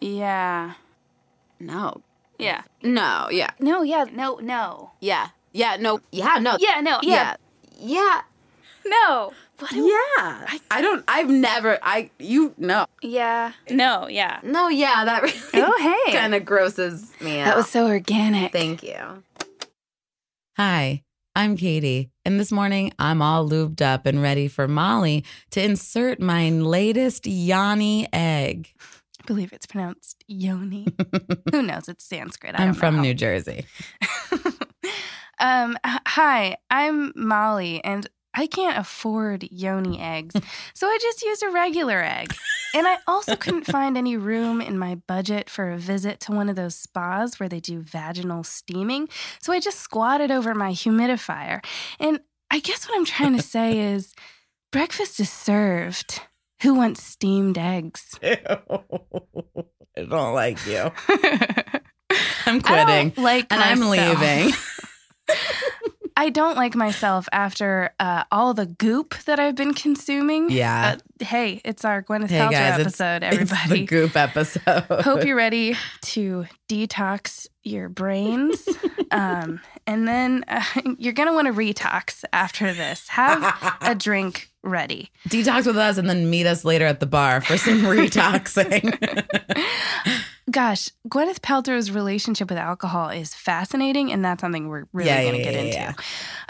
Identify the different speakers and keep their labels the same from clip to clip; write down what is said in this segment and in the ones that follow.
Speaker 1: Yeah.
Speaker 2: No.
Speaker 1: Yeah.
Speaker 2: No. Yeah.
Speaker 1: No, yeah, no, no.
Speaker 2: Yeah. Yeah. No. Yeah. No.
Speaker 1: Yeah, no, Oh, yeah.
Speaker 2: Yeah.
Speaker 1: No.
Speaker 2: Yeah. yeah. I, don't. I've never. I. You. No.
Speaker 1: Yeah. No, yeah.
Speaker 2: No. Yeah. That really.
Speaker 1: Oh, hey.
Speaker 2: Kind of grosses me out.
Speaker 1: That was so organic.
Speaker 2: Thank you.
Speaker 3: Hi, I'm Katie, and this morning I'm all lubed up and ready for Molly to insert my latest Yanni egg.
Speaker 1: I believe it's pronounced yoni. Who knows? It's Sanskrit. I
Speaker 3: I'm
Speaker 1: don't know
Speaker 3: from
Speaker 1: how-
Speaker 3: New Jersey.
Speaker 1: um, h- hi, I'm Molly, and I can't afford yoni eggs, so I just used a regular egg. And I also couldn't find any room in my budget for a visit to one of those spas where they do vaginal steaming, so I just squatted over my humidifier. And I guess what I'm trying to say is breakfast is served. Who wants steamed eggs?
Speaker 3: I don't like you. I'm
Speaker 1: I don't
Speaker 3: quitting.
Speaker 1: like
Speaker 3: And I'm
Speaker 1: myself.
Speaker 3: leaving.
Speaker 1: I don't like myself after uh, all the goop that I've been consuming.
Speaker 3: Yeah.
Speaker 1: Uh, hey, it's our Gwyneth
Speaker 3: Hey,
Speaker 1: Paltrow
Speaker 3: guys, it's-
Speaker 1: episode,
Speaker 3: It's the
Speaker 1: everybody.
Speaker 3: goop episode.
Speaker 1: Hope you're ready to detox your brains. um, and then uh, you're going to want to retox after this. Have a drink ready.
Speaker 3: detox with us and then meet us later at the bar for some retoxing.
Speaker 1: Gosh, Gwyneth Paltrow's relationship with alcohol is fascinating, and that's something we're really
Speaker 3: Yeah,
Speaker 1: going to
Speaker 3: yeah,
Speaker 1: get
Speaker 3: yeah,
Speaker 1: into.
Speaker 3: yeah.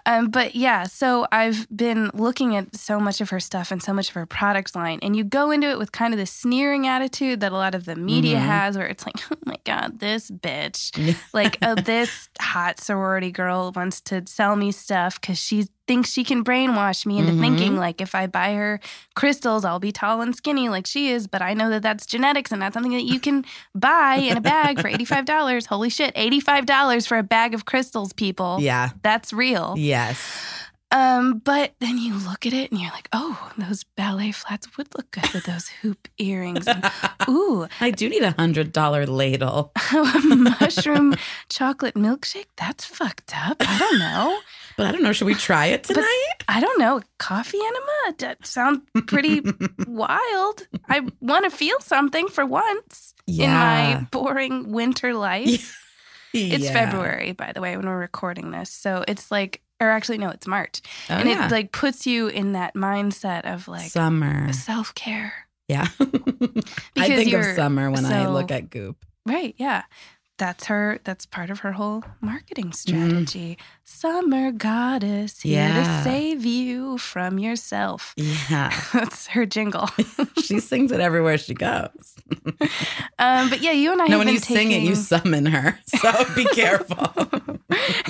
Speaker 1: Um, but yeah, so I've been looking at so much of her stuff and so much of her product line, and you go into it with kind of the sneering attitude that a lot of the media
Speaker 3: Mhm.
Speaker 1: has, where it's like, oh my God, this bitch. like, oh, this hot sorority girl wants to sell me stuff because she thinks she can brainwash me into
Speaker 3: Mhm.
Speaker 1: thinking, like, if I buy her crystals, I'll be tall and skinny like she is. But I know that that's genetics and not something that you can buy in a bag for $85. Holy shit, $85 for a bag of crystals, people.
Speaker 3: yeah.
Speaker 1: That's real.
Speaker 3: Yes.
Speaker 1: Um, but then you look at it and you're like, oh, those ballet flats would look good with those hoop earrings. And, ooh,
Speaker 3: I do need a hundred dollar ladle.
Speaker 1: a mushroom chocolate milkshake? That's fucked up. I don't know.
Speaker 3: But I don't know, should we try it
Speaker 1: But-
Speaker 3: tonight?
Speaker 1: I don't know. Coffee enema? That sounds pretty wild. I want to feel something for once in my boring winter life.
Speaker 3: Yeah.
Speaker 1: It's
Speaker 3: Yeah.
Speaker 1: February, by the way, when we're recording this. So it's like, or actually, no, it's March.
Speaker 3: Oh,
Speaker 1: and
Speaker 3: yeah.
Speaker 1: it like puts you in that mindset of like,
Speaker 3: summer.
Speaker 1: self care.
Speaker 3: Yeah. I think of summer when I
Speaker 1: so-
Speaker 3: look at goop.
Speaker 1: Right. Yeah. That's her. That's part of her whole marketing
Speaker 3: Mm-hmm.
Speaker 1: strategy. Summer goddess here
Speaker 3: Yeah.
Speaker 1: to save you from yourself.
Speaker 3: Yeah.
Speaker 1: That's her jingle.
Speaker 3: she sings it everywhere she goes.
Speaker 1: Um, but yeah, you and I
Speaker 3: no,
Speaker 1: have
Speaker 3: when
Speaker 1: been
Speaker 3: you sing it, you
Speaker 1: taking-
Speaker 3: summon her. So be careful.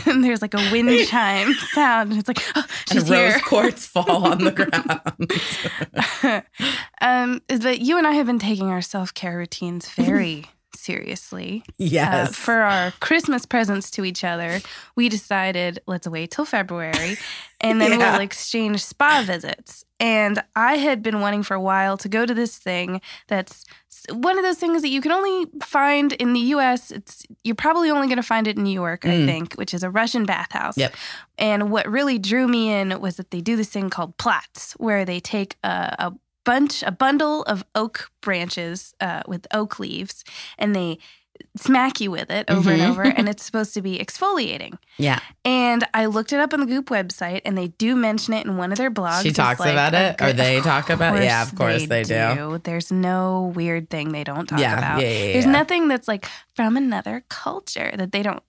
Speaker 1: and there's like a wind chime sound, and it's like oh, she's
Speaker 3: and
Speaker 1: here.
Speaker 3: rose quartz fall on the ground.
Speaker 1: um, but you and I have been taking our self care routines very seriously.
Speaker 3: yes.
Speaker 1: Uh, for our Christmas presents to each other, we decided let's wait till February and then
Speaker 3: Yeah.
Speaker 1: we'll exchange spa visits. And I had been wanting for a while to go to this thing that's s- one of those things that you can only find in the US. It's you're probably only going to find it in New York, I
Speaker 3: Mm.
Speaker 1: think, which is a Russian bathhouse.
Speaker 3: Yep.
Speaker 1: And what really drew me in was that they do this thing called plats where they take a, a bunch a bundle of oak branches uh, with oak leaves and they smack you with it over
Speaker 3: Mhm.
Speaker 1: and over, and it's supposed to be exfoliating.
Speaker 3: yeah.
Speaker 1: And I looked it up on the Goop website, and they do mention it in one of their blogs.
Speaker 3: She
Speaker 1: It's
Speaker 3: talks
Speaker 1: like
Speaker 3: about
Speaker 1: a
Speaker 3: it, or
Speaker 1: good-
Speaker 3: they
Speaker 1: of
Speaker 3: talk about it? Yeah, of course they do.
Speaker 1: There's no weird thing they don't talk
Speaker 3: yeah,
Speaker 1: about.
Speaker 3: yeah. Yeah.
Speaker 1: There's
Speaker 3: yeah.
Speaker 1: nothing that's like from another culture that they don't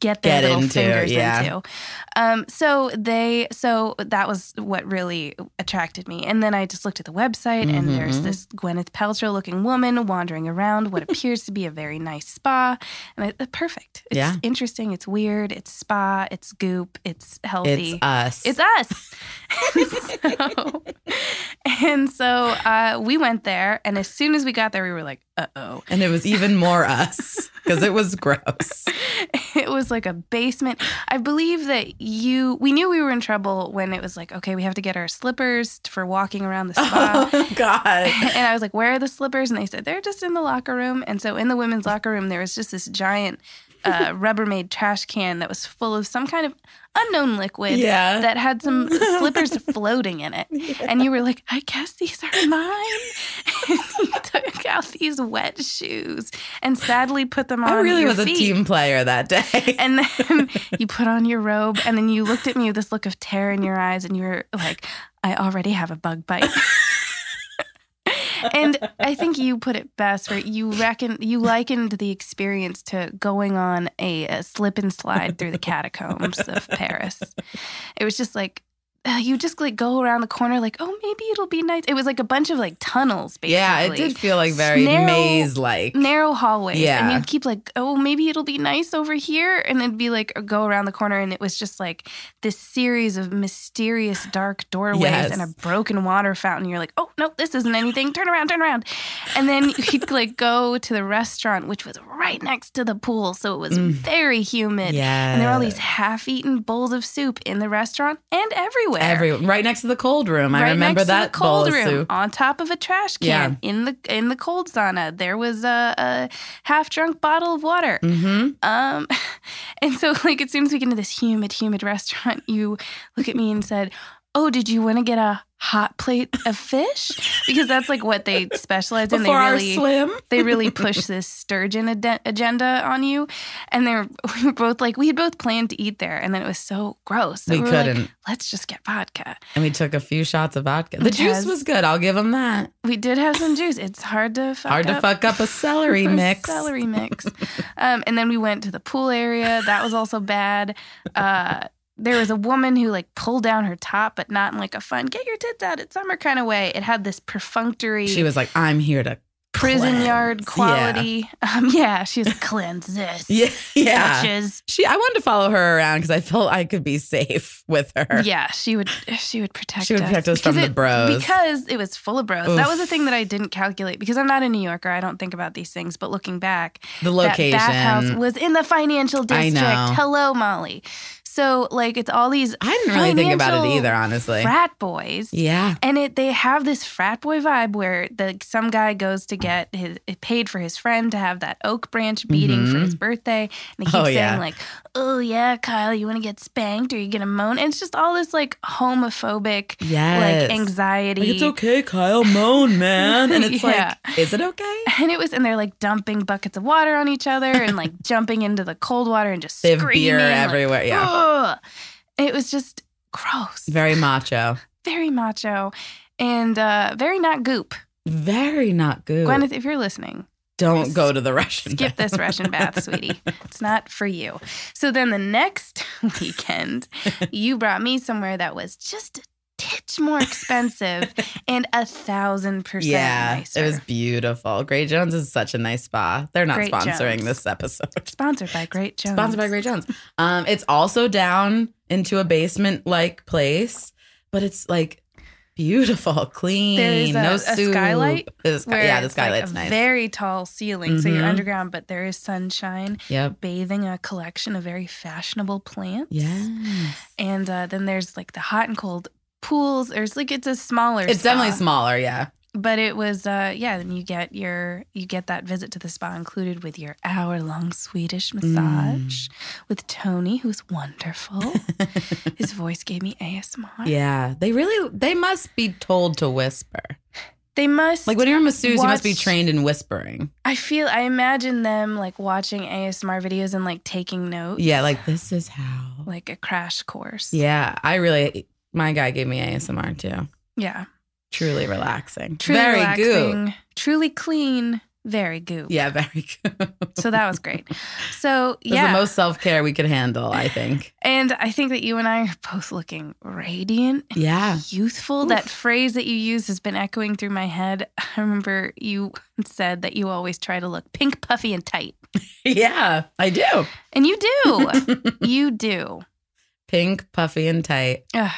Speaker 1: get their
Speaker 3: Get
Speaker 1: little
Speaker 3: into,
Speaker 1: fingers
Speaker 3: yeah.
Speaker 1: into. Um, so they, so that was what really attracted me. And then I just looked at the website, and there's
Speaker 3: Mhm.
Speaker 1: this Gwyneth Paltrow looking woman wandering around what appears to be a very nice spa, and I, uh, perfect. It's
Speaker 3: Yeah.
Speaker 1: interesting. It's weird. It's spa. It's goop. It's healthy.
Speaker 3: It's us.
Speaker 1: It's us. So- and so uh, we went there, and as soon as we got there, we were like, uh oh.
Speaker 3: and it was even more us because it was gross.
Speaker 1: It was like a basement. I believe that you, we knew we were in trouble when it was like, okay, we have to get our slippers for walking around the spa.
Speaker 3: Oh God.
Speaker 1: And I was like, where are the slippers? And they said, they're just in the locker room. And so in the women's locker room, there was just this giant uh, Rubbermaid trash can that was full of some kind of unknown liquid
Speaker 3: Yeah.
Speaker 1: that had some slippers floating in it.
Speaker 3: Yeah.
Speaker 1: And you were like, I guess these are mine. and you took out these wet shoes and sadly put them on.
Speaker 3: I really
Speaker 1: your
Speaker 3: was a
Speaker 1: feet.
Speaker 3: team player that day.
Speaker 1: And then you put on your robe, and then you looked at me with this look of terror in your eyes, and you were like, I already have a bug bite. and I think you put it best, where you reckon you likened the experience to going on a, a slip and slide through the catacombs of Paris. It was just like uh, you just like go around the corner, like oh maybe it'll be nice. It was like a bunch of like tunnels, basically.
Speaker 3: yeah, it did feel like very
Speaker 1: Narrow-
Speaker 3: maze-like.
Speaker 1: narrow hallways and
Speaker 3: Yeah.
Speaker 1: you'd keep like oh maybe it'll be nice over here and it'd be like go around the corner and it was just like this series of mysterious dark doorways
Speaker 3: Yes.
Speaker 1: and a broken water fountain you're like oh no this isn't anything turn around turn around and then you'd like go to the restaurant which was right next to the pool so it was
Speaker 3: Mm.
Speaker 1: very humid
Speaker 3: yeah,
Speaker 1: and there were all these half-eaten bowls of soup in the restaurant and everywhere
Speaker 3: every right next to the cold room. I
Speaker 1: right
Speaker 3: remember
Speaker 1: next
Speaker 3: that
Speaker 1: to the cold
Speaker 3: bowl
Speaker 1: room
Speaker 3: of soup.
Speaker 1: on top of a trash can in the in the cold sauna. There was a, a half drunk bottle of water.
Speaker 3: Mm-hmm.
Speaker 1: Um, and so like as soon as we get into this humid, humid restaurant, you look at me and said, "Oh, did you want to get a hot plate of fish? Because that's like what they specialize in.
Speaker 3: Before
Speaker 1: they
Speaker 3: our
Speaker 1: really
Speaker 3: slim,
Speaker 1: they really push this sturgeon ade- agenda on you. And they're we were both like we had both planned to eat there, and then it was so gross. that
Speaker 3: we
Speaker 1: were like,
Speaker 3: couldn't,
Speaker 1: Let's just get vodka.
Speaker 3: and we took a few shots of vodka. The
Speaker 1: Which
Speaker 3: juice
Speaker 1: has-
Speaker 3: was good. I'll give them that.
Speaker 1: We did have some juice. It's hard to fuck
Speaker 3: Hard to
Speaker 1: up.
Speaker 3: fuck up a celery
Speaker 1: a
Speaker 3: mix.
Speaker 1: Celery mix. um, and then we went to the pool area. That was also bad. Uh, there was a woman who like pulled down her top, but not in like a fun get your tits out at summer kind of way. It had this perfunctory
Speaker 3: She was like, "I'm here to
Speaker 1: prison yard
Speaker 3: cleanse."
Speaker 1: quality. Yeah, um, yeah she was cleanse this.
Speaker 3: Yeah, yeah. yeah.
Speaker 1: bitches."
Speaker 3: She, I wanted to follow her around because I felt I could be safe with her.
Speaker 1: Yeah, she would. She would protect.
Speaker 3: Er. She would protect us
Speaker 1: Because
Speaker 3: from the
Speaker 1: it-
Speaker 3: bros.
Speaker 1: because it was full of bros. That was
Speaker 3: Oof.
Speaker 1: the thing that I didn't calculate because I'm not a New Yorker. I don't think about these things. But looking back,
Speaker 3: the location.
Speaker 1: That bathhouse was in the financial
Speaker 3: I
Speaker 1: district.
Speaker 3: know.
Speaker 1: Hello, Molly. So like it's all these
Speaker 3: I didn't really think about it
Speaker 1: financial
Speaker 3: either, honestly.
Speaker 1: frat boys.
Speaker 3: yeah.
Speaker 1: And it, they have this frat boy vibe where the some guy goes to get his it paid for his friend to have that oak branch beating for
Speaker 3: Mhm.
Speaker 1: his birthday, and he keeps
Speaker 3: Oh,
Speaker 1: saying
Speaker 3: yeah.
Speaker 1: like, "Oh yeah, Kyle, you want to get spanked or you gonna moan?" And it's just all this like homophobic
Speaker 3: Yes.
Speaker 1: like anxiety.
Speaker 3: Like, it's okay, Kyle. Moan, man. And it's
Speaker 1: Yeah.
Speaker 3: like, is it okay?
Speaker 1: And it was, and they're like dumping buckets of water on each other and like jumping into the cold water and just
Speaker 3: They have
Speaker 1: screaming.
Speaker 3: beer
Speaker 1: like,
Speaker 3: everywhere. yeah.
Speaker 1: Ugh. It was just gross.
Speaker 3: Very macho.
Speaker 1: Very macho and uh, very not goop.
Speaker 3: Very not good.
Speaker 1: Gwyneth, if you're listening,
Speaker 3: Don't go to the Russian.
Speaker 1: skip
Speaker 3: bath.
Speaker 1: this Russian bath, sweetie. It's not for you. So then the next weekend, you brought me somewhere that was just a titch more expensive and a thousand percent
Speaker 3: Yeah,
Speaker 1: nicer.
Speaker 3: it was beautiful. Grey Jones is such a nice spa. They're not
Speaker 1: Great
Speaker 3: sponsoring
Speaker 1: Jones.
Speaker 3: this episode.
Speaker 1: sponsored by Great Jones.
Speaker 3: Sponsored by Grey Jones. Um, it's also down into a basement like place, but it's like beautiful, clean,
Speaker 1: There's a-
Speaker 3: no
Speaker 1: a
Speaker 3: soup.
Speaker 1: skylight
Speaker 3: There's a sky-
Speaker 1: Where
Speaker 3: yeah, the
Speaker 1: it's like
Speaker 3: skylight's
Speaker 1: a
Speaker 3: nice.
Speaker 1: very tall ceiling, so you're
Speaker 3: Mhm.
Speaker 1: underground, but there is sunshine,
Speaker 3: yep.
Speaker 1: bathing a collection of very fashionable plants.
Speaker 3: Yes.
Speaker 1: And uh, then there's like the hot and cold pools. There's like it's a smaller.
Speaker 3: It's
Speaker 1: spa,
Speaker 3: definitely smaller, yeah.
Speaker 1: But it was uh, yeah. Then you get your you get that visit to the spa included with your hour long Swedish
Speaker 3: Mm.
Speaker 1: massage with Tony, who's wonderful. His voice gave me ASMR.
Speaker 3: yeah. They really they must be told to whisper.
Speaker 1: They must
Speaker 3: Like when you're a masseuse, you must be
Speaker 1: Watch-
Speaker 3: trained in whispering.
Speaker 1: I feel I imagine them like watching ASMR videos and like taking notes.
Speaker 3: Yeah, like this is how.
Speaker 1: like a crash course.
Speaker 3: Yeah, I really my guy gave me ASMR too.
Speaker 1: Yeah.
Speaker 3: Truly relaxing.
Speaker 1: Truly
Speaker 3: very good.
Speaker 1: relaxing, truly clean, very goop.
Speaker 3: Yeah, very good.
Speaker 1: So that was great. So
Speaker 3: It was
Speaker 1: yeah.
Speaker 3: the most self care we could handle, I think.
Speaker 1: and I think that you and I are both looking radiant and
Speaker 3: Yeah.
Speaker 1: youthful. That phrase that you used has been echoing through my head. I remember you said that you always try to look pink, puffy, and tight.
Speaker 3: Yeah, I do.
Speaker 1: And you do. you do.
Speaker 3: Pink, puffy, and tight.
Speaker 1: Ugh,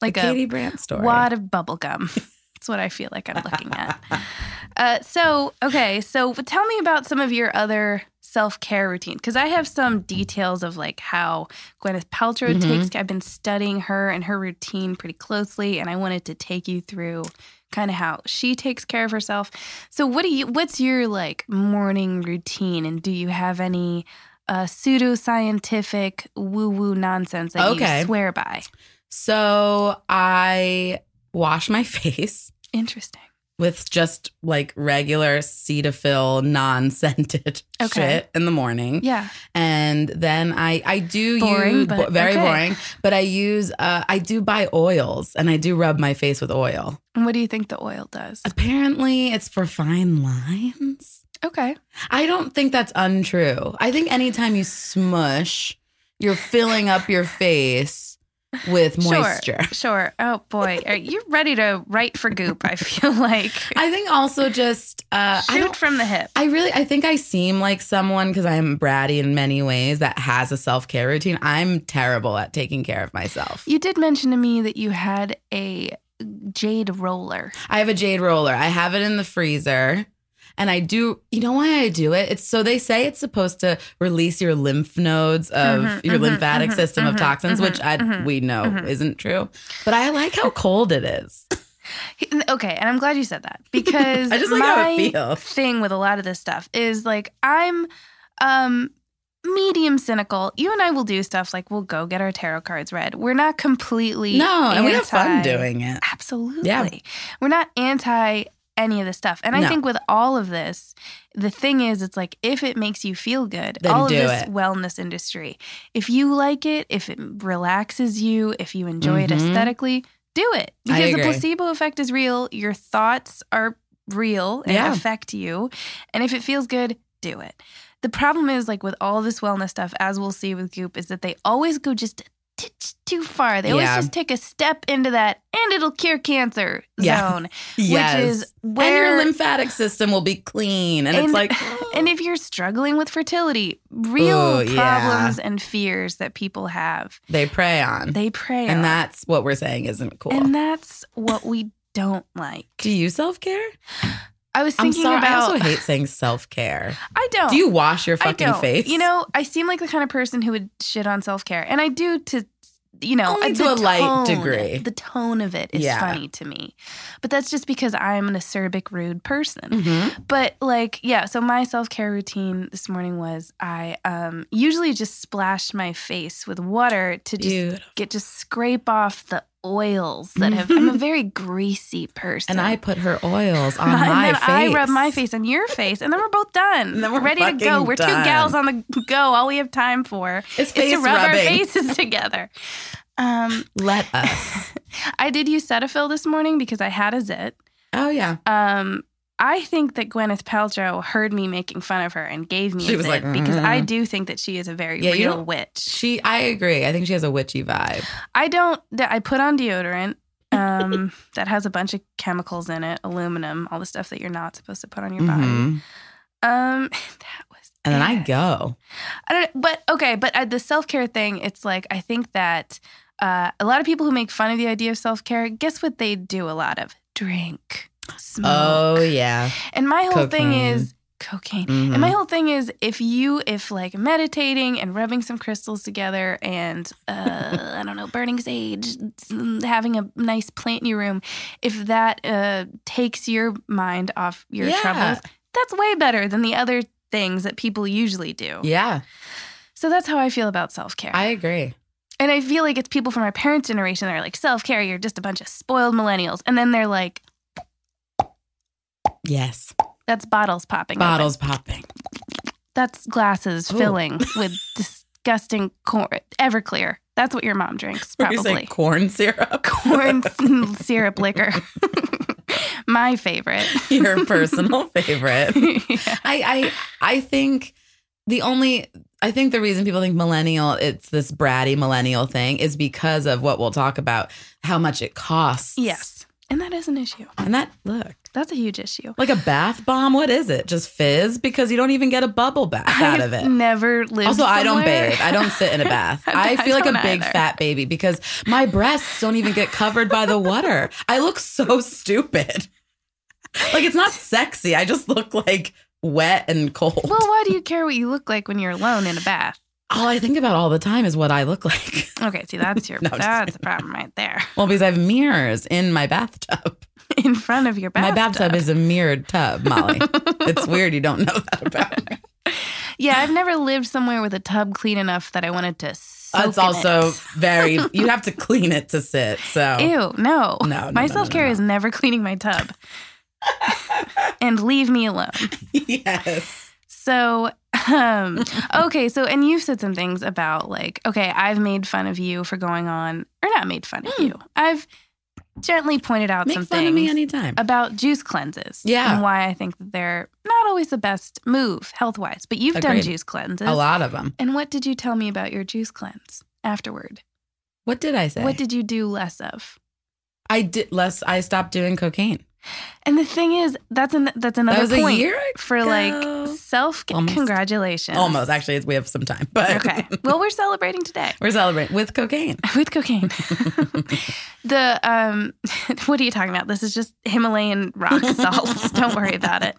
Speaker 1: like
Speaker 3: the
Speaker 1: a
Speaker 3: Katie Brandt story.
Speaker 1: wad of bubble gum. That's what I feel like I'm looking at. Uh, so, okay, so tell me about some of your other self care routine because I have some details of like how Gwyneth Paltrow
Speaker 3: Mhm.
Speaker 1: takes. I've been studying her and her routine pretty closely, and I wanted to take you through kind of how she takes care of herself. So, what do you? What's your like morning routine, and do you have any? Uh, pseudoscientific woo woo nonsense that
Speaker 3: Okay.
Speaker 1: you swear by.
Speaker 3: So I wash my face.
Speaker 1: Interesting.
Speaker 3: with just like regular Cetaphil non-scented
Speaker 1: Okay.
Speaker 3: shit in the morning.
Speaker 1: Yeah.
Speaker 3: And then I I do
Speaker 1: Boring,
Speaker 3: use
Speaker 1: but
Speaker 3: very
Speaker 1: okay.
Speaker 3: boring, but I use uh I do buy oils and I do rub my face with oil.
Speaker 1: And what do you think the oil does?
Speaker 3: Apparently, it's for fine lines.
Speaker 1: Okay.
Speaker 3: I don't think that's untrue. I think anytime you smush, you're filling up your face with
Speaker 1: Sure.
Speaker 3: moisture.
Speaker 1: Sure. Oh boy, are you ready to write for goop? I feel like
Speaker 3: I think also just uh, I
Speaker 1: shoot
Speaker 3: don't.
Speaker 1: from the hip.
Speaker 3: I really, I think I seem like someone because I'm bratty in many ways that has a self care routine. I'm terrible at taking care of myself.
Speaker 1: You did mention to me that you had a jade roller.
Speaker 3: I have a jade roller. I have it in the freezer. And I do, you know why I do it? It's so they say it's supposed to release your lymph nodes of
Speaker 1: Mhm,
Speaker 3: your
Speaker 1: mhm,
Speaker 3: lymphatic
Speaker 1: mhm,
Speaker 3: system
Speaker 1: mhm,
Speaker 3: of toxins,
Speaker 1: mhm,
Speaker 3: which I,
Speaker 1: mhm,
Speaker 3: we know
Speaker 1: mhm.
Speaker 3: isn't true. But I like how cold it is.
Speaker 1: He- Okay, and I'm glad you said that because
Speaker 3: I just like
Speaker 1: my
Speaker 3: how it feels.
Speaker 1: thing with a lot of this stuff is like I'm um medium cynical. You and I will do stuff like we'll go get our tarot cards read. We're not completely
Speaker 3: No, and we have fun
Speaker 1: anti-
Speaker 3: doing it.
Speaker 1: Absolutely. We're not anti any of this stuff. And
Speaker 3: No.
Speaker 1: I think with all of this, the thing is, it's like if it makes you feel good,
Speaker 3: Then
Speaker 1: all
Speaker 3: do
Speaker 1: of this
Speaker 3: it.
Speaker 1: wellness industry, if you like it, if it relaxes you, if you enjoy it
Speaker 3: Mhm.
Speaker 1: aesthetically, do it.
Speaker 3: I
Speaker 1: Because the
Speaker 3: agree.
Speaker 1: placebo effect is real. Your thoughts are real and
Speaker 3: Yeah.
Speaker 1: affect you. And if it feels good, do it. The problem is, like with all this wellness stuff, as we'll see with Goop, is that they always go just a titch too far. They always
Speaker 3: Yeah.
Speaker 1: just take a step into that, and it'll cure cancer
Speaker 3: Yeah.
Speaker 1: zone,
Speaker 3: Yes.
Speaker 1: which is
Speaker 3: and your
Speaker 1: where.
Speaker 3: lymphatic system will be clean. And, it's
Speaker 1: and-
Speaker 3: like,
Speaker 1: and if you're struggling with fertility, real
Speaker 3: Ooh, yeah.
Speaker 1: problems and fears that people have,
Speaker 3: they prey on.
Speaker 1: they pray on.
Speaker 3: and that's what we're saying isn't cool.
Speaker 1: And that's what we don't like.
Speaker 3: do you self care?
Speaker 1: I was
Speaker 3: I'm
Speaker 1: thinking
Speaker 3: sorry.
Speaker 1: about.
Speaker 3: I also hate saying self care.
Speaker 1: I don't.
Speaker 3: Do you wash your
Speaker 1: I
Speaker 3: fucking
Speaker 1: don't.
Speaker 3: face?
Speaker 1: You know, I seem like the kind of person who would shit on self care, and I do to, you know, uh,
Speaker 3: Only
Speaker 1: the
Speaker 3: to a light
Speaker 1: tone-
Speaker 3: degree.
Speaker 1: The tone of it is
Speaker 3: Yeah.
Speaker 1: funny to me, but that's just because I'm an acerbic, rude person.
Speaker 3: Mm-hmm.
Speaker 1: But like, yeah. So my self care routine this morning was I um usually just splash my face with water to just
Speaker 3: Dude.
Speaker 1: get just scrape off the oils that have. I'm a very greasy person,
Speaker 3: And I put her oils on
Speaker 1: and
Speaker 3: my
Speaker 1: then
Speaker 3: face.
Speaker 1: I rub my face on your face, and then we're both done.
Speaker 3: And then we're
Speaker 1: ready to go.
Speaker 3: fucking
Speaker 1: We're two
Speaker 3: done.
Speaker 1: gals on the go. All we have time for
Speaker 3: It's
Speaker 1: is
Speaker 3: face
Speaker 1: to rub our
Speaker 3: rubbing.
Speaker 1: faces together. Um,
Speaker 3: Let us.
Speaker 1: I did use Cetaphil this morning because I had a zit.
Speaker 3: Oh yeah.
Speaker 1: Um, I think that Gwyneth Paltrow heard me making fun of her and gave me
Speaker 3: She
Speaker 1: a
Speaker 3: was
Speaker 1: zit
Speaker 3: like,
Speaker 1: because
Speaker 3: "Mm."
Speaker 1: I do think that she is a very
Speaker 3: Yeah, you
Speaker 1: real
Speaker 3: don't-
Speaker 1: witch.
Speaker 3: She I agree. I think she has a witchy vibe.
Speaker 1: I don't. that I put on deodorant um, that has a bunch of chemicals in it, aluminum, all the stuff that you're not supposed to put on your body.
Speaker 3: Mhm.
Speaker 1: Um, that was.
Speaker 3: And then I
Speaker 1: it.
Speaker 3: go.
Speaker 1: I don't. But okay. But uh, the self care thing, it's like I think that uh, a lot of people who make fun of the idea of self care, guess what they do a lot of? Drink, smoke.
Speaker 3: Oh yeah.
Speaker 1: And my whole thing
Speaker 3: cocaine.
Speaker 1: is cocaine.
Speaker 3: Mhm.
Speaker 1: And my whole thing is if you, if like meditating and rubbing some crystals together and uh, I don't know, burning sage, mm, having a nice plant in your room, if that uh, takes your mind off your
Speaker 3: Yeah.
Speaker 1: troubles, that's way better than the other things that people usually do.
Speaker 3: yeah.
Speaker 1: So that's how I feel about self care.
Speaker 3: I agree.
Speaker 1: and I feel like it's people from our parents' generation that are like, self care, you're just a bunch of spoiled millennials. And then they're like,
Speaker 3: Yes.
Speaker 1: that's bottles popping. open.
Speaker 3: Bottles popping.
Speaker 1: That's glasses
Speaker 3: Ooh.
Speaker 1: filling with disgusting corn. Everclear. That's what your mom drinks,
Speaker 3: Were you saying
Speaker 1: probably.
Speaker 3: corn syrup.
Speaker 1: Corn s- syrup liquor. My favorite.
Speaker 3: Your personal favorite.
Speaker 1: Yeah.
Speaker 3: I I I think the only I think the reason people think millennial it's this bratty millennial thing is because of what we'll talk about how much it costs.
Speaker 1: Yes. And that is an issue.
Speaker 3: And that look
Speaker 1: That's a huge issue.
Speaker 3: like a bath bomb. What is it? Just fizz because you don't even get a bubble bath out of
Speaker 1: I've
Speaker 3: it.
Speaker 1: Never lived.
Speaker 3: Also, I don't
Speaker 1: somewhere-
Speaker 3: bathe. I don't sit in a bath.
Speaker 1: I
Speaker 3: I feel like a
Speaker 1: don't
Speaker 3: big
Speaker 1: either.
Speaker 3: fat baby because my breasts don't even get covered by the water. I look so stupid. Like it's not sexy. I just look like wet and cold.
Speaker 1: Well, why do you care what you look like when you're alone in a bath?
Speaker 3: all I think about all the time is what I look like.
Speaker 1: Okay, see, that's your
Speaker 3: No, I'm just
Speaker 1: that's a problem right there.
Speaker 3: Well, because I have mirrors in my bathtub.
Speaker 1: In front of your bathtub.
Speaker 3: My bathtub is a mirrored tub, Molly. it's weird you don't know that about me.
Speaker 1: Yeah, I've never lived somewhere with a tub clean enough that I wanted to. Soak
Speaker 3: That's
Speaker 1: in
Speaker 3: also oh.
Speaker 1: it.
Speaker 3: very, you have to clean it to sit. So,
Speaker 1: Ew, no.
Speaker 3: No, no, no,
Speaker 1: my
Speaker 3: no, no,
Speaker 1: self care
Speaker 3: no.
Speaker 1: is never cleaning my tub. and leave me alone.
Speaker 3: yes.
Speaker 1: So, um, okay, so, and you've said some things about like, okay, I've made fun of you for going on, or not made fun of
Speaker 3: Hmm.
Speaker 1: you. I've gently pointed out
Speaker 3: Make
Speaker 1: some
Speaker 3: fun
Speaker 1: things
Speaker 3: of me anytime.
Speaker 1: about juice cleanses.
Speaker 3: Yeah.
Speaker 1: And why I think that they're not always the best move health wise, but you've done
Speaker 3: Agreed.
Speaker 1: juice cleanses.
Speaker 3: A lot of them.
Speaker 1: And what did you tell me about your juice cleanse afterward?
Speaker 3: What did I say?
Speaker 1: What did you do less of?
Speaker 3: I did less? I stopped doing cocaine.
Speaker 1: And the thing is, that's an that's another
Speaker 3: that was
Speaker 1: point
Speaker 3: a year.
Speaker 1: for
Speaker 3: ago.
Speaker 1: like self
Speaker 3: Almost.
Speaker 1: congratulations.
Speaker 3: Almost. Actually, it's- we have some time, but
Speaker 1: Okay. Well, we're celebrating today
Speaker 3: we're celebrating with cocaine.
Speaker 1: with cocaine. the um, what are you talking about? This is just Himalayan rock salts. Don't worry about it.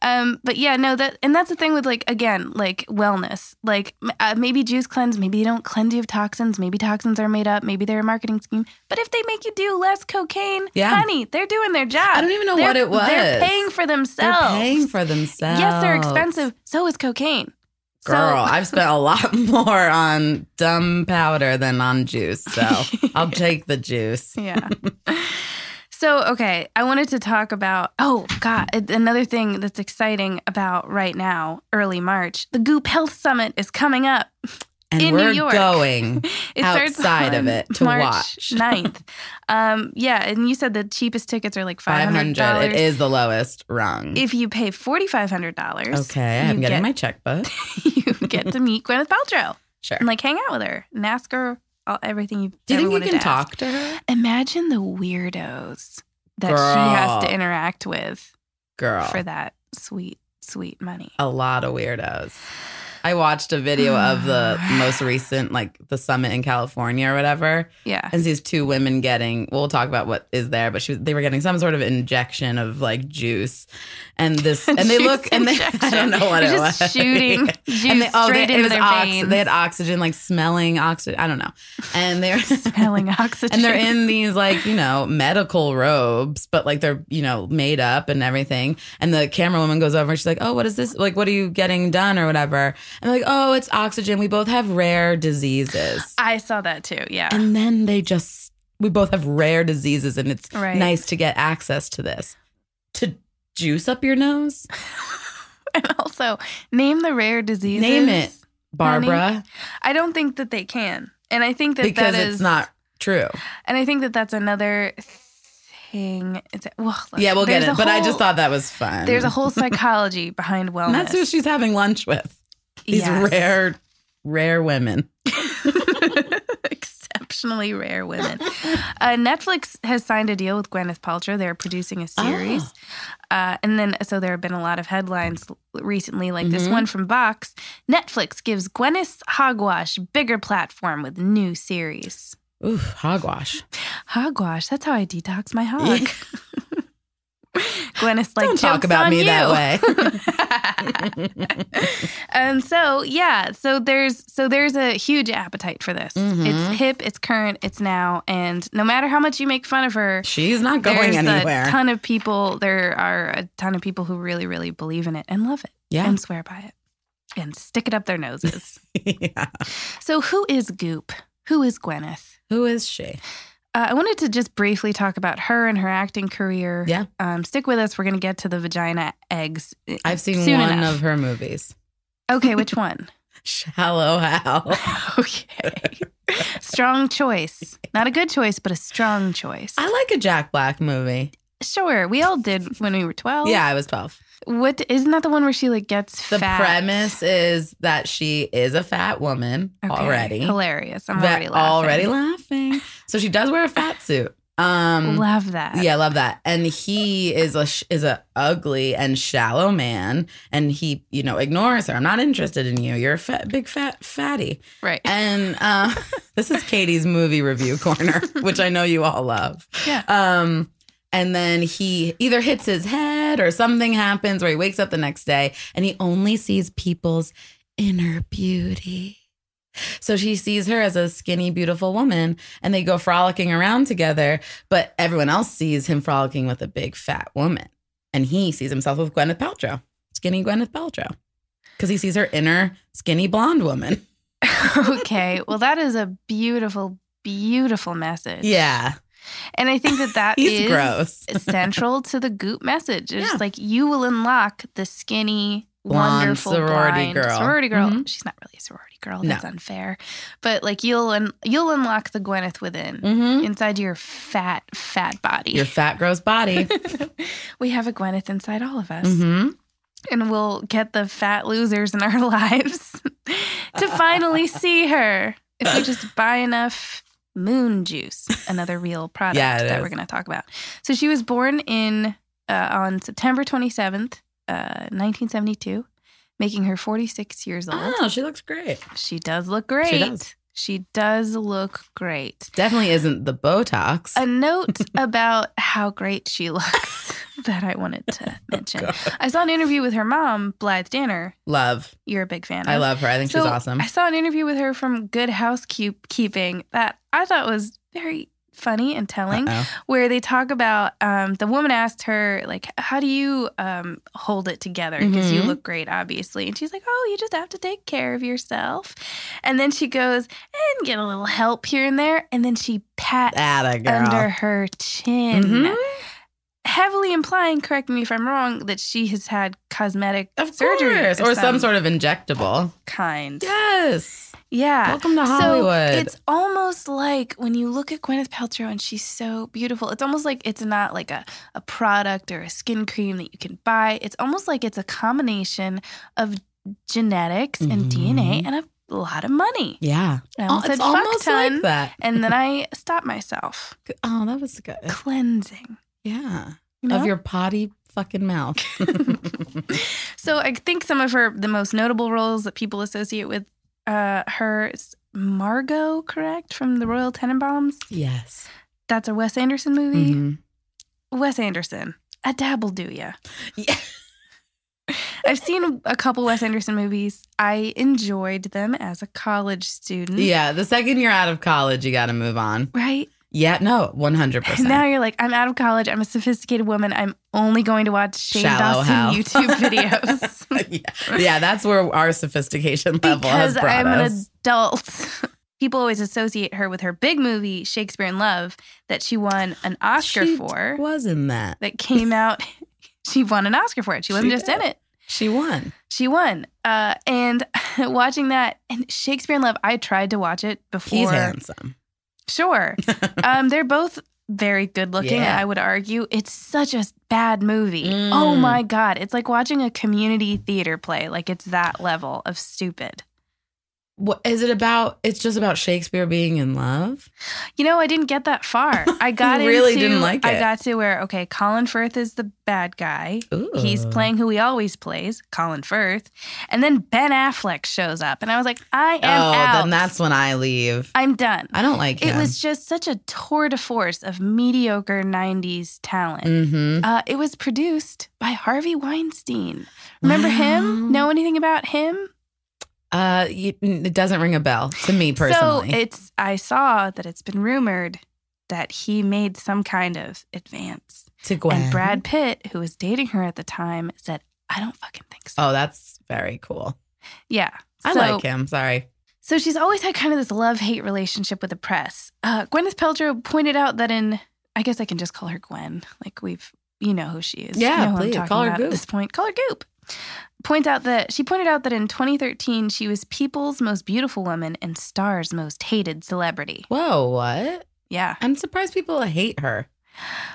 Speaker 1: Um, but yeah, no, that and that's the thing with like again, like wellness. Like m- uh, maybe Jews cleanse, maybe they don't cleanse you of toxins. Maybe toxins are made up. Maybe they're a marketing scheme. But if they make you do less cocaine,
Speaker 3: Yeah.
Speaker 1: honey, they're doing their job.
Speaker 3: I don't even know what
Speaker 1: They're-
Speaker 3: it was.
Speaker 1: They're paying for
Speaker 3: They're
Speaker 1: themselves.
Speaker 3: paying for themselves.
Speaker 1: Yes, they're expensive. So is cocaine. So-
Speaker 3: Girl, I've spent a lot more on dumb powder than on juice. So I'll take the juice.
Speaker 1: Yeah. so, okay, I wanted to talk about oh god, another thing that's exciting about right now, early March, the Goop Health Summit is coming up.
Speaker 3: And
Speaker 1: In New
Speaker 3: we're
Speaker 1: York.
Speaker 3: going.
Speaker 1: It
Speaker 3: Outside of
Speaker 1: on
Speaker 3: it to
Speaker 1: March
Speaker 3: watch.
Speaker 1: 9th. Um, yeah, and you said the cheapest tickets are like 500
Speaker 3: 500. It
Speaker 1: dollars
Speaker 3: is the lowest rung.
Speaker 1: If you pay $4500,
Speaker 3: okay,
Speaker 1: you
Speaker 3: I'm getting
Speaker 1: get,
Speaker 3: my checkbook.
Speaker 1: you get to meet Gwyneth Paltrow
Speaker 3: Sure.
Speaker 1: and like hang out with her and ask her all, everything you've
Speaker 3: Do you
Speaker 1: ever
Speaker 3: think you
Speaker 1: wanted
Speaker 3: can
Speaker 1: to ask.
Speaker 3: talk to her?
Speaker 1: Imagine the weirdos that she has to
Speaker 3: Girl.
Speaker 1: interact with
Speaker 3: Girl,
Speaker 1: for that sweet, sweet money.
Speaker 3: a lot of weirdos. I watched a video of the most recent, like the summit in California or whatever.
Speaker 1: Yeah.
Speaker 3: and these two women getting we'll talk about what is there but she, they were getting some sort of injection of like juice and this and they
Speaker 1: Juice
Speaker 3: look and they i
Speaker 1: injection.
Speaker 3: don't know what
Speaker 1: They're
Speaker 3: it
Speaker 1: just
Speaker 3: was
Speaker 1: shooting
Speaker 3: Yeah.
Speaker 1: juice
Speaker 3: and they, oh,
Speaker 1: straight
Speaker 3: they, it
Speaker 1: into
Speaker 3: was
Speaker 1: their
Speaker 3: ox-
Speaker 1: veins.
Speaker 3: they had oxygen like smelling oxygen i don't know and they're
Speaker 1: smelling oxygen.
Speaker 3: and they're in these like you know medical robes but like they're you know made up and everything and the camera woman goes over and she's like oh what is this like what are you getting done or whatever and they're like oh it's oxygen we both have rare diseases
Speaker 1: I saw that too. Yeah.
Speaker 3: and then they just we both have rare diseases and it's
Speaker 1: Right.
Speaker 3: nice to get access to this to juice up your nose
Speaker 1: And also, name the rare diseases.
Speaker 3: Name it. barbara
Speaker 1: I don't think that they can. And I think that
Speaker 3: because
Speaker 1: that is
Speaker 3: it's not true
Speaker 1: And I think that that's another thing. It's well, look,
Speaker 3: yeah we'll get
Speaker 1: there's
Speaker 3: it
Speaker 1: a
Speaker 3: but i
Speaker 1: whole-
Speaker 3: just thought that was fun
Speaker 1: there's a whole psychology behind wellness.
Speaker 3: and that's who she's having lunch with these
Speaker 1: Yes.
Speaker 3: rare rare women
Speaker 1: exceptionally rare women. Uh, Netflix has signed a deal with Gwyneth Paltrow. They're producing a
Speaker 3: Oh.
Speaker 1: series, uh, and then so there have been a lot of headlines l- recently, like this
Speaker 3: Mhm.
Speaker 1: one from Vox. Netflix gives Gwyneth's hogwash bigger platform with new series.
Speaker 3: Ooh, hogwash.
Speaker 1: Hogwash. That's how I detox my hog. Gwyneth's like
Speaker 3: Don't talk
Speaker 1: "Joke's
Speaker 3: about
Speaker 1: on
Speaker 3: me that
Speaker 1: you."
Speaker 3: way.
Speaker 1: and so yeah so there's so there's a huge appetite for this
Speaker 3: Mhm.
Speaker 1: it's hip it's current it's now and no matter how much you make fun of her
Speaker 3: She's not going
Speaker 1: there's
Speaker 3: anywhere.
Speaker 1: a ton of people there are a ton of people who really really believe in it and love it
Speaker 3: yeah.
Speaker 1: and swear by it and stick it up their noses
Speaker 3: yeah.
Speaker 1: so who is goop who is gwyneth
Speaker 3: Who is she?
Speaker 1: uh, I wanted to just briefly talk about her and her acting career.
Speaker 3: Yeah.
Speaker 1: Um, stick with us. We're going to get to the vagina eggs. uh,
Speaker 3: I've seen
Speaker 1: soon
Speaker 3: one
Speaker 1: enough.
Speaker 3: of her movies.
Speaker 1: Okay, which one?
Speaker 3: Shallow Hal.
Speaker 1: Okay. strong choice. Not a good choice, but a strong choice. Uh,
Speaker 3: I like a Jack Black movie.
Speaker 1: sure, we all did when we were 12.
Speaker 3: Yeah, I was 12.
Speaker 1: What isn't that the one where she like gets
Speaker 3: The
Speaker 1: fat?
Speaker 3: premise is that she is a fat woman
Speaker 1: Okay,
Speaker 3: already.
Speaker 1: Hilarious. I'm
Speaker 3: That-
Speaker 1: already laughing.
Speaker 3: Already laughing. So she does wear a fat suit. Um
Speaker 1: Love that.
Speaker 3: Yeah, love that. And he is a sh- is a ugly and shallow man, and he you know ignores her. I'm not interested in you. You're a fat, big fat fatty.
Speaker 1: Right.
Speaker 3: And uh, this is Katie's movie review corner, which I know you all love.
Speaker 1: Yeah.
Speaker 3: Um, and then he either hits his head or something happens where he wakes up the next day and he only sees people's inner beauty. So she sees her as a skinny, beautiful woman, and they go frolicking around together. But everyone else sees him frolicking with a big, fat woman. And he sees himself with Gwyneth Paltrow, skinny Gwyneth Paltrow, because he sees her inner skinny blonde woman.
Speaker 1: okay. Well, that is a beautiful, beautiful message.
Speaker 3: Yeah.
Speaker 1: And I think that that
Speaker 3: He's
Speaker 1: is
Speaker 3: gross.
Speaker 1: central to the goop message. It's
Speaker 3: Yeah.
Speaker 1: just like you will unlock the skinny,
Speaker 3: Blonde
Speaker 1: wonderful
Speaker 3: sorority
Speaker 1: blind
Speaker 3: girl.
Speaker 1: Sorority girl.
Speaker 3: Mhm.
Speaker 1: She's not really a sorority girl.
Speaker 3: No.
Speaker 1: That's unfair. But like you'll un- you'll unlock the Gwyneth within
Speaker 3: Mm-hmm.
Speaker 1: inside your fat fat body.
Speaker 3: Your fat, gross body.
Speaker 1: we have a Gwyneth inside all of us,
Speaker 3: mm-hmm.
Speaker 1: and we'll get the fat losers in our lives to finally see her if we just buy enough moon juice, another real product
Speaker 3: Yeah, it
Speaker 1: that
Speaker 3: is.
Speaker 1: we're going to talk about. So she was born in uh, on September 27th, uh, 1972, making her 46 years old.
Speaker 3: Oh, she looks great.
Speaker 1: She does look great.
Speaker 3: does.
Speaker 1: She does look great.
Speaker 3: Definitely isn't the Botox.
Speaker 1: a note about how great she looks that I wanted to mention.
Speaker 3: Oh, God.
Speaker 1: I saw an interview with her mom, Blythe Danner.
Speaker 3: love.
Speaker 1: You're a big fan.
Speaker 3: I
Speaker 1: of.
Speaker 3: love her. I think
Speaker 1: So,
Speaker 3: she's awesome.
Speaker 1: I saw an interview with her from Good Housekeeping that I thought was very funny and telling,
Speaker 3: Uh-oh.
Speaker 1: where they talk about um, the woman asked her like, "How do you um, hold it together? Because you
Speaker 3: Mhm.
Speaker 1: look great, obviously." And she's like, "Oh, you just have to take care of yourself." And then she goes and get a little help here and there, and then she pats
Speaker 3: Atta girl.
Speaker 1: under her chin,
Speaker 3: Mhm.
Speaker 1: heavily implying, correct me if I'm wrong, that she has had cosmetic
Speaker 3: Of
Speaker 1: surgery
Speaker 3: course. Or some sort of injectable.
Speaker 1: kind.
Speaker 3: Yes.
Speaker 1: Yeah.
Speaker 3: Welcome to Hollywood.
Speaker 1: So it's almost like when you look at Gwyneth Paltrow and she's so beautiful, it's almost like it's not like a, a product or a skin cream that you can buy. It's almost like it's a combination of genetics and DNA and a lot of money.
Speaker 3: yeah.
Speaker 1: I
Speaker 3: Mm-hmm. Oh,
Speaker 1: almost
Speaker 3: it's
Speaker 1: said fuck
Speaker 3: almost
Speaker 1: ton,
Speaker 3: like that.
Speaker 1: and then I stopped myself.
Speaker 3: Oh, that was good.
Speaker 1: Cleansing.
Speaker 3: Yeah.
Speaker 1: you know?
Speaker 3: Of your potty fucking mouth.
Speaker 1: So I think some of her the most notable roles that people associate with uh, her is Margot, correct, from the Royal Tenenbaums.
Speaker 3: yes.
Speaker 1: That's a Wes Anderson movie.
Speaker 3: Mhm.
Speaker 1: Wes Anderson, a dabble do ya?
Speaker 3: Yeah.
Speaker 1: I've seen a couple Wes Anderson movies. I enjoyed them as a college student.
Speaker 3: Yeah. The second you're out of college, you got to move on.
Speaker 1: Right?
Speaker 3: Yeah. No, 100%.
Speaker 1: Now you're like, I'm out of college. I'm a sophisticated woman. I'm only going to watch Shane
Speaker 3: Shallow
Speaker 1: Dawson
Speaker 3: hell.
Speaker 1: YouTube videos.
Speaker 3: yeah. yeah. That's where our sophistication level has
Speaker 1: because
Speaker 3: brought
Speaker 1: I'm
Speaker 3: us.
Speaker 1: an adult. People always associate her with her big movie, Shakespeare in Love, that she won an Oscar
Speaker 3: She
Speaker 1: for,
Speaker 3: was in that.
Speaker 1: that came out. she won an Oscar for it. She wasn't
Speaker 3: She
Speaker 1: just in
Speaker 3: did.
Speaker 1: it.
Speaker 3: She won.
Speaker 1: She won. Uh, and watching that and Shakespeare in Love, I tried to watch it before.
Speaker 3: He's handsome.
Speaker 1: Sure. um, they're both very good looking,
Speaker 3: Yeah.
Speaker 1: I would argue. It's such a bad movie.
Speaker 3: Mm.
Speaker 1: Oh my God. It's like watching a community theater play. Like it's that level of stupid.
Speaker 3: What is it about? It's just about Shakespeare being in love.
Speaker 1: You know, I didn't get that far. I got
Speaker 3: You really
Speaker 1: into,
Speaker 3: didn't like
Speaker 1: I
Speaker 3: it.
Speaker 1: got to where, okay, Colin Firth is the bad guy.
Speaker 3: Ooh.
Speaker 1: He's playing who he always plays, Colin Firth. And then Ben Affleck shows up. And I was like, I am
Speaker 3: Oh,
Speaker 1: out.
Speaker 3: then that's when I leave.
Speaker 1: I'm done.
Speaker 3: I don't like him.
Speaker 1: It was just such a tour de force of mediocre 90s talent.
Speaker 3: Mm-hmm.
Speaker 1: Uh, it was produced by Harvey Weinstein. Remember
Speaker 3: Wow.
Speaker 1: him? Know anything about him?
Speaker 3: Uh, you, it doesn't ring a bell to me personally.
Speaker 1: So it's I saw that it's been rumored that he made some kind of advance.
Speaker 3: to Gwen
Speaker 1: And Brad Pitt, who was dating her at the time, said, I don't fucking think so.
Speaker 3: Oh, that's very cool.
Speaker 1: yeah.
Speaker 3: Oh. I
Speaker 1: So-
Speaker 3: like him. Sorry.
Speaker 1: So she's always had kind of this love hate relationship with the press. Uh, Gwyneth Paltrow pointed out that in, I guess I can just call her Gwen. Like we've, you know who she is. You
Speaker 3: Yeah,
Speaker 1: know who
Speaker 3: please, call her
Speaker 1: about
Speaker 3: Goop.
Speaker 1: at this point. Call her Goop. Points out that she pointed out that in 2013 she was People's Most Beautiful Woman and Star's Most Hated Celebrity.
Speaker 3: Whoa, what?
Speaker 1: Yeah.
Speaker 3: I'm surprised people hate her.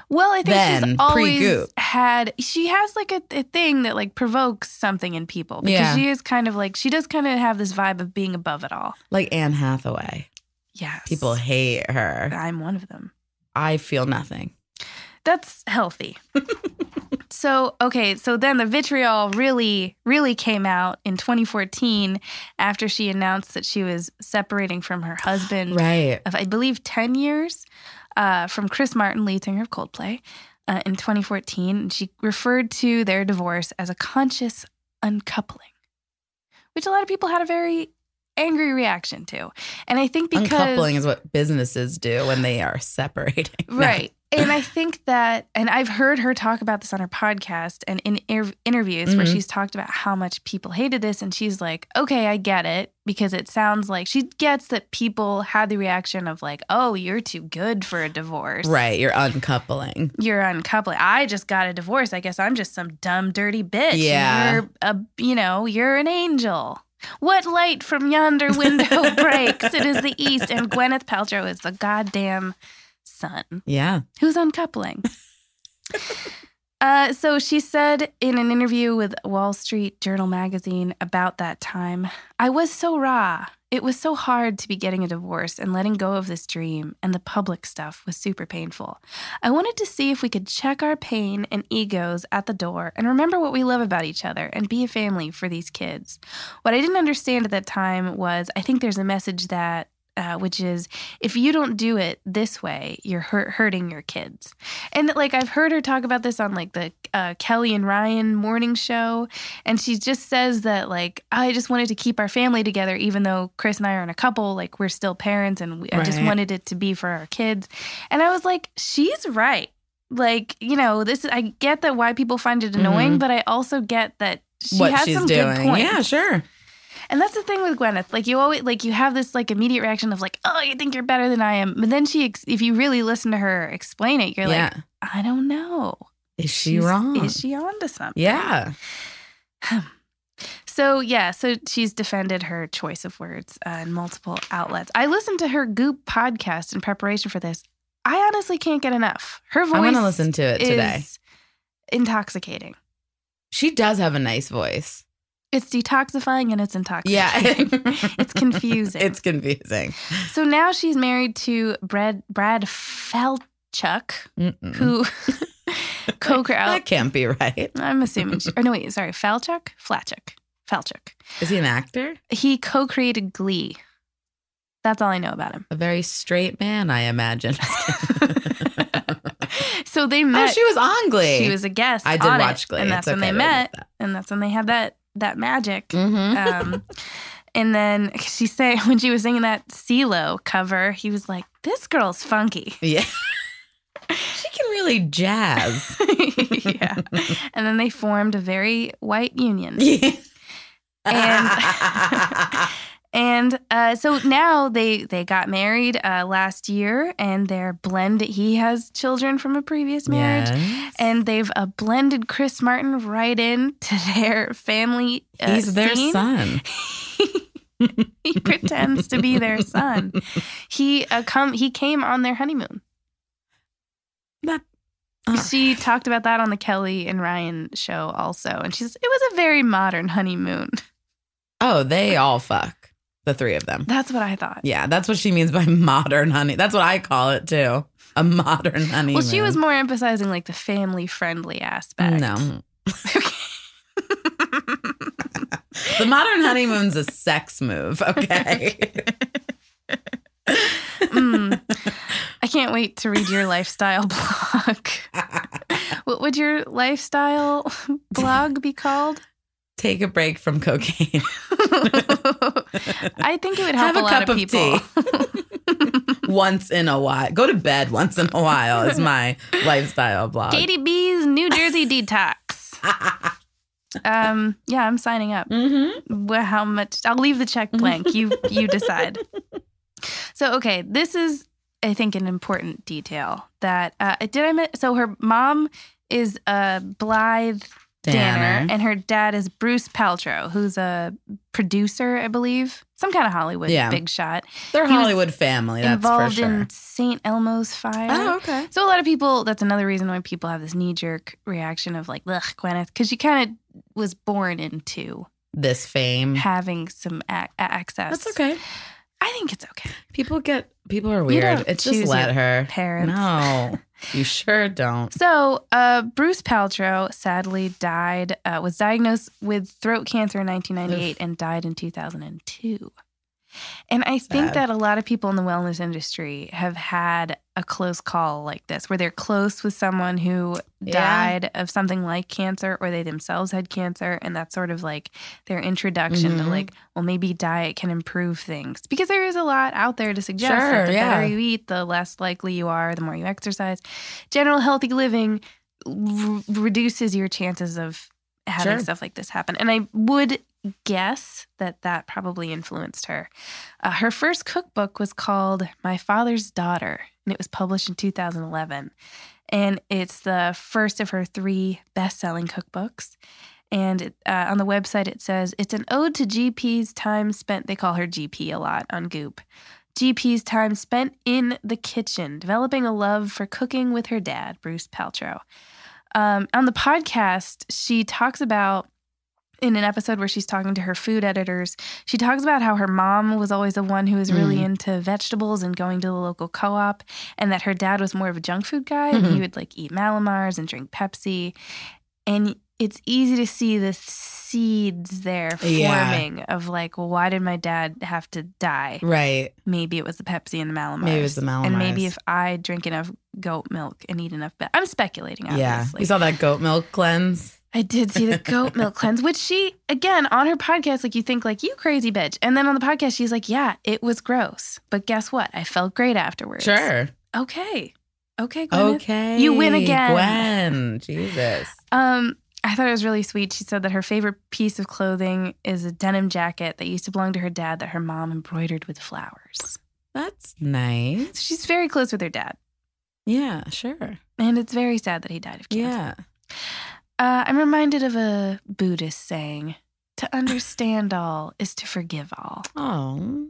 Speaker 1: Well, I think she's
Speaker 3: Then,
Speaker 1: always
Speaker 3: pre-Goop.
Speaker 1: had. She has like a, a thing that like provokes something in people because
Speaker 3: Yeah.
Speaker 1: she is kind of like she does kind of have this vibe of being above it all.
Speaker 3: Like Anne Hathaway.
Speaker 1: Yes.
Speaker 3: People hate her.
Speaker 1: I'm one of them.
Speaker 3: I feel nothing.
Speaker 1: That's healthy. so, okay, so then the vitriol really, really came out in 2014 after she announced that she was separating from her husband
Speaker 3: Right.
Speaker 1: of, I believe, 10 years uh, from Chris Martin, lead singer of Coldplay, uh, in 2014. And she referred to their divorce as a conscious uncoupling, which a lot of people had a very angry reaction to. And I think because.
Speaker 3: Uncoupling is what businesses do when they are separating. No.
Speaker 1: Right. And I think that, and I've heard her talk about this on her podcast and in er- interviews where
Speaker 3: Mhm.
Speaker 1: she's talked about how much people hated this. And she's like, okay, I get it. Because it sounds like she gets that people had the reaction of, like, oh, you're too good for a divorce.
Speaker 3: Right. You're uncoupling.
Speaker 1: You're uncoupling. I just got a divorce. I guess I'm just some dumb, dirty bitch. and
Speaker 3: Yeah.
Speaker 1: You're a, you know, you're an angel. What light from yonder window breaks? It is the east, and Gwyneth Paltrow is the goddamn sun.
Speaker 3: Yeah.
Speaker 1: Who's uncoupling? uh, so she said in an interview with Wall Street Journal magazine about that time I was so raw. It was so hard to be getting a divorce and letting go of this dream, and the public stuff was super painful. I wanted to see if we could check our pain and egos at the door and remember what we love about each other and be a family for these kids. What I didn't understand at that time was I think there's a message that, uh, which is, if you don't do it this way, you're hurt, hurting your kids. And like I've heard her talk about this on like the uh, Kelly and Ryan morning show, and she just says that like I just wanted to keep our family together, even though Chris and I aren't a couple. Like we're still parents, and we, I just
Speaker 3: Right.
Speaker 1: wanted it to be for our kids. And I was like, she's right. Like you know, this I get that why people find it annoying, but I also get that she
Speaker 3: Mm-hmm. what
Speaker 1: has
Speaker 3: she's
Speaker 1: some
Speaker 3: doing.
Speaker 1: good points.
Speaker 3: Yeah, sure.
Speaker 1: And that's the thing with Gwyneth. Like you always like you have this like immediate reaction of like, "Oh, you think you're better than I am." But then she ex- if you really listen to her explain it, you're
Speaker 3: yeah.
Speaker 1: like, "I don't know."
Speaker 3: is she
Speaker 1: She's-
Speaker 3: wrong?
Speaker 1: Is she onto something?
Speaker 3: yeah.
Speaker 1: So, yeah, so she's defended her choice of words uh, in multiple outlets. I listened to her Goop podcast in preparation for this. I honestly can't get enough. Her voice
Speaker 3: I want to listen to it today.
Speaker 1: is intoxicating.
Speaker 3: She does have a nice voice.
Speaker 1: It's detoxifying and it's intoxicating.
Speaker 3: Yeah.
Speaker 1: It's confusing.
Speaker 3: it's confusing.
Speaker 1: So now she's married to Brad Brad Falchuk,
Speaker 3: Mm-mm.
Speaker 1: who co
Speaker 3: That
Speaker 1: created
Speaker 3: can't be right.
Speaker 1: I'm assuming she, or no wait, sorry, Falchuk? Flatchuk. Falchuk.
Speaker 3: Is he an actor?
Speaker 1: He co-created Glee. That's all I know about him.
Speaker 3: A very straight man, I imagine.
Speaker 1: So they
Speaker 3: oh,
Speaker 1: met
Speaker 3: she was on Glee.
Speaker 1: she was a guest.
Speaker 3: I did
Speaker 1: on it,
Speaker 3: watch Glee.
Speaker 1: And that's
Speaker 3: It's
Speaker 1: when
Speaker 3: okay
Speaker 1: they
Speaker 3: to admit
Speaker 1: met.
Speaker 3: that.
Speaker 1: And that's when they had that that magic.
Speaker 3: Mhm.
Speaker 1: Um, and then she said when she was singing that CeeLo cover, he was like, This girl's funky.
Speaker 3: Yeah. she can really jazz.
Speaker 1: yeah. And then they formed a very white union.
Speaker 3: Yeah.
Speaker 1: And- And uh, so now they they got married uh, last year, and they're blended. He has children from a previous marriage,
Speaker 3: Yes.
Speaker 1: and they've uh, blended Chris Martin right into their family. Uh,
Speaker 3: he's their
Speaker 1: scene.
Speaker 3: son.
Speaker 1: he pretends to be their son. He uh, come he came on their honeymoon.
Speaker 3: That- oh.
Speaker 1: She talked about that on the Kelly and Ryan show also, and she says it was a very modern honeymoon.
Speaker 3: Oh, they all fuck. The three of them.
Speaker 1: That's what I thought.
Speaker 3: Yeah, that's what she means by modern honey. That's what I call it too. A modern honey.
Speaker 1: Well, she was more emphasizing like the family friendly aspect.
Speaker 3: No. The modern honeymoon's a sex move, okay?
Speaker 1: Mm. I can't wait to read your lifestyle blog. What would your lifestyle blog be called?
Speaker 3: Take a break from cocaine.
Speaker 1: I think it would help
Speaker 3: Have a
Speaker 1: lot of
Speaker 3: cup of
Speaker 1: people.
Speaker 3: once in a while. Go to bed once in a while is my lifestyle blog.
Speaker 1: Katie B's New Jersey detox. Um, yeah, I'm signing up.
Speaker 3: mm-hmm.
Speaker 1: Wh- How much? I'll leave the check blank. You you decide. So okay, this is I think an important detail that uh, did I miss? So her mom is uh, Blythe Danner.
Speaker 3: Danner.
Speaker 1: and her dad is Bruce Paltrow, who's a producer, I believe, some kind of Hollywood
Speaker 3: Yeah.
Speaker 1: big shot
Speaker 3: They're
Speaker 1: He was
Speaker 3: Hollywood family, that's for
Speaker 1: involved
Speaker 3: sure. Oh,
Speaker 1: in St. Elmo's fire.
Speaker 3: okay.
Speaker 1: So a lot of people. That's another reason why people have this knee jerk reaction of like, "Ugh, Gwyneth," because she kind of was born into
Speaker 3: This fame.
Speaker 1: having some a- a- access.
Speaker 3: Mm. That's okay.
Speaker 1: I think it's okay.
Speaker 3: People get people are
Speaker 1: You
Speaker 3: weird.
Speaker 1: don't
Speaker 3: It's
Speaker 1: choose
Speaker 3: just let
Speaker 1: your
Speaker 3: her.
Speaker 1: Parents.
Speaker 3: No. You sure don't.
Speaker 1: So, uh, Bruce Paltrow sadly died, uh, was diagnosed with throat cancer in 1998 and died in 2002. And I think
Speaker 3: Sad.
Speaker 1: that a lot of people in the wellness industry have had a close call like this, where they're close with someone who
Speaker 3: Yeah.
Speaker 1: died of something like cancer or they themselves had cancer. And that's sort of like their introduction to
Speaker 3: Mhm.
Speaker 1: like, well, maybe diet can improve things. Because there is a lot out there to suggest that
Speaker 3: Sure,
Speaker 1: the
Speaker 3: yeah.
Speaker 1: better you eat, the less likely you are, the more you exercise. General healthy living r- reduces your chances of having
Speaker 3: Sure.
Speaker 1: stuff like this happen. And I would guess that that probably influenced her. Uh, her first cookbook was called My Father's Daughter, and it was published in 2011. And it's the first of her three best selling cookbooks. And it, uh, on the website, it says it's an ode to GP's time spent. They call her GP a lot on Goop. GP's time spent in the kitchen, developing a love for cooking with her dad, Bruce Paltrow. Um, on the podcast, she talks about in an episode where she's talking to her food editors, she talks about how her mom was always the one who was really
Speaker 3: Mm.
Speaker 1: into vegetables and going to the local co op, and that her dad was more of a junk food guy. and He
Speaker 3: Mhm.
Speaker 1: would like eat Malamars and drink Pepsi. And it's easy to see the seeds there
Speaker 3: Yeah.
Speaker 1: forming of like, well, why did my dad have to die?
Speaker 3: Right.
Speaker 1: Maybe it was the Pepsi and the Malamars.
Speaker 3: Maybe it was the Malamars.
Speaker 1: And maybe if I drink enough goat milk and eat enough, be- I'm speculating,
Speaker 3: yeah,
Speaker 1: obviously.
Speaker 3: you saw that goat milk cleanse.
Speaker 1: I did see the goat milk cleanse, which she, again, on her podcast, like you think, like, you crazy bitch. And then on the podcast, she's like, yeah, it was gross. But guess what? I felt great afterwards.
Speaker 3: Sure.
Speaker 1: Okay. Okay. Gwyneth.
Speaker 3: Okay.
Speaker 1: You win again.
Speaker 3: Gwen. Jesus.
Speaker 1: Um, I thought it was really sweet. She said that her favorite piece of clothing is a denim jacket that used to belong to her dad that her mom embroidered with flowers.
Speaker 3: That's nice.
Speaker 1: So she's very close with her dad.
Speaker 3: Yeah, sure.
Speaker 1: And it's very sad that he died of cancer.
Speaker 3: Yeah.
Speaker 1: Uh, I'm reminded of a Buddhist saying to understand all is to forgive all.
Speaker 3: Oh.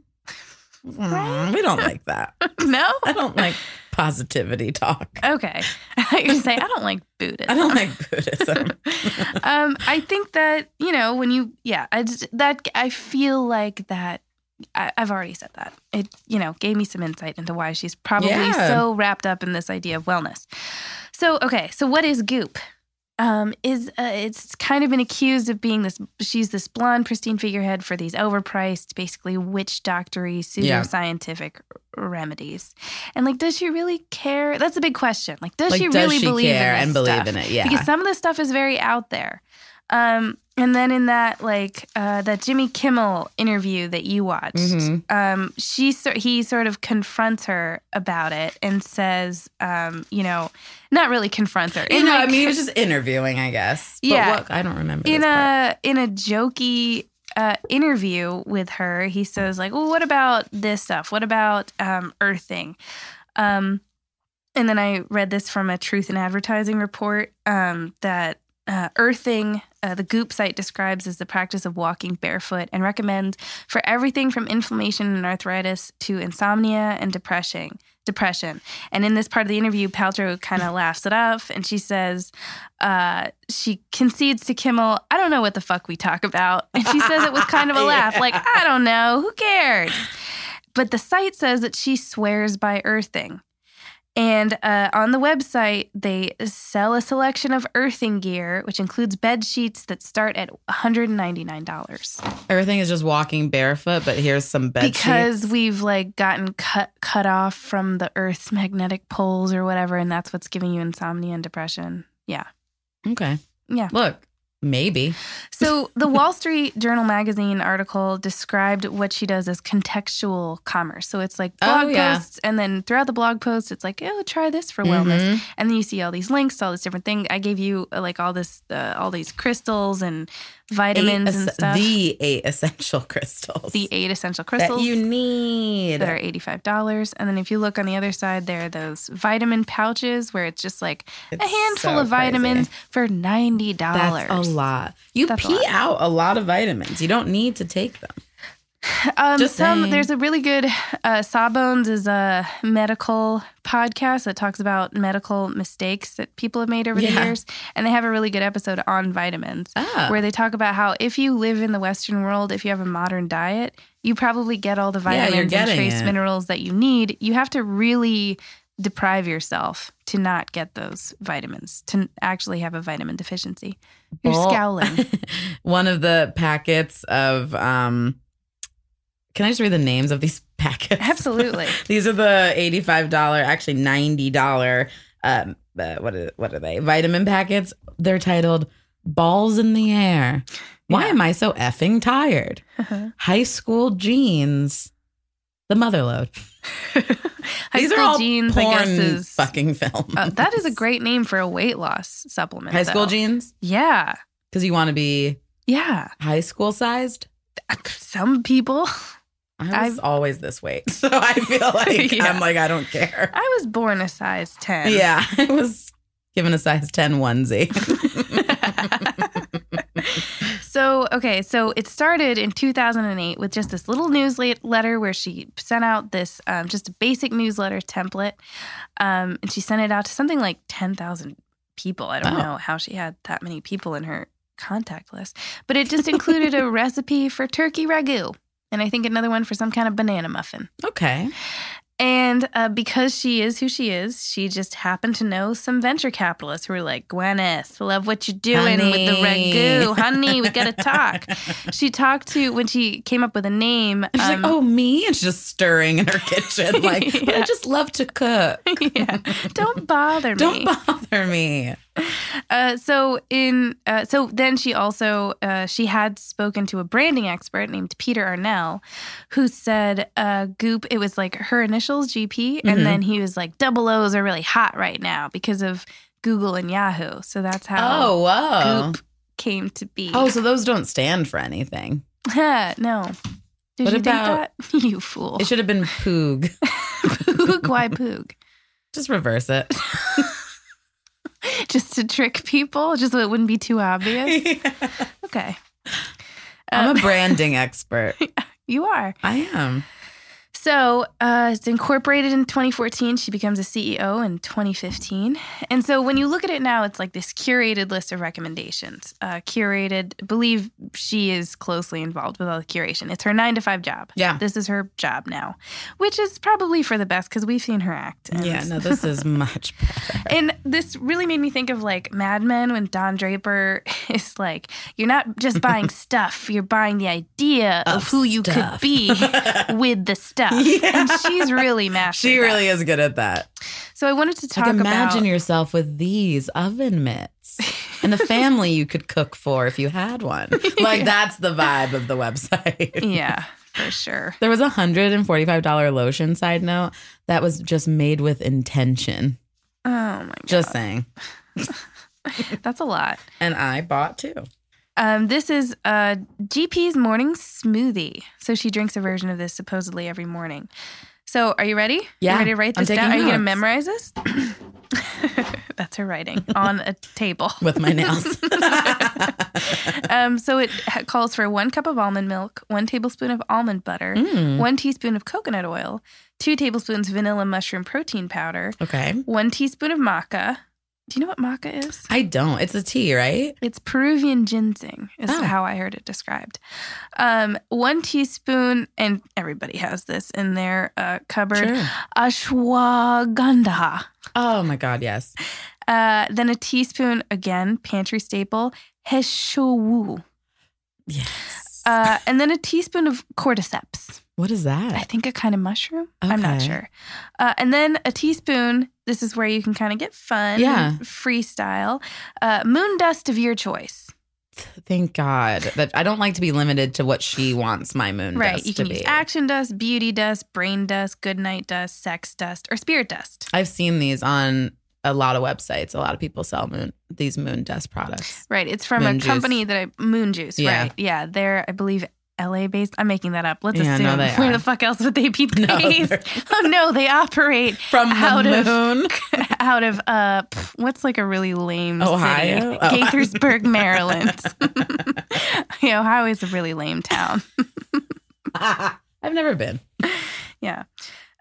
Speaker 3: Mm, we don't like that.
Speaker 1: no?
Speaker 3: I don't like positivity talk.
Speaker 1: Okay. I thought you were going to say, I don't like Buddhism.
Speaker 3: I don't like Buddhism.
Speaker 1: um, I think that you know when you yeah, I just that I feel like that. I, I've already said that. It you know gave me some insight into why she's probably
Speaker 3: Yeah.
Speaker 1: so wrapped up in this idea of wellness. So okay, so what is Goop? Um, is uh, it's kind of been accused of being this. She's this blonde, pristine figurehead for these overpriced, basically witch doctory,
Speaker 3: Yeah.
Speaker 1: pseudoscientific r remedies. And like, does she really care? That's a big question. Like, does
Speaker 3: like,
Speaker 1: she
Speaker 3: does
Speaker 1: really
Speaker 3: she
Speaker 1: believe
Speaker 3: care
Speaker 1: in this
Speaker 3: and believe
Speaker 1: stuff?
Speaker 3: in it? Yeah.
Speaker 1: because some of this stuff is very out there. Um, and then in that like uh, that Jimmy Kimmel interview that you watched,
Speaker 3: Mhm.
Speaker 1: um, she sor- he sort of confronts her about it and says, um, you know, not really confronts her.
Speaker 3: you
Speaker 1: in,
Speaker 3: know, I
Speaker 1: like,
Speaker 3: mean, he was just interviewing, I guess. But
Speaker 1: Yeah.
Speaker 3: what- I don't remember.
Speaker 1: in
Speaker 3: this
Speaker 1: a
Speaker 3: part.
Speaker 1: in a jokey uh, interview with her, he says like, "Well, what about this stuff? What about um, earthing?" Um, and then I read this from a Truth in Advertising report um, that uh, earthing. Uh, the Goop site describes as the practice of walking barefoot and recommends for everything from inflammation and arthritis to insomnia and depression. Depression. And in this part of the interview, Paltrow kind of laughs it off, and she says, uh, she concedes to Kimmel, I don't know what the fuck we talk about. And she says it with kind of a laugh, like,
Speaker 3: Yeah.
Speaker 1: I don't know, who cares? But the site says that she swears by earthing. And uh, on the website, they sell a selection of earthing gear, which includes bed sheets that start at $199.
Speaker 3: everything is just walking barefoot, but here's some bed
Speaker 1: because
Speaker 3: sheets.
Speaker 1: we've like gotten cut cut off from the Earth's magnetic poles or whatever, and that's what's giving you insomnia and depression. Yeah.
Speaker 3: okay.
Speaker 1: Yeah.
Speaker 3: Look, maybe.
Speaker 1: So the Wall Street Journal magazine article described what she does as contextual commerce. So it's like blog
Speaker 3: Oh, yeah.
Speaker 1: posts, and then throughout the blog posts, it's like, oh, try this for wellness,
Speaker 3: Mhm.
Speaker 1: and then you see all these links, to all this different thing. I gave you uh, like all this, uh, all these crystals and vitamins
Speaker 3: Eight
Speaker 1: and
Speaker 3: es-
Speaker 1: stuff.
Speaker 3: The eight essential crystals.
Speaker 1: The eight essential crystals.
Speaker 3: that you need.
Speaker 1: that are $85. And then if you look on the other side, there are those vitamin pouches where it's just like
Speaker 3: It's
Speaker 1: a handful
Speaker 3: so
Speaker 1: of vitamins
Speaker 3: crazy.
Speaker 1: for $90.
Speaker 3: That's a lot. You
Speaker 1: That's a
Speaker 3: pee
Speaker 1: lot.
Speaker 3: out a lot of vitamins. You don't need to take them.
Speaker 1: Um,
Speaker 3: Just
Speaker 1: some
Speaker 3: saying.
Speaker 1: there's a really good uh, Sawbones is a medical podcast that talks about medical mistakes that people have made over the
Speaker 3: Yeah.
Speaker 1: years, and they have a really good episode on vitamins
Speaker 3: Ah,
Speaker 1: where they talk about how if you live in the Western world, if you have a modern diet, you probably get all the
Speaker 3: Yeah, you're
Speaker 1: vitamins and
Speaker 3: getting
Speaker 1: trace
Speaker 3: it.
Speaker 1: minerals that you need. You have to really deprive yourself to not get those vitamins to actually have a vitamin deficiency. You're
Speaker 3: Bull-
Speaker 1: scowling.
Speaker 3: One of the packets of um, Can I just read the names of these packets?
Speaker 1: Absolutely.
Speaker 3: These are the eighty-five dollar, actually ninety dollar. Um, uh, what are what are they? Vitamin packets. They're titled "Balls in the Air." Why
Speaker 1: Yeah.
Speaker 3: am I so effing tired? High school jeans. The Motherload.
Speaker 1: High
Speaker 3: These are
Speaker 1: school
Speaker 3: all
Speaker 1: jeans,
Speaker 3: porn
Speaker 1: I guess, is
Speaker 3: fucking film.
Speaker 1: Uh, that is a great name for a weight loss supplement.
Speaker 3: high school
Speaker 1: though.
Speaker 3: jeans
Speaker 1: Yeah.
Speaker 3: because you want to be
Speaker 1: Yeah.
Speaker 3: high school sized.
Speaker 1: Some people.
Speaker 3: I
Speaker 1: I've-
Speaker 3: was always this weight, so I feel like
Speaker 1: Yeah.
Speaker 3: I'm like I don't care.
Speaker 1: I was born a size 10.
Speaker 3: Yeah, I was given a size 10 onesie.
Speaker 1: so, okay, so it started in 2008 with just this little newsletter where she sent out this um, just a basic newsletter template. Um, and she sent it out to something like 10,000 people. I don't
Speaker 3: Wow.
Speaker 1: know how she had that many people in her contact list, but it just included a recipe for turkey ragu. And I think another one for some kind of banana muffin.
Speaker 3: okay.
Speaker 1: And uh, because she is who she is, she just happened to know some venture capitalists who were like, Gwyneth, love what you're doing with the
Speaker 3: Honey."
Speaker 1: ragu. Honey, we got to talk. She talked to, when she came up with a name.
Speaker 3: She's like,
Speaker 1: um,
Speaker 3: oh, me? And she's just stirring in her kitchen, like, but I
Speaker 1: Yeah.
Speaker 3: just love to cook.
Speaker 1: yeah, don't bother me.
Speaker 3: Don't bother me.
Speaker 1: Uh, so in uh, so then she also uh, she had spoken to a branding expert named Peter Arnell, who said uh, Goop. It was like her initials GP,
Speaker 3: Mhm.
Speaker 1: and then he was like double O's are really hot right now because of Google and Yahoo. So that's how
Speaker 3: Oh, whoa.
Speaker 1: Goop came to be.
Speaker 3: Oh, so those don't stand for anything.
Speaker 1: no. Did
Speaker 3: What
Speaker 1: you
Speaker 3: about-
Speaker 1: think that? you fool.
Speaker 3: It should have been poog.
Speaker 1: poog, why poog?
Speaker 3: Just reverse it.
Speaker 1: Just to trick people, just so it wouldn't be too obvious. Okay.
Speaker 3: I'm
Speaker 1: Um,
Speaker 3: a branding expert.
Speaker 1: you are.
Speaker 3: I am.
Speaker 1: So uh, it's incorporated in 2014. She becomes a CEO in 2015. And so when you look at it now, it's like this curated list of recommendations. Uh, curated, believe she is closely involved with all the curation. It's her nine to five job.
Speaker 3: Yeah.
Speaker 1: This is her job now, which is probably for the best because we've seen her act. And,
Speaker 3: Yeah, no, this is much.
Speaker 1: and this really made me think of like Mad Men when Don Draper is like, you're not just buying stuff, you're buying the idea of,
Speaker 3: Of
Speaker 1: who you could
Speaker 3: stuff."
Speaker 1: be with the stuff.
Speaker 3: Yeah.
Speaker 1: And she's really mastering.
Speaker 3: She really is good at that.
Speaker 1: So I wanted to talk
Speaker 3: Like, imagine
Speaker 1: about.
Speaker 3: yourself with these oven mitts and the family you could cook for if you had one. Like, that's the vibe of the website.
Speaker 1: yeah, for sure.
Speaker 3: There was a hundred and forty-five dollar lotion side note that was just made with intention.
Speaker 1: Oh my
Speaker 3: Just saying.
Speaker 1: god, that's a lot.
Speaker 3: And I bought two.
Speaker 1: Um, this is uh, GP's morning smoothie. So she drinks a version of this supposedly every morning. So are you ready?
Speaker 3: Yeah,
Speaker 1: You ready to write
Speaker 3: I'm
Speaker 1: this down?
Speaker 3: taking
Speaker 1: Are you gonna
Speaker 3: notes.
Speaker 1: memorize this? that's her writing on a table
Speaker 3: With my nails.
Speaker 1: um, so it ha- calls for one cup of almond milk, one tablespoon of almond butter,
Speaker 3: Mm,
Speaker 1: one teaspoon of coconut oil, two tablespoons vanilla mushroom protein powder,
Speaker 3: okay.
Speaker 1: one teaspoon of maca. Do you know what maca is?
Speaker 3: I don't. It's a tea, right?
Speaker 1: It's Peruvian ginseng, is
Speaker 3: Oh.
Speaker 1: how I heard it described. Um, one teaspoon, and everybody has this in their uh, cupboard
Speaker 3: Sure.
Speaker 1: ashwagandha.
Speaker 3: Oh my God, yes.
Speaker 1: Uh, then a teaspoon, again, pantry staple, heshowu.
Speaker 3: Yes.
Speaker 1: Uh, and then a teaspoon of cordyceps.
Speaker 3: what is
Speaker 1: I
Speaker 3: that?
Speaker 1: think a kind of mushroom. I'm not
Speaker 3: Okay.
Speaker 1: sure. Uh, and then a teaspoon. This is where you can kind of get fun,
Speaker 3: Yeah.
Speaker 1: and freestyle. Uh, moon dust of your choice.
Speaker 3: Thank God that I don't like to be limited to what she wants my moon
Speaker 1: right.
Speaker 3: dust
Speaker 1: You can
Speaker 3: to
Speaker 1: use
Speaker 3: be.
Speaker 1: action dust, beauty dust, brain dust, good night dust, sex dust, or spirit dust.
Speaker 3: I've seen these on a lot of websites. A lot of people sell moon these moon dust products.
Speaker 1: Right. It's from
Speaker 3: Moon
Speaker 1: a
Speaker 3: juice.
Speaker 1: company that I Moon Juice.
Speaker 3: Yeah.
Speaker 1: Right. Yeah. They're I believe L.A. based. I'm making that up. Let's
Speaker 3: Yeah,
Speaker 1: assume.
Speaker 3: no, they
Speaker 1: Where
Speaker 3: are.
Speaker 1: the fuck else would they be
Speaker 3: No,
Speaker 1: based?
Speaker 3: they're-
Speaker 1: oh no, they operate
Speaker 3: From
Speaker 1: Out
Speaker 3: the
Speaker 1: of-
Speaker 3: moon.
Speaker 1: out of uh pff, what's like a really lame
Speaker 3: Ohio?
Speaker 1: city?
Speaker 3: Oh.
Speaker 1: Gaithersburg, Maryland. yeah, Ohio is a really lame town.
Speaker 3: I've never been.
Speaker 1: Yeah.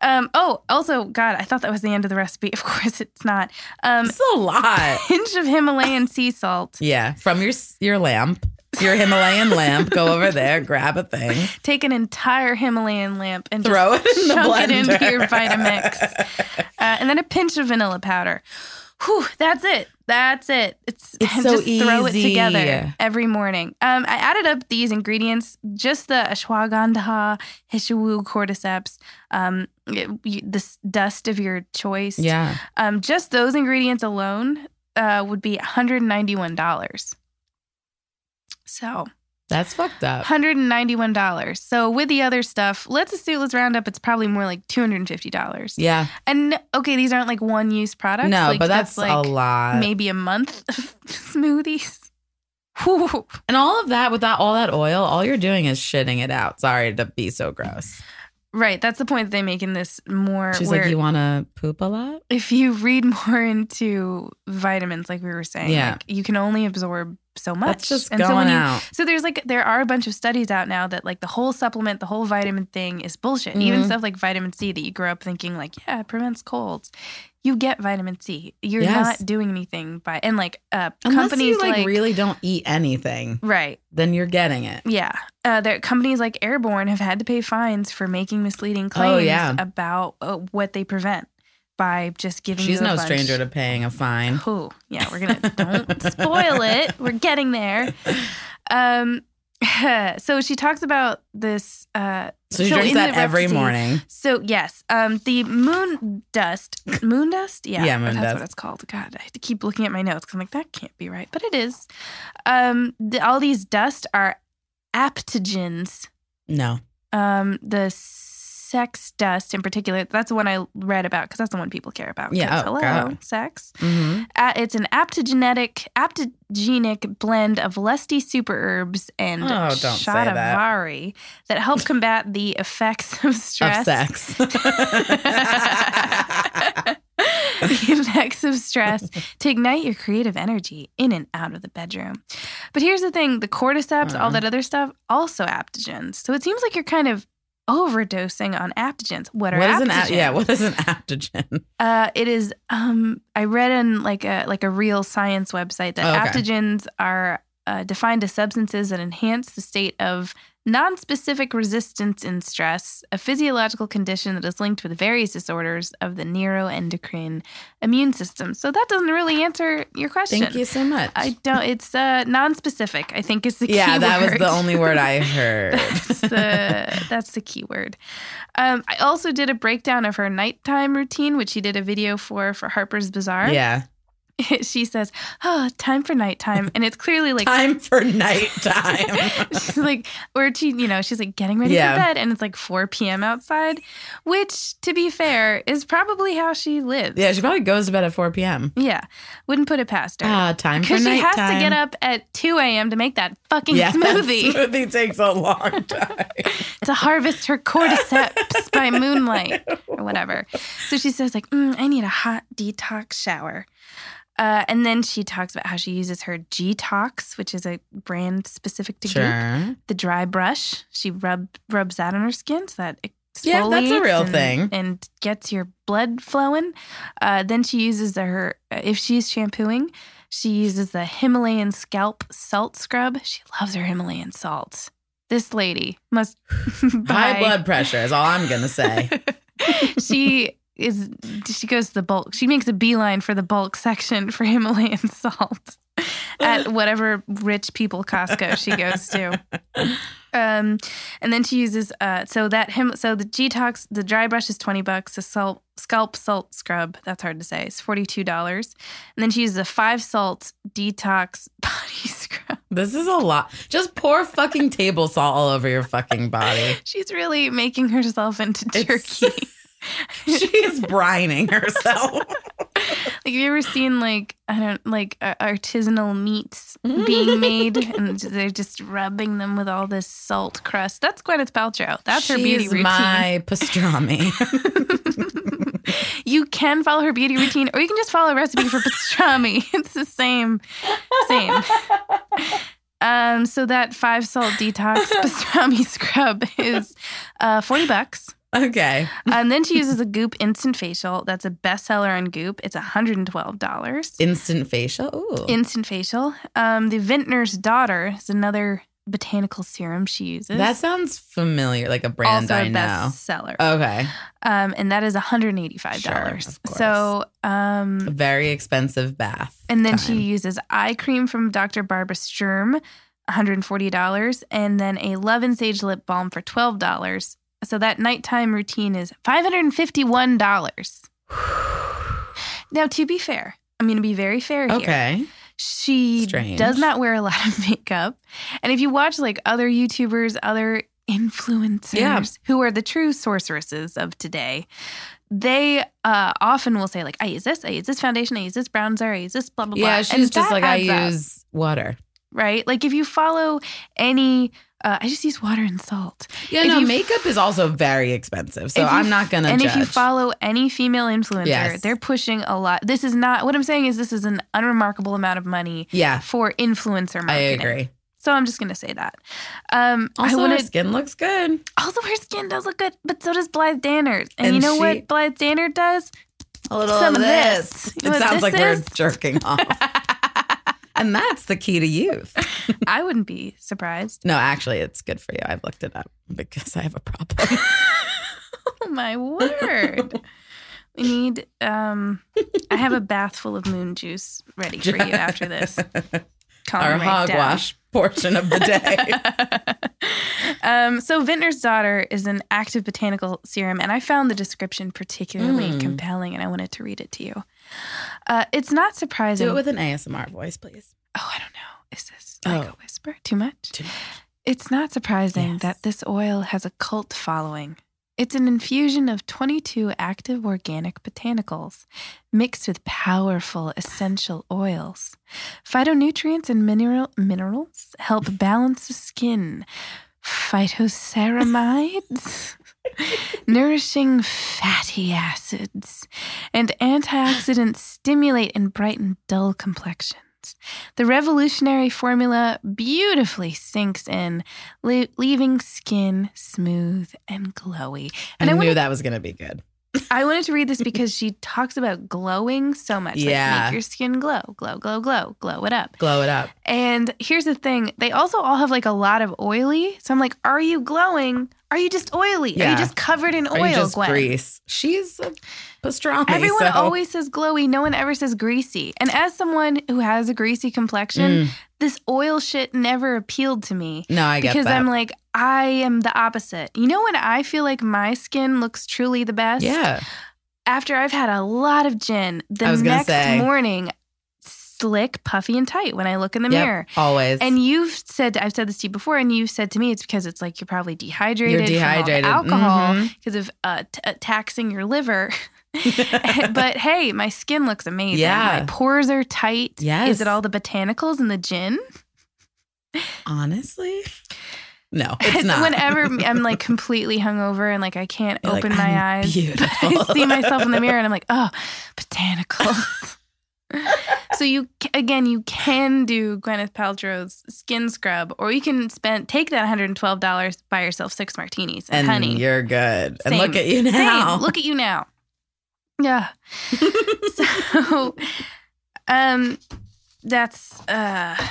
Speaker 1: Um, oh, also, God, I thought that was the end of the recipe. Of course, it's not. Um,
Speaker 3: It's a lot.
Speaker 1: hinge of Himalayan sea salt.
Speaker 3: Yeah, from your your lamp, your Himalayan lamp. Go over there, grab a thing,
Speaker 1: Take an entire Himalayan lamp and
Speaker 3: throw it in the
Speaker 1: just chunk
Speaker 3: blender.
Speaker 1: it into your Vitamix, uh, and then a pinch of vanilla powder. Whew, that's it. That's it. It's,
Speaker 3: It's so
Speaker 1: just throw it
Speaker 3: easy.
Speaker 1: together every morning. Um, I added up these ingredients, just the ashwagandha, hishawu, cordyceps, um, y- you, this dust of your choice.
Speaker 3: Yeah.
Speaker 1: Um, just those ingredients alone uh, would be $191.
Speaker 3: Uh.
Speaker 1: So
Speaker 3: That's fucked up.
Speaker 1: $191. So with the other stuff, let's assume, let's round up, it's probably more like $250.
Speaker 3: Yeah.
Speaker 1: And okay, these aren't like one use products.
Speaker 3: no,
Speaker 1: like,
Speaker 3: but that's,
Speaker 1: like
Speaker 3: a lot.
Speaker 1: maybe a month of smoothies. Whew.
Speaker 3: And all of that without all that oil, all you're doing is shitting it out. Sorry to be so gross.
Speaker 1: Right. That's the point that they make in this more
Speaker 3: She's
Speaker 1: where
Speaker 3: like, you want to poop a lot?
Speaker 1: if you read more into vitamins, like we were saying,
Speaker 3: Yeah.
Speaker 1: like, you can only absorb so much.
Speaker 3: That's just
Speaker 1: And
Speaker 3: going
Speaker 1: so when you-
Speaker 3: out.
Speaker 1: So there's like there are a bunch of studies out now that like the whole supplement, the whole vitamin thing is bullshit. Even
Speaker 3: Mhm.
Speaker 1: stuff like vitamin C that you grow up thinking like, yeah, it prevents colds. You get vitamin C. You're
Speaker 3: Yes.
Speaker 1: not doing anything by and like uh
Speaker 3: Unless
Speaker 1: companies
Speaker 3: you like, really don't eat anything,
Speaker 1: right.
Speaker 3: then you're getting it.
Speaker 1: Yeah. Uh, there, companies like Airborne have had to pay fines for making misleading claims
Speaker 3: Oh, yeah.
Speaker 1: about uh, what they prevent by just giving
Speaker 3: She's
Speaker 1: you a
Speaker 3: no
Speaker 1: bunch.
Speaker 3: stranger to paying a fine.
Speaker 1: Who? Yeah, we're gonna don't spoil it. We're getting there. Um, so she talks about this. Uh,
Speaker 3: So she
Speaker 1: So
Speaker 3: drinks
Speaker 1: in
Speaker 3: that
Speaker 1: the
Speaker 3: every
Speaker 1: recipe-
Speaker 3: morning.
Speaker 1: so yes, um, the moon dust, moon dust, yeah,
Speaker 3: Yeah, moon
Speaker 1: that's
Speaker 3: dust.
Speaker 1: what it's called. God, I have to keep looking at my notes because I'm like that can't be right, but it is. Um, the, all these dust are aptogens.
Speaker 3: No.
Speaker 1: um the sex dust in particular that's the one i read about because that's the one people care about 'cause
Speaker 3: Yeah, oh,
Speaker 1: hello
Speaker 3: God.
Speaker 1: sex
Speaker 3: hmm
Speaker 1: uh, it's an aptogenetic aptogenic blend of lusty superherbs and
Speaker 3: Oh, don't say that.
Speaker 1: shatavari that. help combat the effects of stress
Speaker 3: Of sex.
Speaker 1: the effects of stress to ignite your creative energy in and out of the bedroom. But here's the thing the cordyceps, all
Speaker 3: Uh-huh.
Speaker 1: that other stuff, also aptogens. So it seems like you're kind of overdosing on aptogens. What are
Speaker 3: what is
Speaker 1: aptogens?
Speaker 3: an apt- yeah? What is an aptogen?
Speaker 1: Uh, it is. Um, I read in like a like a real science website that
Speaker 3: Oh, okay.
Speaker 1: aptogens are uh, defined as substances that enhance the state of nonspecific resistance in stress, a physiological condition that is linked with various disorders of the neuroendocrine immune system. So that doesn't really answer your question.
Speaker 3: Thank you so much.
Speaker 1: I don't. It's uh, nonspecific. I think is the key
Speaker 3: yeah, that was
Speaker 1: word.
Speaker 3: the only word I heard.
Speaker 1: That's the that's the key word. Um, I also did a breakdown of her nighttime routine, which she did a video for for Harper's Bazaar.
Speaker 3: yeah,
Speaker 1: she says, "Oh, time for nighttime," and it's clearly like
Speaker 3: time for nighttime.
Speaker 1: she's like, or she, you know, she's like getting ready
Speaker 3: Yeah.
Speaker 1: for bed, and it's like 4 p.m. outside, which, to be fair, is probably how she lives.
Speaker 3: yeah, she probably goes to bed at four p.m.
Speaker 1: yeah, wouldn't put it past her
Speaker 3: Ah, time for
Speaker 1: because
Speaker 3: nighttime.
Speaker 1: she has to get up at 2 a.m. to make that fucking
Speaker 3: Yeah, that
Speaker 1: smoothie.
Speaker 3: smoothie takes a long time.
Speaker 1: to harvest her cordyceps by moonlight or whatever. So she says like, mm, I need a hot detox shower. Uh, and then she talks about how she uses her G-Tox, which is a brand specific to Goop.
Speaker 3: sure.
Speaker 1: The dry brush she rub rubs that on her skin so that it
Speaker 3: Yeah, that's a
Speaker 1: exfoliates
Speaker 3: real
Speaker 1: and,
Speaker 3: thing.
Speaker 1: and gets your blood flowing. Uh, then she uses her uh, if she's shampooing, she uses the Himalayan scalp salt scrub. She loves her Himalayan salts. This lady must
Speaker 3: High
Speaker 1: buy-
Speaker 3: blood pressure is all I'm gonna say.
Speaker 1: she is she goes to the bulk. She makes a beeline for the bulk section for Himalayan salt at whatever rich people Costco she goes to. Um, and then she uses uh, so that him so the Gtox the dry brush is twenty bucks. The salt scalp salt scrub that's hard to say is forty two dollars. And then she uses a five salt detox body scrub.
Speaker 3: This is a lot. Just pour fucking table salt all over your fucking body.
Speaker 1: She's really making herself into
Speaker 3: It's-
Speaker 1: jerky.
Speaker 3: She is brining herself.
Speaker 1: Like, have you ever seen like I don't like uh, artisanal meats being made, and they're just rubbing them with all this salt crust? That's Gwyneth Paltrow. That's her beauty
Speaker 3: She's
Speaker 1: routine.
Speaker 3: My pastrami.
Speaker 1: you can follow her beauty routine, or you can just follow a recipe for pastrami. It's the same, same. Um, so that five salt detox pastrami scrub is uh, forty bucks.
Speaker 3: okay.
Speaker 1: And then she uses a Goop instant facial. That's a bestseller on Goop. It's hundred and twelve dollars.
Speaker 3: Instant facial. Ooh.
Speaker 1: instant facial. Um, the vintner's daughter is another botanical serum she uses.
Speaker 3: That sounds familiar, like a brand
Speaker 1: also
Speaker 3: I
Speaker 1: a
Speaker 3: know.
Speaker 1: bestseller.
Speaker 3: Okay.
Speaker 1: um, and that is $185.
Speaker 3: Sure, of course.
Speaker 1: so,
Speaker 3: A
Speaker 1: um,
Speaker 3: very expensive bath.
Speaker 1: and then she
Speaker 3: time.
Speaker 1: uses eye cream from Dr. Barbara Sturm, $140, and then a love and sage lip balm for $12. So that nighttime routine is $551. Now, to be fair, I'm going to be very fair here.
Speaker 3: Okay.
Speaker 1: She
Speaker 3: Strange.
Speaker 1: does not wear a lot of makeup. And if you watch like other YouTubers, other influencers
Speaker 3: Yeah.
Speaker 1: who are the true sorceresses of today, they uh, often will say, like, I use this, I use this foundation, I use this bronzer, I use this, blah, blah, blah.
Speaker 3: Yeah,
Speaker 1: And
Speaker 3: she's just
Speaker 1: that
Speaker 3: like I
Speaker 1: adds up,
Speaker 3: use water.
Speaker 1: right? Like if you follow any, uh, I just use water and salt.
Speaker 3: Yeah,
Speaker 1: If
Speaker 3: no,
Speaker 1: you-
Speaker 3: makeup is also very expensive, so
Speaker 1: If you-
Speaker 3: I'm not gonna.
Speaker 1: and
Speaker 3: judge.
Speaker 1: if you follow any female influencer,
Speaker 3: Yes.
Speaker 1: they're pushing a lot. This is not, what I'm saying is this is an unremarkable amount of money
Speaker 3: yeah,
Speaker 1: for influencer
Speaker 3: I
Speaker 1: marketing.
Speaker 3: agree.
Speaker 1: So I'm just gonna say that. Um,
Speaker 3: Also,
Speaker 1: I
Speaker 3: her
Speaker 1: wanted,
Speaker 3: skin looks good.
Speaker 1: also her skin does look good, but so does Blythe Danner's. And, you
Speaker 3: And
Speaker 1: know
Speaker 3: she-
Speaker 1: what Blythe Danner does?
Speaker 3: A little
Speaker 1: Some
Speaker 3: of
Speaker 1: of
Speaker 3: this.
Speaker 1: this. You
Speaker 3: It
Speaker 1: know what
Speaker 3: sounds
Speaker 1: this
Speaker 3: like we're
Speaker 1: is?
Speaker 3: jerking off, and that's the key to youth.
Speaker 1: I wouldn't be surprised.
Speaker 3: No, actually, it's good for you. I've looked it up because I have a problem.
Speaker 1: Oh my word! we need. Um, I have a bath full of moon juice ready for you after this. Calm
Speaker 3: Our
Speaker 1: right down.
Speaker 3: hogwash portion of the day.
Speaker 1: um, so Vintner's daughter is an active botanical serum, and I found the description particularly
Speaker 3: Mm.
Speaker 1: compelling, and I wanted to read it to you. Uh, it's not surprising.
Speaker 3: Do it with an ASMR voice, please.
Speaker 1: oh, I don't know. Is this like
Speaker 3: Oh.
Speaker 1: a whisper? Too much?
Speaker 3: Too much.
Speaker 1: It's not surprising
Speaker 3: Yes.
Speaker 1: that this oil has a cult following. It's an infusion of 22 active organic botanicals mixed with powerful essential oils. Phytonutrients and mineral, minerals help balance the skin. Phytoceramides, nourishing fatty acids, and antioxidants stimulate and brighten dull complexions. The revolutionary formula beautifully sinks in, le- leaving skin smooth and glowy. And
Speaker 3: I,
Speaker 1: I,
Speaker 3: knew
Speaker 1: wanted,
Speaker 3: that was gonna be good.
Speaker 1: I wanted to read this because she talks about glowing so much. Like,
Speaker 3: Yeah.
Speaker 1: make your skin glow, glow, glow, glow, glow it up.
Speaker 3: Glow it up.
Speaker 1: And here's the thing they also all have like a lot of oily. So I'm like, are you glowing? Are you just oily? Are
Speaker 3: Yeah.
Speaker 1: you just covered in
Speaker 3: Or
Speaker 1: oil,
Speaker 3: you just
Speaker 1: Gwen?
Speaker 3: grease. She's a pastrami.
Speaker 1: Everyone
Speaker 3: so-
Speaker 1: always says glowy. No one ever says greasy. And as someone who has a greasy complexion,
Speaker 3: Mm,
Speaker 1: this oil shit never appealed to me
Speaker 3: no, I get
Speaker 1: because
Speaker 3: that.
Speaker 1: I'm like, I am the opposite. You know, when I feel like my skin looks truly the best?
Speaker 3: yeah,
Speaker 1: After I've had a lot of gin,
Speaker 3: I
Speaker 1: the
Speaker 3: was gonna
Speaker 1: next
Speaker 3: say.
Speaker 1: morning, slick, puffy, and tight when I look in the
Speaker 3: Yep,
Speaker 1: mirror.
Speaker 3: always.
Speaker 1: And you've said I've said this to you before, and you've said to me it's because it's like you're probably dehydrated,
Speaker 3: you're dehydrated.
Speaker 1: from all the alcohol
Speaker 3: Mhm.
Speaker 1: because of uh, t- uh, taxing your liver.
Speaker 3: Mm-hmm.
Speaker 1: but hey, my skin looks amazing.
Speaker 3: Yeah.
Speaker 1: My pores are tight.
Speaker 3: Yes.
Speaker 1: Is it all the botanicals and the gin?
Speaker 3: honestly, no, it's not.
Speaker 1: Whenever I'm like completely hungover and like I can't
Speaker 3: You're like,
Speaker 1: open
Speaker 3: "I'm
Speaker 1: my eyes,
Speaker 3: beautiful.
Speaker 1: I see myself in the mirror and I'm like, oh, botanicals. so you ca- again, you can do Gwyneth Paltrow's skin scrub, or you can spend take that 112 dollars buy yourself six martinis and,
Speaker 3: and
Speaker 1: honey.
Speaker 3: you're good. And look
Speaker 1: Same.
Speaker 3: at you now.
Speaker 1: Same. Look at you now. Yeah. so, um, that's uh.
Speaker 3: That's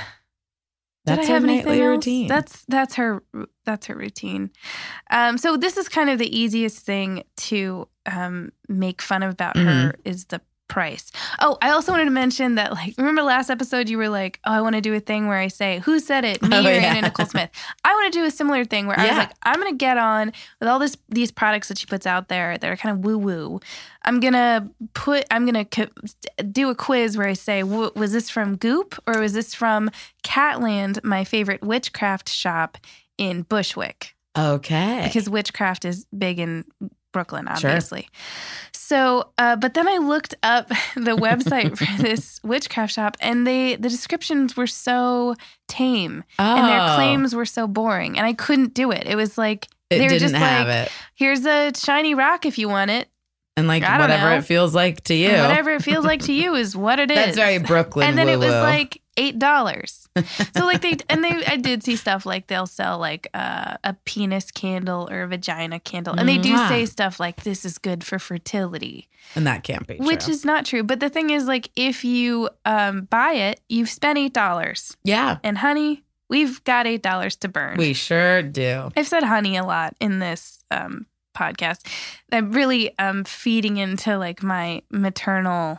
Speaker 1: Did I have
Speaker 3: her
Speaker 1: anything
Speaker 3: nightly
Speaker 1: else?
Speaker 3: routine.
Speaker 1: That's that's her that's her routine. Um, so this is kind of the easiest thing to um, make fun of about her
Speaker 3: Mm-hmm.
Speaker 1: is the price. Oh, I also wanted to mention that like remember last episode you were like, oh, I want to do a thing where I say who said it, me
Speaker 3: Oh,
Speaker 1: or
Speaker 3: yeah.
Speaker 1: Anna Nicole Smith. I want to do a similar thing where I was
Speaker 3: Yeah.
Speaker 1: like, I'm gonna get on with all this these products that she puts out there that are kind of woo woo. I'm gonna put I'm gonna co- do a quiz where I say, w- was this from Goop or was this from Catland, my favorite witchcraft shop in Bushwick?
Speaker 3: okay.
Speaker 1: Because witchcraft is big in Brooklyn,
Speaker 3: Sure.
Speaker 1: obviously. So, uh, but then I looked up the website for this witchcraft shop, and they the descriptions were so tame, and their
Speaker 3: Oh,
Speaker 1: claims were so boring, and I couldn't do it. It was like
Speaker 3: it
Speaker 1: they were
Speaker 3: didn't
Speaker 1: just
Speaker 3: have
Speaker 1: like,
Speaker 3: it,
Speaker 1: "Here's a shiny rock if you want it,
Speaker 3: and like
Speaker 1: I don't
Speaker 3: whatever
Speaker 1: know.
Speaker 3: it feels like to you.
Speaker 1: and whatever it feels like to you is what it is."
Speaker 3: That's very Brooklyn.
Speaker 1: and then it was
Speaker 3: woo-woo.
Speaker 1: like eight dollars. so like they and they I did see stuff like they'll sell like uh, a penis candle or a vagina candle, and they do
Speaker 3: Mwah.
Speaker 1: say stuff like this is good for fertility,
Speaker 3: and that can't be
Speaker 1: which
Speaker 3: true.
Speaker 1: is not true. But the thing is, like if you um, buy it, you've spent eight dollars,
Speaker 3: yeah,
Speaker 1: and honey, We've got eight dollars to burn.
Speaker 3: We sure do.
Speaker 1: I've said honey a lot in this um, podcast. I'm really um, feeding into like my maternal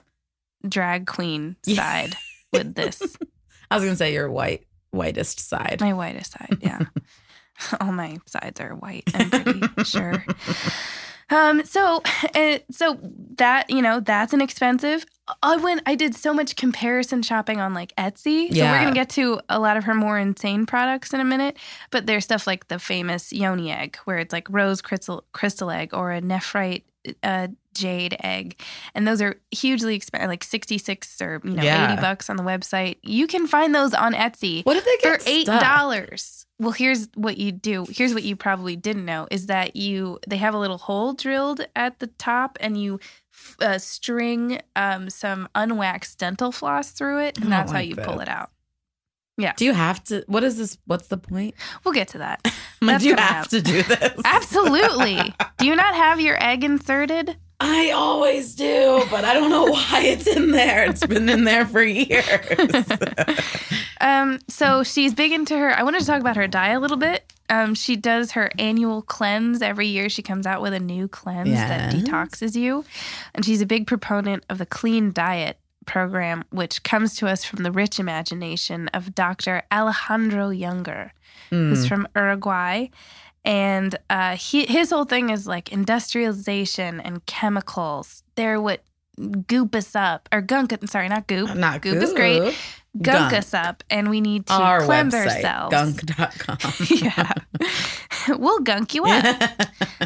Speaker 1: drag queen
Speaker 3: Yeah.
Speaker 1: side with this,
Speaker 3: I was gonna say your white whitest side.
Speaker 1: my whitest side. Yeah, all my sides are white. I'm pretty sure. Um, so, uh, so that you know, that's inexpensive. I went. I did so much comparison shopping on like Etsy. So we're
Speaker 3: Yeah.
Speaker 1: gonna get to a lot of her more insane products in a minute. But there's stuff like the famous yoni egg, where it's like rose crystal crystal egg or a nephrite uh, jade egg, and those are hugely expensive, like sixty six or you know
Speaker 3: Yeah.
Speaker 1: eighty bucks on the website. You can find those on Etsy
Speaker 3: What if they
Speaker 1: for
Speaker 3: get
Speaker 1: eight
Speaker 3: stuck?
Speaker 1: dollars. Well, here's what you do. Here's what you probably didn't know is that you they have a little hole drilled at the top, and you f- uh, string um, some unwaxed dental floss through it, and
Speaker 3: I don't
Speaker 1: that's how
Speaker 3: like
Speaker 1: you
Speaker 3: that.
Speaker 1: pull it out.
Speaker 3: Do you have to? What is this? What's the point?
Speaker 1: We'll get to that.
Speaker 3: Like,
Speaker 1: That's
Speaker 3: do you
Speaker 1: coming
Speaker 3: have
Speaker 1: up.
Speaker 3: to do this?
Speaker 1: Absolutely. do you not have your egg inserted?
Speaker 3: I always do, but I don't know why it's in there. It's been in there for years.
Speaker 1: Um, so she's big into her. I wanted to talk about her dye a little bit. Um, she does her annual cleanse every year. She comes out with a new cleanse that
Speaker 3: Yes.
Speaker 1: detoxes you, and she's a big proponent of the clean diet program, which comes to us from the rich imagination of Dr. Alejandro Younger
Speaker 3: Mm.
Speaker 1: who's from Uruguay. And uh, he, his whole thing is like industrialization and chemicals. They're what goop us up, or gunk, sorry, not goop.
Speaker 3: Not
Speaker 1: Goop is great.
Speaker 3: Goop.
Speaker 1: Gunk,
Speaker 3: Gunk.
Speaker 1: us up, and we need to
Speaker 3: Our
Speaker 1: cleanse
Speaker 3: website,
Speaker 1: ourselves.
Speaker 3: gunk.com.
Speaker 1: yeah. we'll gunk you up.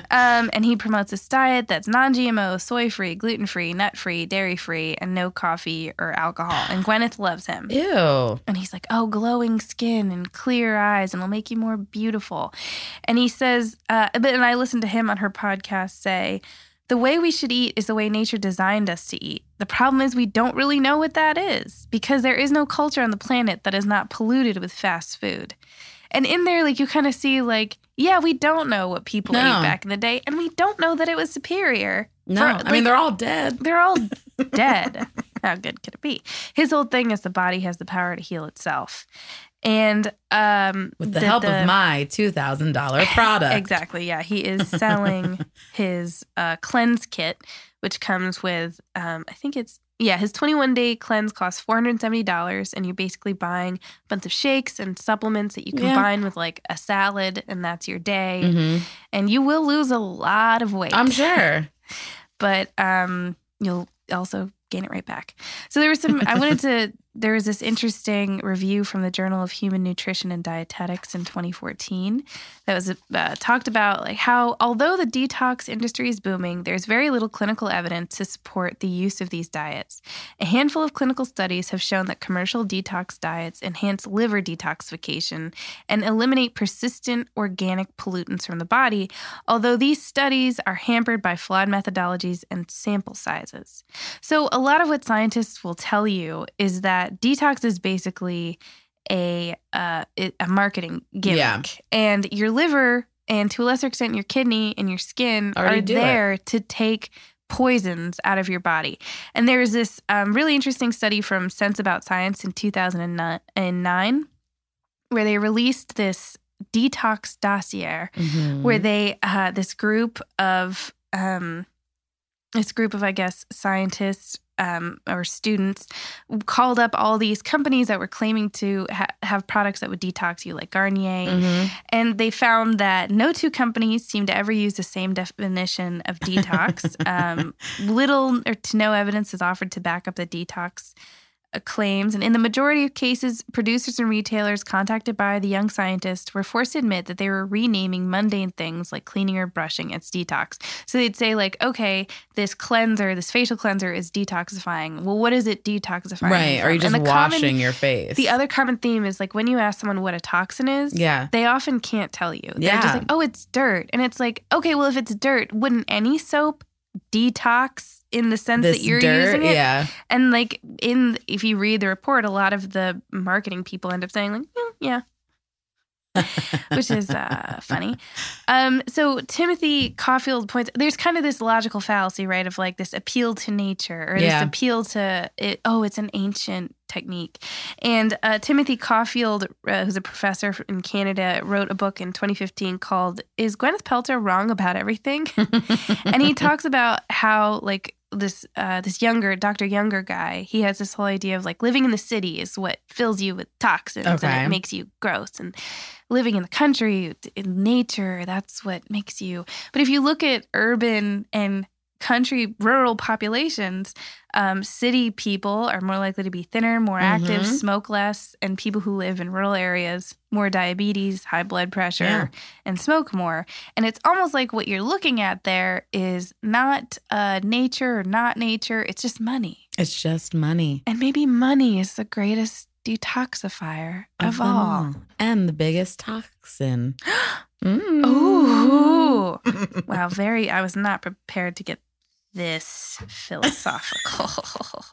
Speaker 1: Um, and he promotes this diet that's non GMO, soy free, gluten free, nut free, dairy free, and no coffee or alcohol. And Gwyneth loves him.
Speaker 3: Ew.
Speaker 1: And he's like, oh, glowing skin and clear eyes, and it'll make you more beautiful. And he says, uh, but and I listened to him on her podcast say, the way we should eat is the way nature designed us to eat. The problem is we don't really know what that is because there is no culture on the planet that is not polluted with fast food. And in there, like you kind of see, like, yeah, we don't know what people
Speaker 3: No.
Speaker 1: ate back in the day, and we don't know that it was superior.
Speaker 3: No,
Speaker 1: For-
Speaker 3: I mean
Speaker 1: like-
Speaker 3: they're all dead.
Speaker 1: They're all dead. How good could it be? His whole thing is the body has the power to heal itself. And um
Speaker 3: With the help of my two thousand dollar product.
Speaker 1: Exactly. Yeah, he is selling his uh, cleanse kit, which comes with um, I think it's yeah his 21 day cleanse costs 470 dollars, and you're basically buying a bunch of shakes and supplements that you
Speaker 3: Yeah.
Speaker 1: combine with like a salad, and that's your day.
Speaker 3: Mhm.
Speaker 1: And you will lose a lot of weight
Speaker 3: I'm sure.
Speaker 1: but um, you'll also gain it right back. So there was some. I wanted to. There was this interesting review from the Journal of Human Nutrition and Dietetics in 2014 that was uh, talked about like how although the detox industry is booming, there's very little clinical evidence to support the use of these diets. A handful of clinical studies have shown that commercial detox diets enhance liver detoxification and eliminate persistent organic pollutants from the body, although these studies are hampered by flawed methodologies and sample sizes. So, a lot of what scientists will tell you is that detox is basically a uh, it- a marketing gimmick,
Speaker 3: Yeah.
Speaker 1: and your liver and to a lesser extent your kidney and your skin
Speaker 3: Already
Speaker 1: are
Speaker 3: do it.
Speaker 1: there to take poisons out of your body. And there's this um, really interesting study from Sense About Science in 2009 where they released this detox dossier
Speaker 3: Mhm.
Speaker 1: where they uh, this group of um, this group of I guess scientists um, or students called up all these companies that were claiming to ha- have products that would detox you, like Garnier,
Speaker 3: Mhm.
Speaker 1: and they found that no two companies seem to ever use the same definition of detox. um, little or to no evidence is offered to back up the detox uh, claims. And in the majority of cases, producers and retailers contacted by the young scientist were forced to admit that they were renaming mundane things like cleaning or brushing as detox. So they'd say, like, okay, this cleanser, this facial cleanser is detoxifying. Well, what is it detoxifying?
Speaker 3: Right.
Speaker 1: you
Speaker 3: Or you
Speaker 1: from?
Speaker 3: just
Speaker 1: And the
Speaker 3: washing
Speaker 1: common-
Speaker 3: your face.
Speaker 1: the other common theme is like when you ask someone what a toxin is,
Speaker 3: Yeah.
Speaker 1: they often can't tell you. They're
Speaker 3: Yeah.
Speaker 1: just like, oh, it's dirt. And it's like, okay, well, if it's dirt, wouldn't any soap detox in the sense
Speaker 3: This
Speaker 1: that you're
Speaker 3: dirt.
Speaker 1: using it?
Speaker 3: Yeah.
Speaker 1: And like in if you read the report, a lot of the marketing people end up saying, like, "Mm, yeah. which is uh, funny. Um, so Timothy Caulfield points. There's kind of this logical fallacy, right, of like this appeal to nature or
Speaker 3: Yeah.
Speaker 1: this appeal to it, oh, it's an ancient technique. And uh, Timothy Caulfield, uh, who's a professor in Canada, wrote a book in 2015 called "Is Gwyneth Pelter Wrong About Everything?" and he talks about how like this uh, this younger Dr. Younger guy, he has this whole idea of like living in the city is what fills you with toxins
Speaker 3: Okay.
Speaker 1: and it makes you gross, and living in the country in nature that's what makes you. But if you look at urban and country rural populations, um, city people are more likely to be thinner, more active,
Speaker 3: Mhm.
Speaker 1: smoke less, and people who live in rural areas more diabetes, high blood pressure,
Speaker 3: Yeah.
Speaker 1: and smoke more. And it's almost like what you're looking at there is not uh, nature or not nature, it's just money.
Speaker 3: it's just money.
Speaker 1: And maybe money is the greatest detoxifier of,
Speaker 3: them
Speaker 1: all.
Speaker 3: And the biggest toxin.
Speaker 1: Ooh.
Speaker 3: Mm.
Speaker 1: Wow, very, I was not prepared to get this philosophical.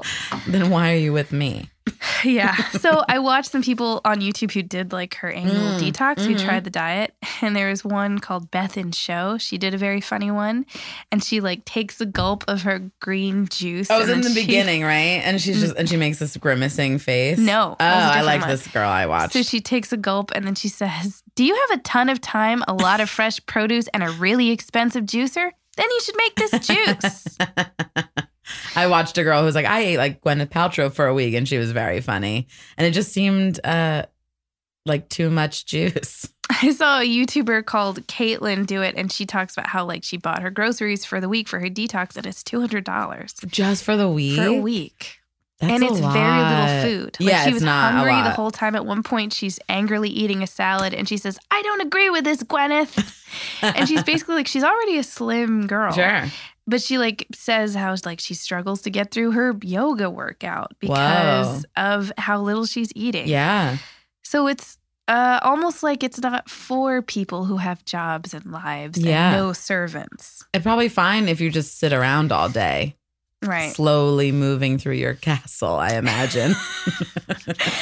Speaker 3: then why are you with me?
Speaker 1: yeah. So I watched some people on YouTube who did like her annual
Speaker 3: Mm,
Speaker 1: detox who
Speaker 3: mhm.
Speaker 1: tried the diet. And there was one called Beth and Show. She did a very funny one. And she like takes a gulp of her green juice.
Speaker 3: Oh, it was
Speaker 1: and
Speaker 3: in
Speaker 1: then
Speaker 3: the
Speaker 1: she-
Speaker 3: beginning, right? And she's just and she makes this grimacing face.
Speaker 1: No, it was
Speaker 3: Oh,
Speaker 1: a
Speaker 3: I
Speaker 1: different
Speaker 3: like
Speaker 1: one.
Speaker 3: this girl I watched.
Speaker 1: So she takes a gulp and then she says, Do you have a ton of time, a lot of fresh produce, and a really expensive juicer? Then you should make this juice.
Speaker 3: I watched a girl who was like, I ate like Gwyneth Paltrow for a week, and she was very funny, and it just seemed uh like too much juice.
Speaker 1: I saw a YouTuber called Caitlin do it, and she talks about how like she bought her groceries for the week for her detox, and it's two hundred dollars
Speaker 3: Just for the week.
Speaker 1: for a week.
Speaker 3: That's
Speaker 1: and
Speaker 3: a
Speaker 1: it's very
Speaker 3: lot.
Speaker 1: little food. Like
Speaker 3: yeah,
Speaker 1: she
Speaker 3: it's
Speaker 1: was
Speaker 3: not
Speaker 1: hungry
Speaker 3: a lot.
Speaker 1: the whole time. At one point, she's angrily eating a salad and she says, I don't agree with this, Gwyneth. and she's basically like, she's already a slim girl.
Speaker 3: sure.
Speaker 1: But she like says how like she struggles to get through her yoga workout because of how little she's eating.
Speaker 3: Yeah.
Speaker 1: So it's uh, almost like it's not for people who have jobs and lives
Speaker 3: Yeah.
Speaker 1: and no servants.
Speaker 3: It'd probably fine if you just sit around all day,
Speaker 1: Right.
Speaker 3: slowly moving through your castle, I imagine.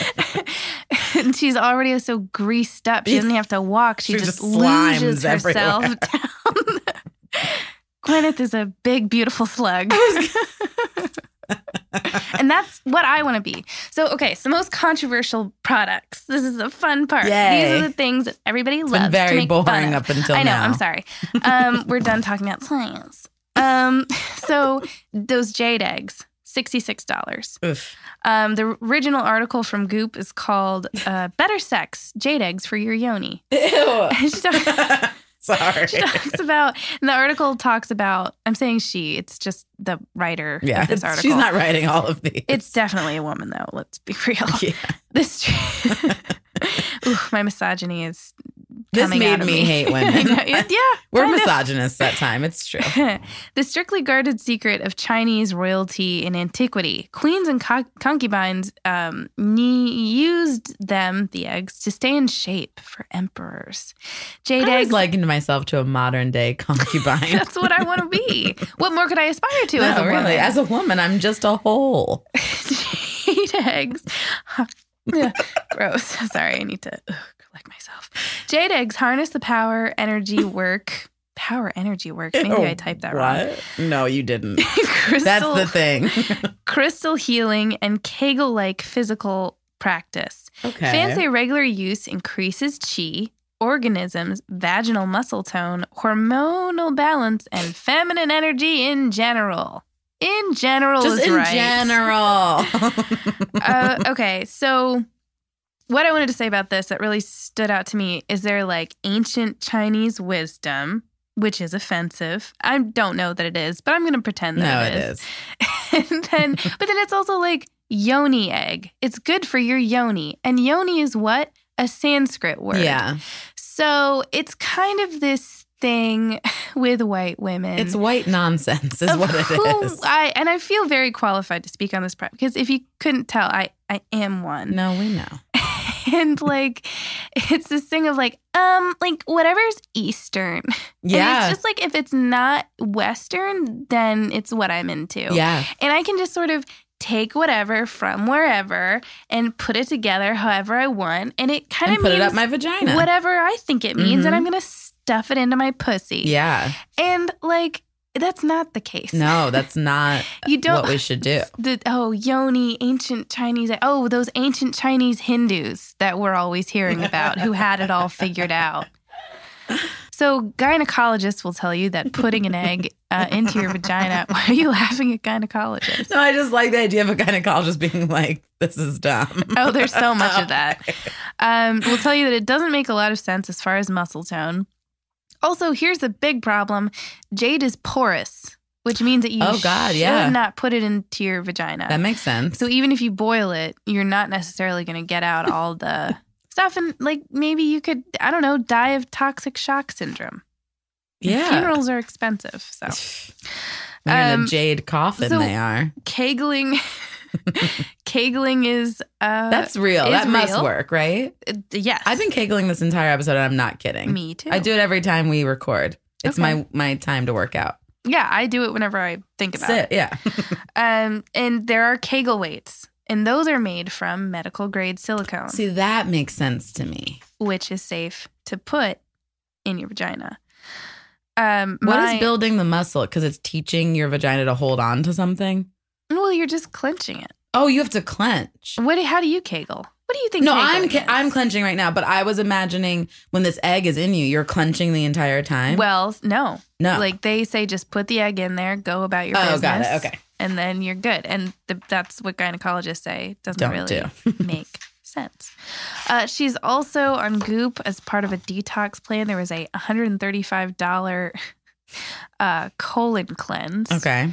Speaker 1: and she's already so greased up. She doesn't have to walk. She,
Speaker 3: She
Speaker 1: just,
Speaker 3: just slimes
Speaker 1: luges herself
Speaker 3: everywhere.
Speaker 1: down. Gwyneth is a big, beautiful slug. and that's what I want to be. So, okay, so most controversial products. This is the fun part.
Speaker 3: Yay.
Speaker 1: These are the things that everybody
Speaker 3: It's
Speaker 1: loves. to
Speaker 3: been very
Speaker 1: make fun
Speaker 3: boring
Speaker 1: of.
Speaker 3: up until
Speaker 1: I know.
Speaker 3: now.
Speaker 1: I'm sorry. Um, we're done talking about science. Um, so those jade eggs, sixty-six dollars.
Speaker 3: Oof.
Speaker 1: Um, the original article from Goop is called uh, "Better Sex: Jade Eggs for Your Yoni."
Speaker 3: Ew.
Speaker 1: she, talks,
Speaker 3: sorry.
Speaker 1: she talks about, and the article talks about. I'm saying she. It's just the writer
Speaker 3: Yeah,
Speaker 1: of this
Speaker 3: it's-
Speaker 1: article.
Speaker 3: she's not writing all of these.
Speaker 1: It's definitely a woman, though. Let's be real.
Speaker 3: Yeah.
Speaker 1: This. Ooh, my misogyny is.
Speaker 3: this
Speaker 1: coming out
Speaker 3: made
Speaker 1: of
Speaker 3: me,
Speaker 1: me
Speaker 3: hate
Speaker 1: I know,
Speaker 3: women.
Speaker 1: yeah,
Speaker 3: We're
Speaker 1: kind of.
Speaker 3: misogynists that time. It's true.
Speaker 1: the strictly guarded secret of Chinese royalty in antiquity. Queens and co- concubines um, ne- used them, the eggs, to stay in shape for emperors. Jade
Speaker 3: I was
Speaker 1: eggs.
Speaker 3: likened myself to a modern day concubine.
Speaker 1: that's what I want to be. What more could I aspire to?
Speaker 3: No,
Speaker 1: as a
Speaker 3: really.
Speaker 1: woman?
Speaker 3: As a woman, I'm just a hole.
Speaker 1: jade eggs. Yeah, Gross. Sorry, I need to ugh, collect myself. Jade eggs harness the power, energy, work. Power, energy, work. Maybe I typed that wrong.
Speaker 3: wrong. No, you didn't.
Speaker 1: Crystal,
Speaker 3: That's the thing.
Speaker 1: crystal healing, and Kegel like physical practice.
Speaker 3: Okay.
Speaker 1: Fans say regular use increases chi, organisms, vaginal muscle tone, hormonal balance, and feminine energy in general. In general,
Speaker 3: just
Speaker 1: is
Speaker 3: in
Speaker 1: right.
Speaker 3: general.
Speaker 1: uh, okay, so what I wanted to say about this that really stood out to me is there like ancient Chinese wisdom, which is offensive. I don't know that it is, but I'm going to pretend
Speaker 3: no,
Speaker 1: that
Speaker 3: it is.
Speaker 1: and then but then it's also like yoni egg. It's good for your yoni. And yoni is what? A Sanskrit word.
Speaker 3: Yeah.
Speaker 1: So it's kind of this thing with white women.
Speaker 3: It's white nonsense, is
Speaker 1: of
Speaker 3: what it
Speaker 1: who
Speaker 3: is.
Speaker 1: I and I feel very qualified to speak on this part because if you couldn't tell, I I am one
Speaker 3: no, we know.
Speaker 1: and like it's this thing of like um like whatever's eastern and
Speaker 3: Yeah.
Speaker 1: it's just like if it's not western then it's what i'm into
Speaker 3: yeah.
Speaker 1: and i can just sort of take whatever from wherever and put it together however I want. And it kind
Speaker 3: and
Speaker 1: of
Speaker 3: put
Speaker 1: means
Speaker 3: it up my vagina.
Speaker 1: whatever I think it means.
Speaker 3: Mhm.
Speaker 1: And I'm going to stuff it into my pussy.
Speaker 3: Yeah.
Speaker 1: And like, that's not the case.
Speaker 3: No, that's not
Speaker 1: You don't.
Speaker 3: what we should do.
Speaker 1: the oh yoni ancient chinese oh those ancient chinese hindus that we're always hearing about who had it all figured out so gynecologists will tell you that putting an egg uh, into your vagina why are you laughing at gynecologists
Speaker 3: No, I just like the idea of a gynecologist being like, this is dumb.
Speaker 1: Oh, there's so much of that. um, will tell you that it doesn't make a lot of sense as far as muscle tone also here's the big problem jade is porous which means that you
Speaker 3: Oh, God,
Speaker 1: should
Speaker 3: yeah.
Speaker 1: not put it into your vagina
Speaker 3: That makes sense.
Speaker 1: So even if you boil it, you're not necessarily going to get out all the stuff. And like maybe you could, I don't know, die of toxic shock syndrome. And
Speaker 3: yeah.
Speaker 1: Funerals are expensive. So
Speaker 3: They're in
Speaker 1: Um,
Speaker 3: a jade coffin,
Speaker 1: so-
Speaker 3: they are.
Speaker 1: kegling, kegling is, uh,
Speaker 3: That's real.
Speaker 1: is
Speaker 3: That must
Speaker 1: real.
Speaker 3: work, right?
Speaker 1: uh, yes.
Speaker 3: I've been kegling this entire episode and I'm not kidding.
Speaker 1: me too.
Speaker 3: I do it every time we record. It's
Speaker 1: Okay.
Speaker 3: my my time to work out.
Speaker 1: Yeah. I do it whenever I think about it.
Speaker 3: Sit, yeah.
Speaker 1: Um, and there are kegel weights and those are made from medical grade silicone,
Speaker 3: See, that makes sense to me.
Speaker 1: which is safe to put in your vagina. Um,
Speaker 3: What is
Speaker 1: my-
Speaker 3: building the muscle? Because it's teaching your vagina to hold on to something.
Speaker 1: Well, you're just clenching it.
Speaker 3: Oh, you have to clench.
Speaker 1: What? do- How do you kegel? What do you think?
Speaker 3: No, I'm
Speaker 1: kegling
Speaker 3: cl-
Speaker 1: is?
Speaker 3: I'm clenching right now, but I was imagining when this egg is in you, you're clenching the entire time.
Speaker 1: Well, no.
Speaker 3: no,
Speaker 1: Like they say, just put the egg in there, go about your
Speaker 3: oh,
Speaker 1: business.
Speaker 3: got it. Okay,
Speaker 1: And then you're good. And th- that's what gynecologists say. It Doesn't
Speaker 3: don't
Speaker 1: really
Speaker 3: do.
Speaker 1: make sense. Uh, she's also on Goop as part of a detox plan. There was a $135 uh, colon cleanse
Speaker 3: Okay,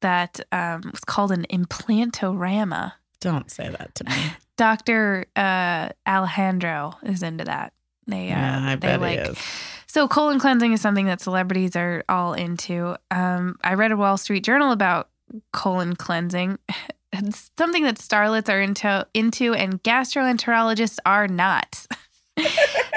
Speaker 1: that um, was called an implantorama.
Speaker 3: don't say that to me.
Speaker 1: Dr. Uh, Alejandro is into that. They, uh,
Speaker 3: Yeah, I
Speaker 1: they
Speaker 3: bet
Speaker 1: like
Speaker 3: it is.
Speaker 1: So colon cleansing is something that celebrities are all into. Um, I read a Wall Street Journal about colon cleansing. It's something that starlets are into, into and gastroenterologists are not.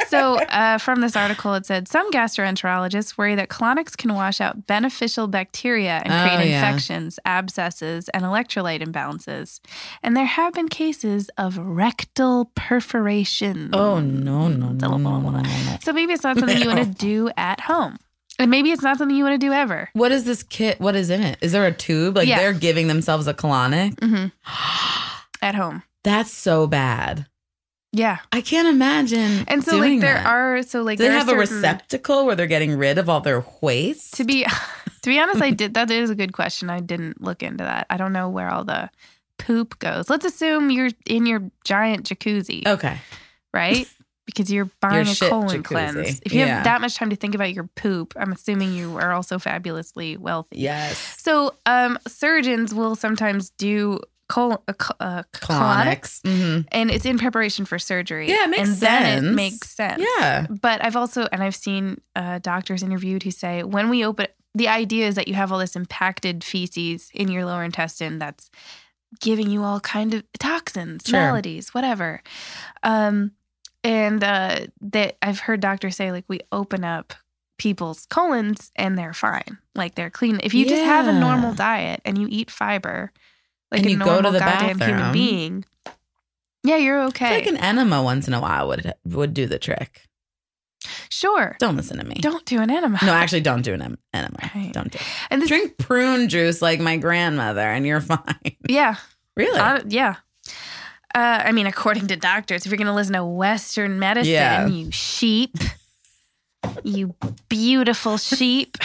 Speaker 1: so, uh, from this article, it said some gastroenterologists worry that colonics can wash out beneficial bacteria and
Speaker 3: Oh,
Speaker 1: create
Speaker 3: yeah.
Speaker 1: infections, abscesses, and electrolyte imbalances. And there have been cases of rectal perforation.
Speaker 3: Oh no no no no no. no, no.
Speaker 1: So maybe it's not something you want to do at home. And maybe it's not something you want to do ever.
Speaker 3: What is this kit? What is in it? Is there a tube? Like
Speaker 1: Yeah.
Speaker 3: they're giving themselves a colonic.
Speaker 1: hmm At home.
Speaker 3: That's so bad.
Speaker 1: Yeah.
Speaker 3: I can't imagine.
Speaker 1: And so,
Speaker 3: doing
Speaker 1: like, there
Speaker 3: that.
Speaker 1: are, so, like,
Speaker 3: Do they
Speaker 1: there are
Speaker 3: have a
Speaker 1: certain-
Speaker 3: receptacle where they're getting rid of all their waste?
Speaker 1: To be, to be honest, I did, that is a good question. I didn't look into that. I don't know where all the poop goes. Let's assume you're in your giant jacuzzi,
Speaker 3: okay.
Speaker 1: right? Because you're buying a
Speaker 3: Oh. shit
Speaker 1: colon
Speaker 3: jacuzzi.
Speaker 1: cleanse. If you
Speaker 3: Yeah.
Speaker 1: have that much time to think about your poop, I'm assuming you are also fabulously wealthy.
Speaker 3: Yes.
Speaker 1: So, um, surgeons will sometimes do col- uh, co- uh, colonics, Mm-hmm.
Speaker 3: Colonics. hmm
Speaker 1: and it's in preparation for surgery.
Speaker 3: Yeah, it makes
Speaker 1: and then it
Speaker 3: sense.
Speaker 1: makes sense.
Speaker 3: Yeah.
Speaker 1: But I've also, and I've seen uh, doctors interviewed who say when we open, the idea is that you have all this impacted feces in your lower intestine that's giving you all kind of toxins,
Speaker 3: Sure.
Speaker 1: maladies, whatever. Um, and uh, that I've heard doctors say like we open up people's colons and they're fine, like they're clean. If you just have a
Speaker 3: Yeah.
Speaker 1: normal diet and you eat fiber, like
Speaker 3: And
Speaker 1: a
Speaker 3: you go to
Speaker 1: normal
Speaker 3: the
Speaker 1: goddamn human
Speaker 3: bathroom.
Speaker 1: being, yeah, you're
Speaker 3: I
Speaker 1: okay.
Speaker 3: feel like an enema once in a while would would do the trick.
Speaker 1: Sure.
Speaker 3: Don't listen to me.
Speaker 1: Don't do an enema.
Speaker 3: No, actually, don't do an em- enema.
Speaker 1: Right.
Speaker 3: Don't do. It.
Speaker 1: and this,
Speaker 3: Drink prune juice like my grandmother, and you're fine.
Speaker 1: yeah,
Speaker 3: really?
Speaker 1: uh, yeah. Uh, I mean, according to doctors, if you're going to listen to Western medicine,
Speaker 3: Yeah.
Speaker 1: you sheep, you beautiful sheep.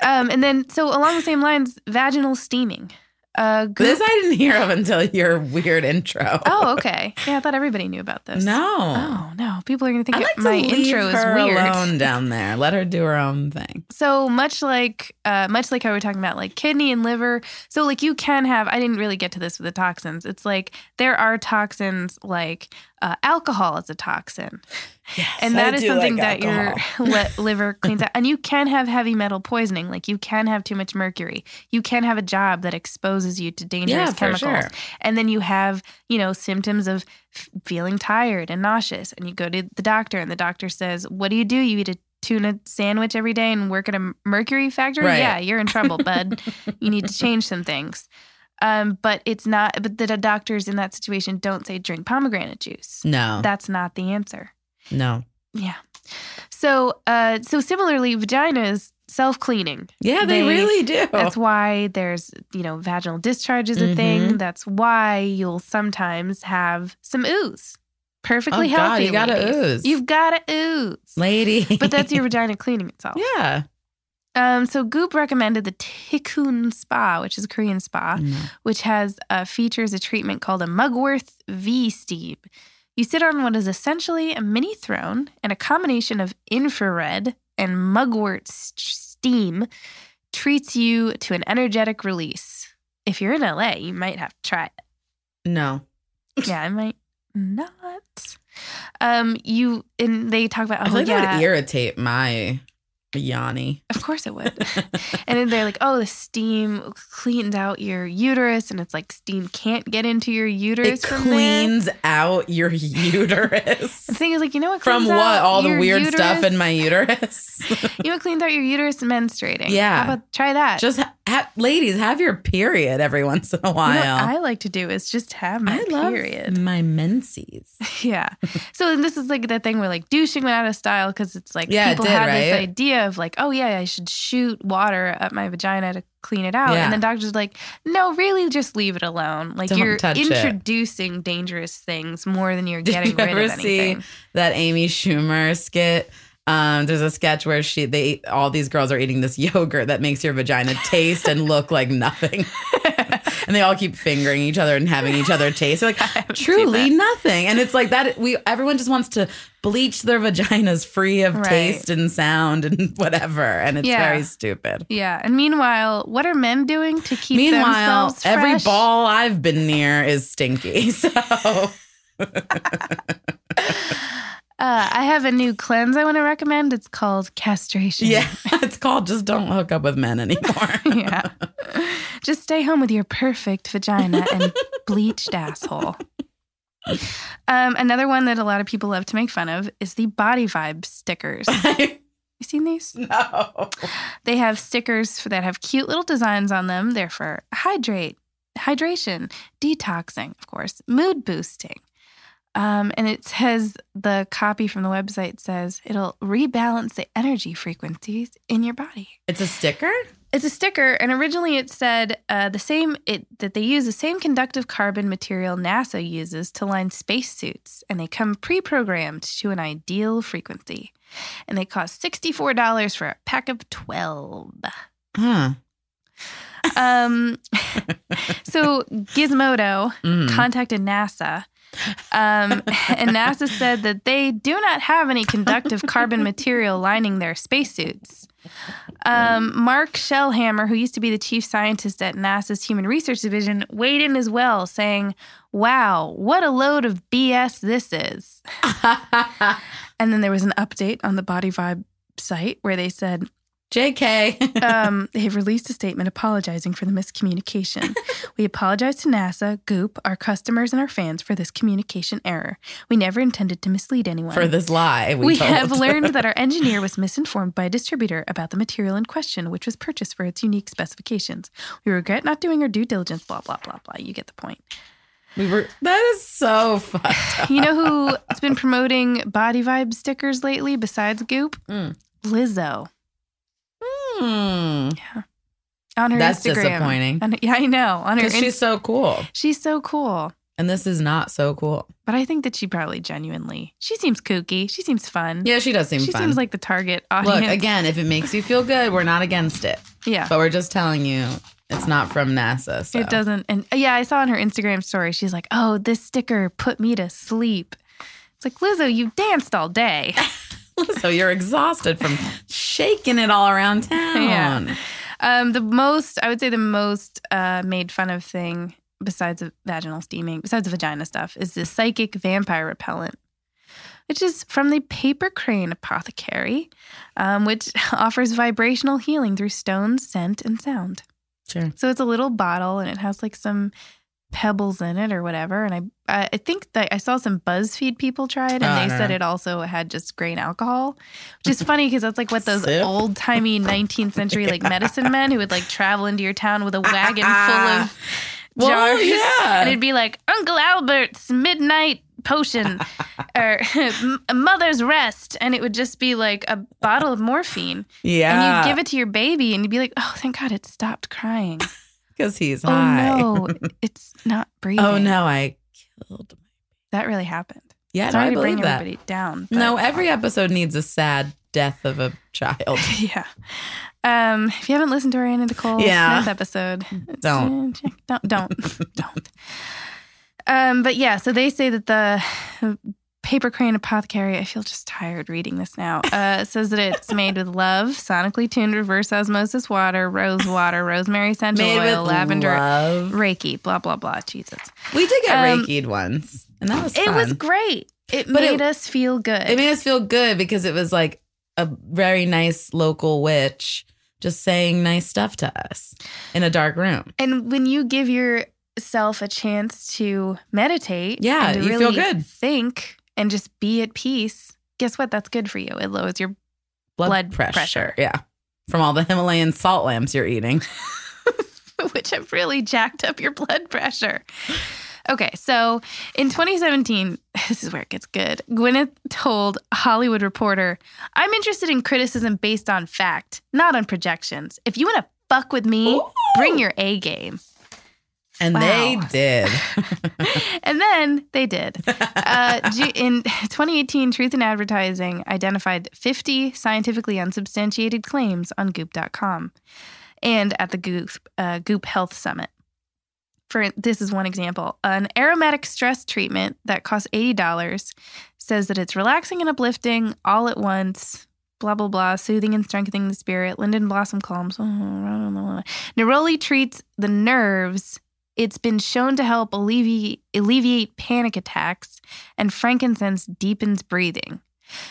Speaker 1: um, and then, so along the same lines, vaginal steaming. Uh, goop-
Speaker 3: this I didn't hear of until your weird intro.
Speaker 1: oh, okay. Yeah, I thought everybody knew about this.
Speaker 3: no.
Speaker 1: Oh no! People are going to think
Speaker 3: I like
Speaker 1: it- my
Speaker 3: to leave
Speaker 1: intro
Speaker 3: her
Speaker 1: is weird.
Speaker 3: alone down there. Let her do her own thing.
Speaker 1: so much like uh, much like how we are talking about like kidney and liver so like you can have i didn't really get to this with the toxins it's like there are toxins like uh, alcohol is a toxin
Speaker 3: Yes,
Speaker 1: and
Speaker 3: I
Speaker 1: that is
Speaker 3: do
Speaker 1: something
Speaker 3: like
Speaker 1: that your
Speaker 3: alcohol.
Speaker 1: li- liver cleans out and you can have heavy metal poisoning like you can have too much mercury you can have a job that exposes you to dangerous
Speaker 3: yeah, for
Speaker 1: chemicals
Speaker 3: sure.
Speaker 1: and then you have you know symptoms of f- feeling tired and nauseous and you go to the doctor and the doctor says what do you do you eat a tuna sandwich every day and work at a mercury factory
Speaker 3: Right.
Speaker 1: yeah you're in trouble bud you need to change some things Um, but it's not, but the doctors in that situation don't say drink pomegranate juice.
Speaker 3: No.
Speaker 1: That's not the answer.
Speaker 3: no.
Speaker 1: Yeah. So, uh, so similarly, vaginas self cleaning.
Speaker 3: Yeah, they,
Speaker 1: They-
Speaker 3: really do.
Speaker 1: That's why there's, you know, vaginal discharge is a
Speaker 3: Mm-hmm.
Speaker 1: thing. That's why you'll sometimes have some ooze. Perfectly
Speaker 3: Oh, God,
Speaker 1: healthy.
Speaker 3: you gotta
Speaker 1: ladies.
Speaker 3: ooze.
Speaker 1: You've got to ooze.
Speaker 3: lady.
Speaker 1: but that's your vagina cleaning itself.
Speaker 3: yeah.
Speaker 1: Um, so Goop recommended the Tikkun Spa, which is a Korean spa,
Speaker 3: No.
Speaker 1: which has uh, features a treatment called a Mugworth V Steam. You sit on what is essentially a mini throne, and a combination of infrared and mugwort s- steam treats you to an energetic release. If you're in LA, you might have to try it.
Speaker 3: No.
Speaker 1: Yeah, I might not. Um, you and they talk about.
Speaker 3: I
Speaker 1: Oh,
Speaker 3: feel like
Speaker 1: yeah,
Speaker 3: that would irritate my Yanni.
Speaker 1: Of course it would. and then they're like, oh, the steam cleans out your uterus, and it's like steam can't get into your uterus.
Speaker 3: It
Speaker 1: from there.
Speaker 3: cleans out your
Speaker 1: The
Speaker 3: uterus.
Speaker 1: thing is, like, you know what?
Speaker 3: From
Speaker 1: cleans
Speaker 3: what?
Speaker 1: out
Speaker 3: All the
Speaker 1: your
Speaker 3: weird stuff
Speaker 1: uterus?
Speaker 3: in my uterus.
Speaker 1: You know what cleans out your uterus? Menstruating.
Speaker 3: Yeah.
Speaker 1: How about try that?
Speaker 3: just ha- ha- ladies, have your period every once in a
Speaker 1: You know
Speaker 3: while.
Speaker 1: what I like to do is just have my period.
Speaker 3: my menses.
Speaker 1: Yeah. So then this is like the thing where like douching went out of style because it's like
Speaker 3: Yeah, it
Speaker 1: people
Speaker 3: did,
Speaker 1: have this
Speaker 3: right?
Speaker 1: idea of like, oh yeah, I should shoot water up my vagina to clean it out.
Speaker 3: Yeah.
Speaker 1: And then doctors are like, no, really just leave it alone. Like
Speaker 3: Don't
Speaker 1: you're
Speaker 3: touch it.
Speaker 1: introducing dangerous things more than you're
Speaker 3: Did
Speaker 1: getting
Speaker 3: you
Speaker 1: rid
Speaker 3: ever
Speaker 1: of anything.
Speaker 3: see that Amy Schumer skit? Um, there's a sketch where she they all these girls are eating this yogurt that makes your vagina taste and look like nothing. and they all keep fingering each other and having each other taste. They're like,
Speaker 1: haven't
Speaker 3: truly
Speaker 1: seen
Speaker 3: nothing. And it's like that we everyone just wants to bleach their vaginas free of
Speaker 1: Right.
Speaker 3: taste and sound and whatever. And it's
Speaker 1: Yeah.
Speaker 3: very stupid.
Speaker 1: Yeah. And meanwhile, what are men doing to keep
Speaker 3: Meanwhile,
Speaker 1: themselves
Speaker 3: every
Speaker 1: fresh?
Speaker 3: ball I've been near is stinky. So
Speaker 1: Uh, I have a new cleanse I want to recommend. It's called castration.
Speaker 3: Yeah, it's called just don't hook up with men anymore.
Speaker 1: yeah. Just stay home with your perfect vagina and bleached asshole. Um, another one that a lot of people love to make fun of is the body vibe stickers. You seen these?
Speaker 3: no.
Speaker 1: They have stickers for, that have cute little designs on them. They're for hydrate, hydration, detoxing, of course, mood boosting. Um, and it says the copy from the website says it'll rebalance the energy frequencies in your body.
Speaker 3: It's a sticker?
Speaker 1: It's a sticker, and originally it said uh, the same it, that they use the same conductive carbon material NASA uses to line spacesuits, and they come pre-programmed to an ideal frequency, and they cost sixty-four dollars for a pack of twelve.
Speaker 3: Huh.
Speaker 1: Um, so Gizmodo
Speaker 3: Mm.
Speaker 1: contacted NASA. Um, and NASA said that they do not have any conductive carbon material lining their spacesuits. Um, Mark Shellhammer, who used to be the chief scientist at NASA's Human Research Division, weighed in as well, saying, Wow, what a load of BS this is. And then there was an update on the Body Vibe site where they said,
Speaker 3: JK.
Speaker 1: um, they've released a statement apologizing for the miscommunication. we apologize to NASA, Goop, our customers, and our fans for this communication error. We never intended to mislead anyone.
Speaker 3: For this lie, we,
Speaker 1: we
Speaker 3: told.
Speaker 1: have learned that our engineer was misinformed by a distributor about the material in question, which was purchased for its unique specifications. We regret not doing our due diligence, blah, blah, blah, blah. You get the point.
Speaker 3: we were. That is so fucked up.
Speaker 1: You know who has been promoting body vibe stickers lately besides Goop?
Speaker 3: Mm.
Speaker 1: Lizzo
Speaker 3: Hmm.
Speaker 1: on her
Speaker 3: That's
Speaker 1: Instagram.
Speaker 3: disappointing.
Speaker 1: On- yeah, I know. On her
Speaker 3: Because
Speaker 1: Instagram.
Speaker 3: she's so cool,
Speaker 1: She's so cool.
Speaker 3: and this is not so cool.
Speaker 1: But I think that she probably genuinely. She seems kooky. She seems fun.
Speaker 3: Yeah, she does seem
Speaker 1: she
Speaker 3: fun.
Speaker 1: seems like the target audience.
Speaker 3: Look again. If it makes you feel good, we're not against it,
Speaker 1: yeah.
Speaker 3: but we're just telling you it's not from NASA. So.
Speaker 1: It doesn't. And yeah, I saw on her Instagram story, she's like, "Oh, this sticker put me to sleep." It's like Lizzo, you danced all day.
Speaker 3: So you're exhausted from shaking it all around town.
Speaker 1: Um, the most, I would say, the most uh, made fun of thing besides vaginal steaming, besides vagina stuff, is the psychic vampire repellent, which is from the Paper Crane Apothecary, um, which offers vibrational healing through stones, scent, and sound.
Speaker 3: Sure.
Speaker 1: So it's a little bottle and it has like some pebbles in it or whatever. And I, I- I think that I saw some BuzzFeed people try it and
Speaker 3: Ah,
Speaker 1: they
Speaker 3: no.
Speaker 1: said it also had just grain alcohol, which is funny because that's like what those
Speaker 3: Sip.
Speaker 1: old timey 19th century like medicine men who would like travel into your town with a wagon full of
Speaker 3: Well,
Speaker 1: jars.
Speaker 3: yeah.
Speaker 1: And it'd be like Uncle Albert's midnight potion or M- mother's rest. And it would just be like a bottle of morphine.
Speaker 3: yeah.
Speaker 1: And you'd give it to your baby and you'd be like, oh, thank God it stopped crying.
Speaker 3: because he's
Speaker 1: oh,
Speaker 3: high.
Speaker 1: no, it's not breathing.
Speaker 3: Oh no, I killed. my-
Speaker 1: That really happened.
Speaker 3: Yeah, no,
Speaker 1: Sorry
Speaker 3: I
Speaker 1: to bring
Speaker 3: believe that.
Speaker 1: everybody down. but- uh,
Speaker 3: No, every episode needs a sad death of a child.
Speaker 1: yeah. Um, if you haven't listened to our Anna Nicole
Speaker 3: Yeah.
Speaker 1: Smith episode,
Speaker 3: Don't.
Speaker 1: eh, check- don't, don't, don't. Um, but yeah, so they say that the Paper Crane Apothecary, I feel just tired reading this now, uh, says that it's made with love, sonically tuned reverse osmosis water, rose water, rosemary essential
Speaker 3: Made
Speaker 1: oil,
Speaker 3: with
Speaker 1: lavender,
Speaker 3: love.
Speaker 1: Reiki, blah, blah, blah. Jesus.
Speaker 3: We did get
Speaker 1: Um,
Speaker 3: reikied once, and that was
Speaker 1: It was
Speaker 3: fun.
Speaker 1: great. It
Speaker 3: But it-
Speaker 1: made us feel good.
Speaker 3: It made us feel good because it was like a very nice local witch just saying nice stuff to us in a dark room.
Speaker 1: And when you give yourself a chance to meditate,
Speaker 3: Yeah,
Speaker 1: and to
Speaker 3: you feel
Speaker 1: really
Speaker 3: good.
Speaker 1: Think and just be at peace. Guess what? That's good for you. It lowers your
Speaker 3: Blood,
Speaker 1: Blood
Speaker 3: pressure.
Speaker 1: pressure.
Speaker 3: Yeah. From all the Himalayan salt lamps you're eating.
Speaker 1: which have really jacked up your blood pressure. Okay, so in 2017, this is where it gets good. Gwyneth told Hollywood Reporter, I'm interested in criticism based on fact, not on projections. If you want to fuck with me, bring your A game.
Speaker 3: And
Speaker 1: Wow.
Speaker 3: they did.
Speaker 1: and then they did. Uh, Ju- in 2018, Truth in Advertising identified 50 scientifically unsubstantiated claims on Goop.com and at the Goop, uh, Goop Health Summit. For this is one example, an aromatic stress treatment that costs eighty dollars says that it's relaxing and uplifting all at once. Blah blah blah, soothing and strengthening the spirit. Linden blossom calms. Neroli treats the nerves it's been shown to help alleviate, alleviate panic attacks, and frankincense deepens breathing.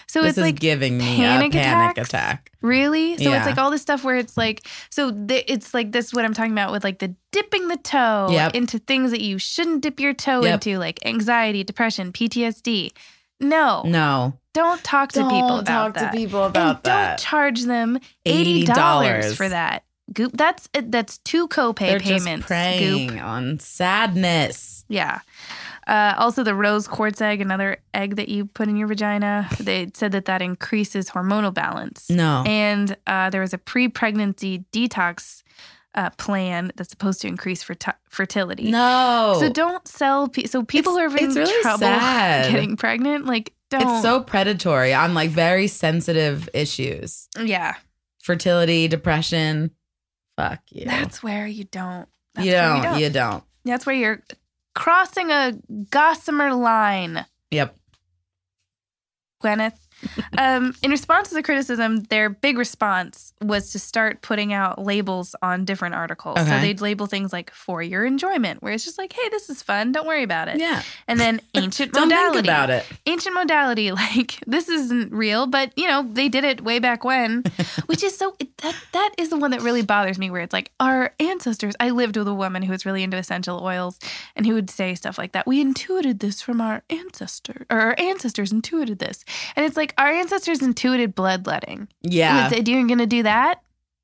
Speaker 1: So
Speaker 3: this
Speaker 1: it's
Speaker 3: is
Speaker 1: like
Speaker 3: giving me
Speaker 1: panic
Speaker 3: a panic
Speaker 1: attacks.
Speaker 3: attack.
Speaker 1: really. So
Speaker 3: Yeah.
Speaker 1: it's like all this stuff where it's like so th- it's like this what I'm talking about with like the dipping the toe
Speaker 3: Yep.
Speaker 1: into things that you shouldn't dip your toe
Speaker 3: Yep.
Speaker 1: into, like anxiety, depression, PTSD. No,
Speaker 3: No.
Speaker 1: don't talk to people
Speaker 3: Don't
Speaker 1: about
Speaker 3: talk
Speaker 1: that.
Speaker 3: to people about
Speaker 1: and
Speaker 3: that.
Speaker 1: Don't charge them eighty
Speaker 3: $80
Speaker 1: dollars for that. Goop. That's uh, that's two copay
Speaker 3: They're
Speaker 1: payments. Goop.
Speaker 3: just preying on sadness.
Speaker 1: Yeah. Uh, also, the rose quartz egg, another egg that you put in your vagina, they said that that increases hormonal balance.
Speaker 3: No.
Speaker 1: And uh, there was a pre pregnancy detox uh, plan that's supposed to increase ferti- fertility.
Speaker 3: no.
Speaker 1: So don't sell. Pe- so people
Speaker 3: It's-
Speaker 1: are having
Speaker 3: it's really
Speaker 1: trouble
Speaker 3: sad.
Speaker 1: getting pregnant. Like, don't.
Speaker 3: It's so predatory on like very sensitive issues.
Speaker 1: yeah,
Speaker 3: Fertility, depression. Fuck you.
Speaker 1: That's where you don't. That's
Speaker 3: you
Speaker 1: where
Speaker 3: don't, you don't.
Speaker 1: That's where you're crossing a gossamer line.
Speaker 3: Yep.
Speaker 1: Gwyneth. Um, in response to the criticism, their big response was to start putting out labels on different articles. So
Speaker 3: Okay.
Speaker 1: they'd label things like "for your enjoyment," where it's just like, "Hey, this is fun. Don't worry about it."
Speaker 3: Yeah.
Speaker 1: And then ancient
Speaker 3: Don't
Speaker 1: modality.
Speaker 3: think about it.
Speaker 1: Ancient modality, like this isn't real, but you know they did it way back when, which is so it- that that is the one that really bothers me. Where it's like our ancestors. I lived with a woman who was really into essential oils, and who would say stuff like that. We intuited this from our ancestor, or our ancestors intuited this, and it's like our ancestors intuited bloodletting.
Speaker 3: Yeah.
Speaker 1: It's- You're gonna do that?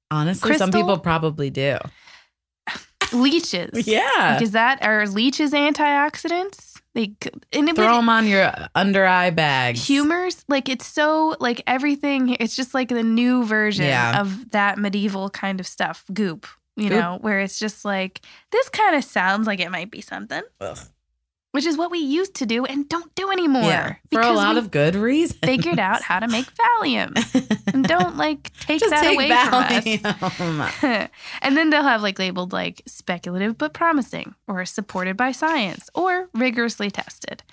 Speaker 3: Honestly, some
Speaker 1: Crystal?
Speaker 3: people probably do.
Speaker 1: Leeches?
Speaker 3: Yeah.
Speaker 1: Like, is that are leeches antioxidants? They c- and it,
Speaker 3: Throw them on your under eye bags.
Speaker 1: humors like it's so like everything it's just like the new version
Speaker 3: Yeah.
Speaker 1: of that medieval kind of stuff goop you
Speaker 3: Goop.
Speaker 1: know where it's just like this kind of sounds like it might be something
Speaker 3: Ugh.
Speaker 1: which is what we used to do and don't do anymore
Speaker 3: Yeah. For a
Speaker 1: because
Speaker 3: lot
Speaker 1: we
Speaker 3: of good reasons.
Speaker 1: figured out how to make valium and don't like take
Speaker 3: Just
Speaker 1: that
Speaker 3: take
Speaker 1: away from us
Speaker 3: Valium.
Speaker 1: and then they'll have like labeled like speculative but promising or supported by science or rigorously tested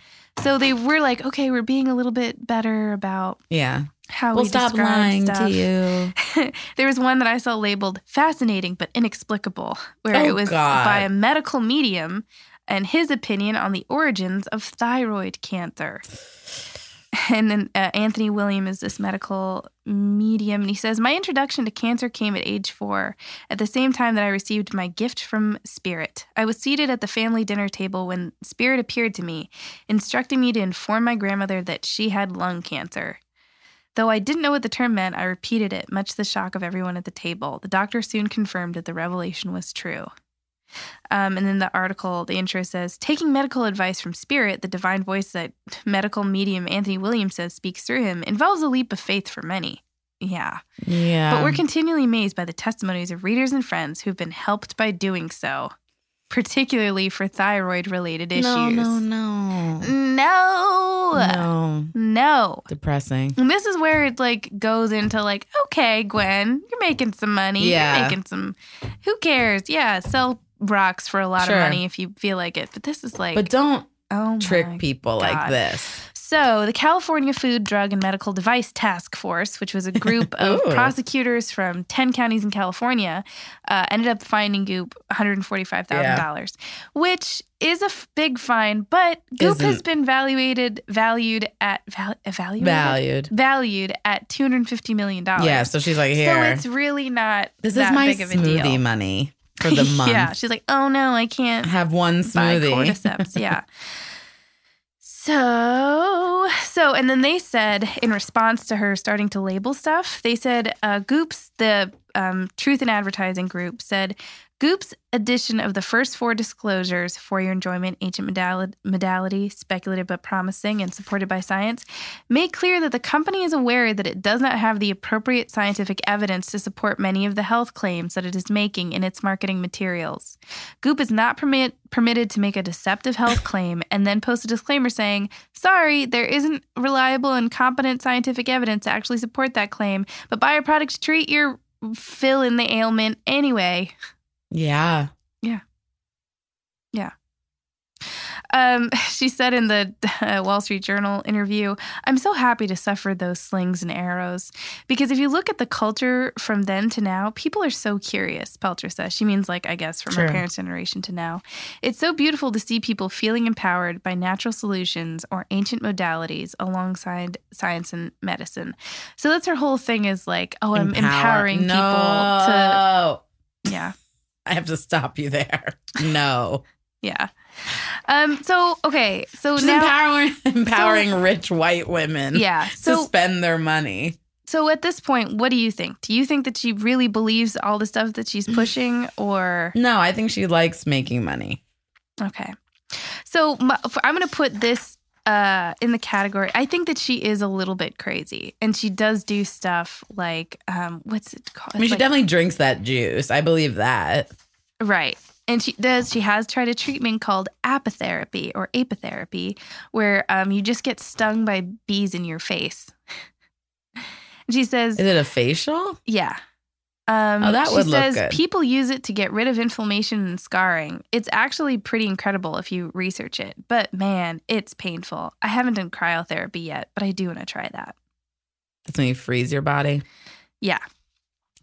Speaker 1: so they were like okay we're being a little bit better about
Speaker 3: Yeah.
Speaker 1: how
Speaker 3: we'll
Speaker 1: Oh, we
Speaker 3: stop
Speaker 1: describe
Speaker 3: lying
Speaker 1: stuff.
Speaker 3: to you.
Speaker 1: there was one that I saw labeled fascinating but inexplicable, where
Speaker 3: Oh,
Speaker 1: it was
Speaker 3: God.
Speaker 1: by a medical medium and his opinion on the origins of thyroid cancer. And then uh, Anthony William is this medical medium, and he says, My introduction to cancer came at age four, at the same time that I received my gift from Spirit. I was seated at the family dinner table when Spirit appeared to me, instructing me to inform my grandmother that she had lung cancer. Though I didn't know what the term meant, I repeated it, much to the shock of everyone at the table. The doctor soon confirmed that the revelation was true. Um, and then the article, the intro says, taking medical advice from spirit, the divine voice that medical medium Anthony Williams says speaks through him involves a leap of faith for many. Yeah.
Speaker 3: Yeah.
Speaker 1: But we're continually amazed by the testimonies of readers and friends who've been helped by doing so, particularly for thyroid related issues.
Speaker 3: No, no, no.
Speaker 1: No.
Speaker 3: No.
Speaker 1: No.
Speaker 3: Depressing.
Speaker 1: And this is where it like goes into like, okay, Gwen, you're making some money.
Speaker 3: Yeah.
Speaker 1: You're making some who cares? Yeah, sell rocks for a lot
Speaker 3: Sure.
Speaker 1: of money if you feel like it. But this is like
Speaker 3: But don't
Speaker 1: oh my
Speaker 3: trick people like
Speaker 1: God.
Speaker 3: this.
Speaker 1: so, the California Food, Drug, and Medical Device Task Force, which was a group of
Speaker 3: Ooh.
Speaker 1: prosecutors from 10 counties in California, uh, ended up fining Goop $145,000, which is a f- big fine, but Goop has
Speaker 3: Isn't.
Speaker 1: been valuated, valued at, val- evaluated?
Speaker 3: Valued.
Speaker 1: valued at $250 million.
Speaker 3: Yeah. So she's like,
Speaker 1: So
Speaker 3: here.
Speaker 1: it's really not
Speaker 3: this is
Speaker 1: that
Speaker 3: my
Speaker 1: big of a deal.
Speaker 3: smoothie money for the month.
Speaker 1: yeah. She's like, oh no, I can't
Speaker 3: Have one
Speaker 1: by
Speaker 3: smoothie.
Speaker 1: cordyceps. Yeah. so, so, and then they said in response to her starting to label stuff, they said uh, Goops, the um, Truth in Advertising group, said Goop's addition of the first four disclosures for your enjoyment, ancient modality, modality, speculative but promising, and supported by science, made clear that the company is aware that it does not have the appropriate scientific evidence to support many of the health claims that it is making in its marketing materials. Goop is not permit, permitted to make a deceptive health claim and then post a disclaimer saying, sorry, there isn't reliable and competent scientific evidence to actually support that claim, but buy our product to treat your fill in the ailment anyway.
Speaker 3: Yeah.
Speaker 1: Um, she said in the uh, Wall Street Journal interview, I'm so happy to suffer those slings and arrows. Because if you look at the culture from then to now, people are so curious, Pelcher says. She means, like, I guess, from
Speaker 3: Sure.
Speaker 1: her parents' generation to now. It's so beautiful to see people feeling empowered by natural solutions or ancient modalities alongside science and medicine. So that's her whole thing is like, oh, I'm empowering
Speaker 3: no.
Speaker 1: people to. Yeah.
Speaker 3: I have to stop you there. No.
Speaker 1: Yeah. Um, so, okay. So
Speaker 3: She's
Speaker 1: now.
Speaker 3: empowering, empowering rich white women
Speaker 1: yeah.
Speaker 3: to
Speaker 1: So
Speaker 3: spend their money.
Speaker 1: So at this point, what do you think? Do you think that she really believes all the stuff that she's pushing, or
Speaker 3: No, I think she likes making money.
Speaker 1: okay? So my, f- I'm going to put this uh, in the category. I think that she is a little bit crazy, and she does do stuff like um, what's it called?
Speaker 3: I mean,
Speaker 1: It's
Speaker 3: she
Speaker 1: like-
Speaker 3: definitely drinks that juice. I believe that.
Speaker 1: Right. And she does, she has tried a treatment called apitherapy or apitherapy, where um, you just get stung by bees in your face. And she says,
Speaker 3: Is it a facial?
Speaker 1: Yeah. Um,
Speaker 3: Oh, that
Speaker 1: she
Speaker 3: would look
Speaker 1: says
Speaker 3: good.
Speaker 1: people use it to get rid of inflammation and scarring. It's actually pretty incredible if you research it, but man, it's painful. I haven't done cryotherapy yet, but I do want to try that.
Speaker 3: That's when you freeze your body.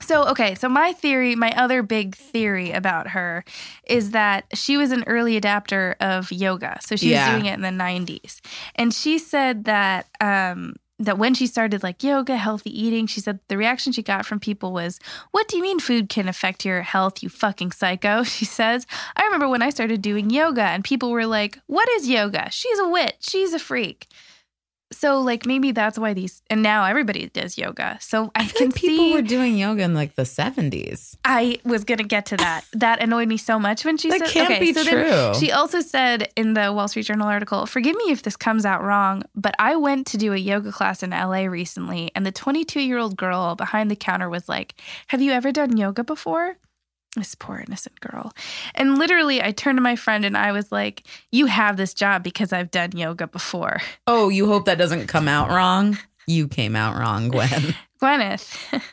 Speaker 1: So, okay, so my theory, my other big theory about her is that she was an early adapter of yoga. So she
Speaker 3: Yeah.
Speaker 1: was doing it in the 90s. And she said that um that when she started like yoga, healthy eating, she said the reaction she got from people was, "What do you mean food can affect your health, you fucking psycho?" She says, "I remember when I started doing yoga and people were like, "What is yoga? She's a witch, she's a freak." So like maybe that's why these and now everybody does yoga. So I,
Speaker 3: feel
Speaker 1: can
Speaker 3: like people
Speaker 1: see
Speaker 3: were doing yoga in like the 70s.
Speaker 1: I was gonna get to that. That annoyed me so much when she
Speaker 3: That
Speaker 1: said,
Speaker 3: can't
Speaker 1: "Okay."
Speaker 3: be
Speaker 1: so then
Speaker 3: true.
Speaker 1: she also said in the Wall Street Journal article, "Forgive me if this comes out wrong, but I went to do a yoga class in LA recently, and the 22-year-old girl behind the counter was like, "Have you ever done yoga before?" This poor innocent girl. And literally, I turned to my friend and I was like, "You have this job because I've done yoga before."
Speaker 3: oh, you hope that doesn't come out wrong. You came out wrong, Gwen.
Speaker 1: Gwyneth,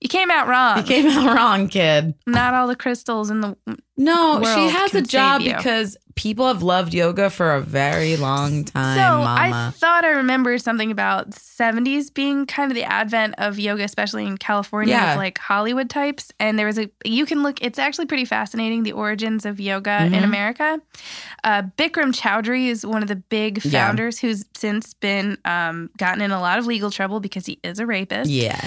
Speaker 1: you came out wrong.
Speaker 3: you came out wrong, kid.
Speaker 1: Not all the crystals in the
Speaker 3: No, she
Speaker 1: world
Speaker 3: has a
Speaker 1: can
Speaker 3: job
Speaker 1: save you.
Speaker 3: because people have loved yoga for a very long time,
Speaker 1: so I
Speaker 3: mama.
Speaker 1: thought I remembered something about 70s being kind of the advent of yoga, especially in California,
Speaker 3: Yeah.
Speaker 1: with like Hollywood types. And there was a, you can look, it's actually pretty fascinating, the origins of yoga
Speaker 3: Mhm.
Speaker 1: in America. Uh, Bikram Chowdhury is one of the big
Speaker 3: Yeah.
Speaker 1: founders who's since been um, gotten in a lot of legal trouble because he is a rapist.
Speaker 3: yeah.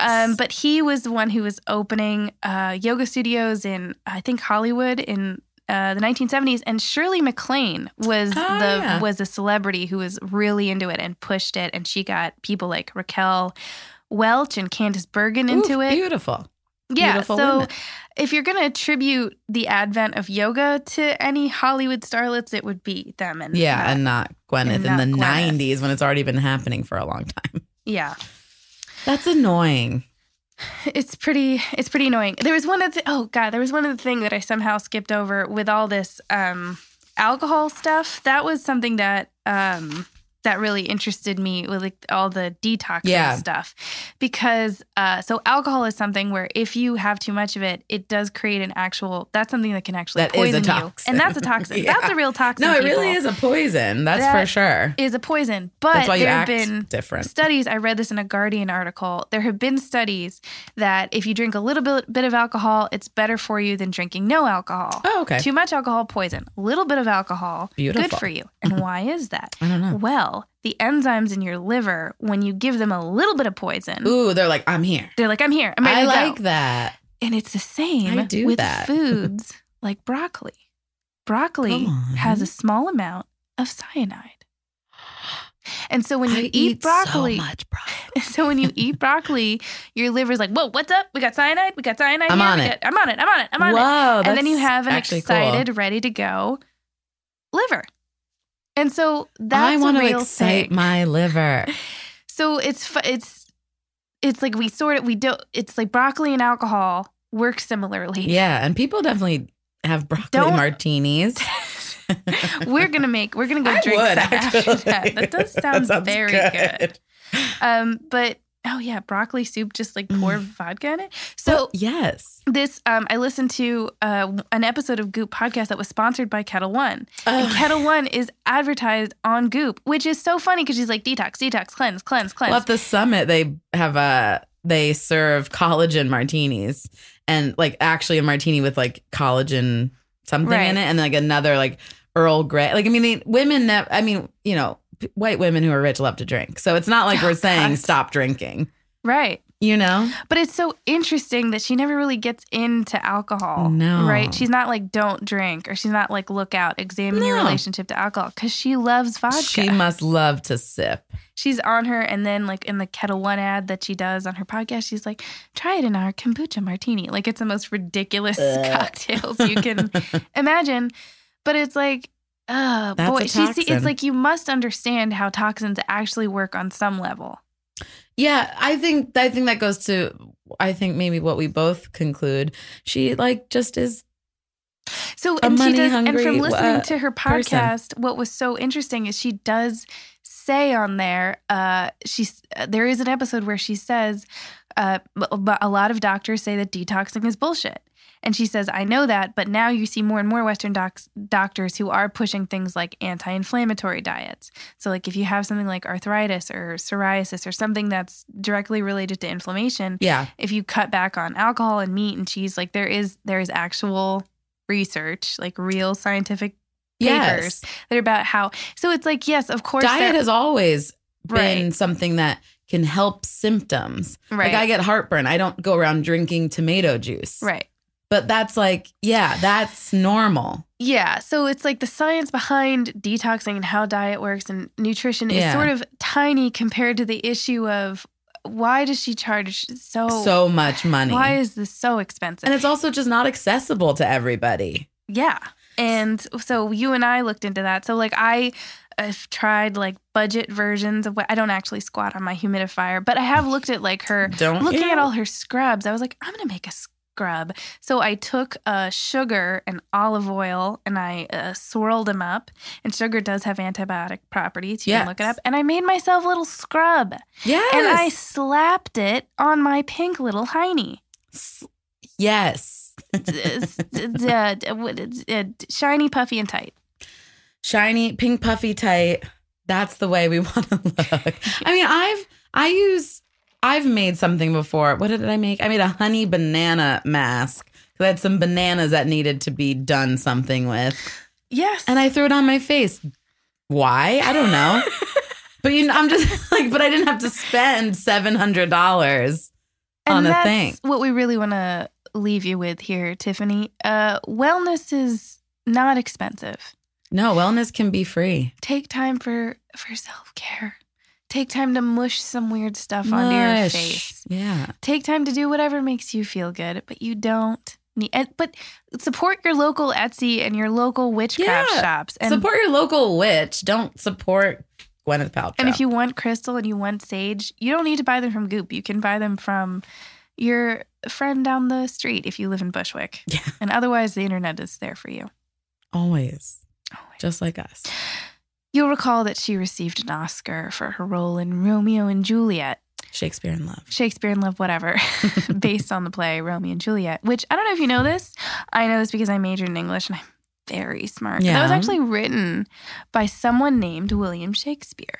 Speaker 1: Um, but he was the one who was opening uh, yoga studios in, I think, Hollywood in uh, the 1970s. And Shirley MacLaine was
Speaker 3: Oh,
Speaker 1: the
Speaker 3: yeah.
Speaker 1: was a celebrity who was really into it and pushed it. And she got people like Raquel Welch and Candice Bergen into it.
Speaker 3: Beautiful.
Speaker 1: Yeah.
Speaker 3: beautiful
Speaker 1: so
Speaker 3: women.
Speaker 1: if you're going to attribute the advent of yoga to any Hollywood starlets, it would be them. And uh,
Speaker 3: Yeah,
Speaker 1: that.
Speaker 3: and not Gwyneth
Speaker 1: and
Speaker 3: in
Speaker 1: not
Speaker 3: the
Speaker 1: Gwyneth.
Speaker 3: 90s when it's already been happening for a long time.
Speaker 1: yeah.
Speaker 3: That's annoying.
Speaker 1: It's pretty. It's pretty annoying. There was one of the. Oh god, there was one other thing that I somehow skipped over with all this um, alcohol stuff. That was something that um, that really interested me with like all the detoxing
Speaker 3: Yeah.
Speaker 1: stuff, because uh, so alcohol is something where if you have too much of it, it does create an actual. That's something that can actually
Speaker 3: That is a
Speaker 1: poison you,
Speaker 3: toxin.
Speaker 1: and that's a toxin.
Speaker 3: Yeah.
Speaker 1: That's a real toxin.
Speaker 3: No, it really
Speaker 1: people.
Speaker 3: is a poison. That's for
Speaker 1: That
Speaker 3: sure.
Speaker 1: Is a poison, but
Speaker 3: That's why you
Speaker 1: there have
Speaker 3: act
Speaker 1: been
Speaker 3: different.
Speaker 1: studies i read this in a guardian article there have been studies that if you drink a little bit, bit of alcohol it's better for you than drinking no alcohol
Speaker 3: Oh, okay.
Speaker 1: too much alcohol poison a little bit of alcohol
Speaker 3: Beautiful.
Speaker 1: good for you and why is that
Speaker 3: I don't know.
Speaker 1: well the enzymes in your liver when you give them a little bit of poison
Speaker 3: Ooh, they're like, I'm here.
Speaker 1: they're like i'm here Mm. i'm ready
Speaker 3: I
Speaker 1: to
Speaker 3: like
Speaker 1: go
Speaker 3: that.
Speaker 1: and it's the same
Speaker 3: I do
Speaker 1: with
Speaker 3: that.
Speaker 1: foods like broccoli broccoli
Speaker 3: Come on.
Speaker 1: has a small amount of cyanide and so when you
Speaker 3: I
Speaker 1: eat,
Speaker 3: so
Speaker 1: broccoli
Speaker 3: much broccoli.
Speaker 1: so when you eat broccoli, your liver's like, "Whoa, what's up? We got cyanide. We got cyanide.
Speaker 3: I'm
Speaker 1: here.
Speaker 3: on
Speaker 1: We
Speaker 3: it.
Speaker 1: Got, I'm on it. I'm on it. I'm on it."
Speaker 3: Whoa,
Speaker 1: And then you
Speaker 3: that's
Speaker 1: have an
Speaker 3: actually
Speaker 1: excited,
Speaker 3: Cool.
Speaker 1: ready to go liver. And so
Speaker 3: I
Speaker 1: that's
Speaker 3: want
Speaker 1: a
Speaker 3: to
Speaker 1: real
Speaker 3: excite
Speaker 1: thing.
Speaker 3: my liver.
Speaker 1: so it's fu- it's it's like we sort of we do it's like broccoli and alcohol work similarly.
Speaker 3: Yeah, and people definitely have broccoli
Speaker 1: Don't-
Speaker 3: martinis.
Speaker 1: We're gonna make we're gonna go
Speaker 3: I
Speaker 1: drink
Speaker 3: would,
Speaker 1: that after
Speaker 3: actually.
Speaker 1: that. That does sound
Speaker 3: sounds
Speaker 1: very good. Um, but oh yeah, broccoli soup just like pour
Speaker 3: Mm.
Speaker 1: vodka in it. So
Speaker 3: So yes,
Speaker 1: this um, i listened to uh, an episode of goop podcast that was sponsored by kettle one and kettle one is advertised on goop which is so funny because she's like detox detox cleanse cleanse cleanse
Speaker 3: well, at the summit they have a they serve collagen martinis and like actually a martini with like collagen something
Speaker 1: Right.
Speaker 3: in it, and like another like Earl Grey. Like I mean, they, women. Nev- I mean, you know, p- white women who are rich love to drink, so it's not like we're
Speaker 1: Oh,
Speaker 3: saying
Speaker 1: God.
Speaker 3: stop drinking.
Speaker 1: right
Speaker 3: You know,
Speaker 1: but it's so interesting that she never really gets into alcohol
Speaker 3: No.
Speaker 1: right she's not like don't drink or she's not like look out examine your
Speaker 3: No.
Speaker 1: relationship to alcohol because she loves vodka
Speaker 3: she must love to sip.
Speaker 1: she's on her and then like in the kettle one ad that she does on her podcast she's like try it in our kombucha martini like it's the most ridiculous
Speaker 3: Ugh.
Speaker 1: cocktails you can imagine but it's like oh
Speaker 3: That's a
Speaker 1: boy she see,
Speaker 3: toxin.
Speaker 1: it's like you must understand how toxins actually work on some level
Speaker 3: Yeah, I think I think that goes to I think maybe what we both conclude. She like just is
Speaker 1: so
Speaker 3: A
Speaker 1: and she does and
Speaker 3: money-hungry,
Speaker 1: from listening
Speaker 3: uh,
Speaker 1: to her
Speaker 3: person.
Speaker 1: podcast what was so interesting is she does say on there uh she's uh, there is an episode where she says uh but- but a lot of doctors say that detoxing is bullshit and she says i know that but now you see more and more western docs, doctors who are pushing things like anti-inflammatory diets so like if you have something like arthritis or psoriasis or something that's directly related to inflammation
Speaker 3: yeah.
Speaker 1: if you cut back on alcohol and meat and cheese like there is there is actual research like real scientific
Speaker 3: Yes.
Speaker 1: that are about how so it's like yes of course
Speaker 3: Diet
Speaker 1: there-
Speaker 3: has always
Speaker 1: right
Speaker 3: been something that can help symptoms.
Speaker 1: right
Speaker 3: Like I get heartburn. I don't go around drinking tomato juice.
Speaker 1: right
Speaker 3: But that's like, yeah, that's normal.
Speaker 1: yeah so it's like the science behind detoxing and how diet works and nutrition
Speaker 3: Yeah.
Speaker 1: is sort of tiny compared to the issue of why does she charge so
Speaker 3: so much money.
Speaker 1: Oh, why is this so expensive
Speaker 3: and it's also just not accessible to everybody.
Speaker 1: Yeah. And so you and I looked into that. So like I have tried like budget versions of what I don't actually squat on my humidifier, but I have looked at like her
Speaker 3: Don't
Speaker 1: looking
Speaker 3: you?
Speaker 1: at all her scrubs. I was like, I'm gonna make a scrub. So I took uh, sugar and olive oil and I uh, swirled them up. And sugar does have antibiotic properties. You can look it
Speaker 3: Yes.
Speaker 1: up. And I made myself a little scrub
Speaker 3: Yes.
Speaker 1: and I slapped it on my pink little hiney.
Speaker 3: S- yes.
Speaker 1: D- d- d- uh, d- what- d- shiny, puffy, and tight.
Speaker 3: shiny, pink, puffy, tight. That's the way we want to look. I mean, I've I use I've made something before. What did I make? I made a honey banana mask. 'Cause I had some bananas that needed to be done something with,
Speaker 1: Yes.
Speaker 3: and I threw it on my face. Why? I don't know. but you know, I'm just like, but I didn't have to spend seven hundred dollars on a
Speaker 1: that's
Speaker 3: thing.
Speaker 1: What we really want to leave you with here, Tiffany. Uh, wellness is not expensive.
Speaker 3: No, wellness can be free.
Speaker 1: Take time for for self care. Take time to mush some weird stuff onto your
Speaker 3: Mush.
Speaker 1: face.
Speaker 3: Yeah.
Speaker 1: Take time to do whatever makes you feel good, but you don't need. And, but support your local Etsy and your local witchcraft
Speaker 3: Yeah.
Speaker 1: shops. And
Speaker 3: support your local witch. Don't support Gwyneth Paltrow.
Speaker 1: And if you want crystal and you want sage, you don't need to buy them from Goop. You can buy them from your friend down the street if you live in Bushwick.
Speaker 3: Yeah.
Speaker 1: And otherwise, the internet is there for you.
Speaker 3: always,
Speaker 1: Always.
Speaker 3: just like us.
Speaker 1: You'll recall that she received an Oscar for her role in Romeo and Juliet,
Speaker 3: Shakespeare in love.
Speaker 1: Shakespeare in Love, whatever, based on the play Romeo and Juliet, which I don't know if you know this. I know this because I majored in English and I'm very smart. But That was
Speaker 3: Yeah.
Speaker 1: actually written by someone named William Shakespeare.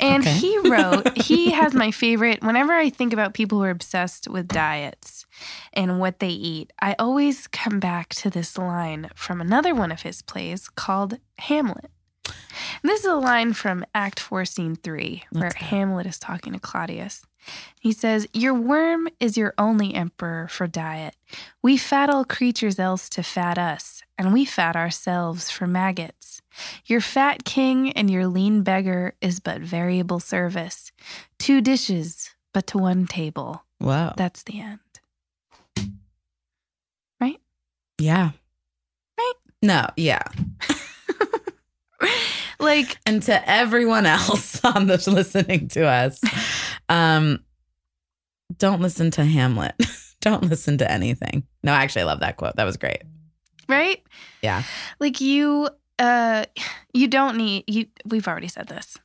Speaker 1: And
Speaker 3: Okay.
Speaker 1: he wrote, he has my favorite. Whenever I think about people who are obsessed with diets and what they eat, I always come back to this line from another one of his plays called Hamlet. And this is a line from Act 4, Scene 3, where
Speaker 3: What's that?
Speaker 1: Hamlet is talking to Claudius. He says, Your worm is your only emperor for diet. We fat all creatures else to fat us, and we fat ourselves for maggots. Your fat king and your lean beggar is but variable service. Two dishes, but to one table.
Speaker 3: Wow.
Speaker 1: That's the end.
Speaker 3: yeah.
Speaker 1: Right?
Speaker 3: No. Yeah.
Speaker 1: Like,
Speaker 3: and to everyone else on this listening to us um don't listen to hamlet don't listen to anything no actually i love that quote that was great
Speaker 1: right?
Speaker 3: Yeah.
Speaker 1: Like you uh you don't need you we've already said this.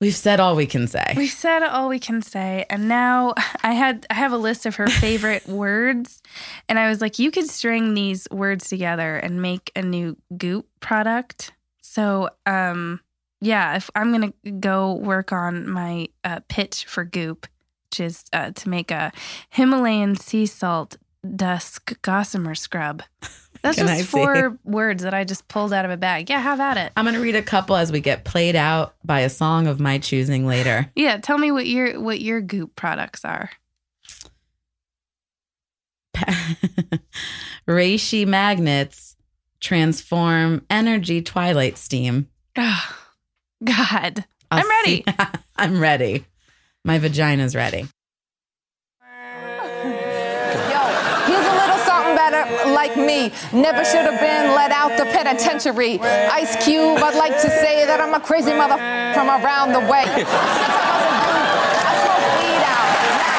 Speaker 3: we've said all we can say
Speaker 1: We've said all we can say and now I had I have a list of her favorite words and I was like you could string these words together and make a new goop product. So um yeah, if I'm going to go work on my uh, pitch for goop which is uh, to make a Himalayan sea salt dusk gossamer scrub. That's
Speaker 3: Can
Speaker 1: just
Speaker 3: I see?
Speaker 1: four words that I just pulled out of a bag. Yeah, have at it.
Speaker 3: i'm gonna read a couple as we get played out by a song of my choosing later
Speaker 1: Yeah, tell me what your what your goop products are.
Speaker 3: reishi magnets transform energy twilight steam
Speaker 1: Oh, God. I'm ready.
Speaker 3: see- i'm ready my vagina's ready
Speaker 4: Yo, he's a little something better like me. Never should have been let out the penitentiary. Ice Cube, I'd like to say that I'm a crazy mother from around the way. Since I was a dude, I smoked weed out. Now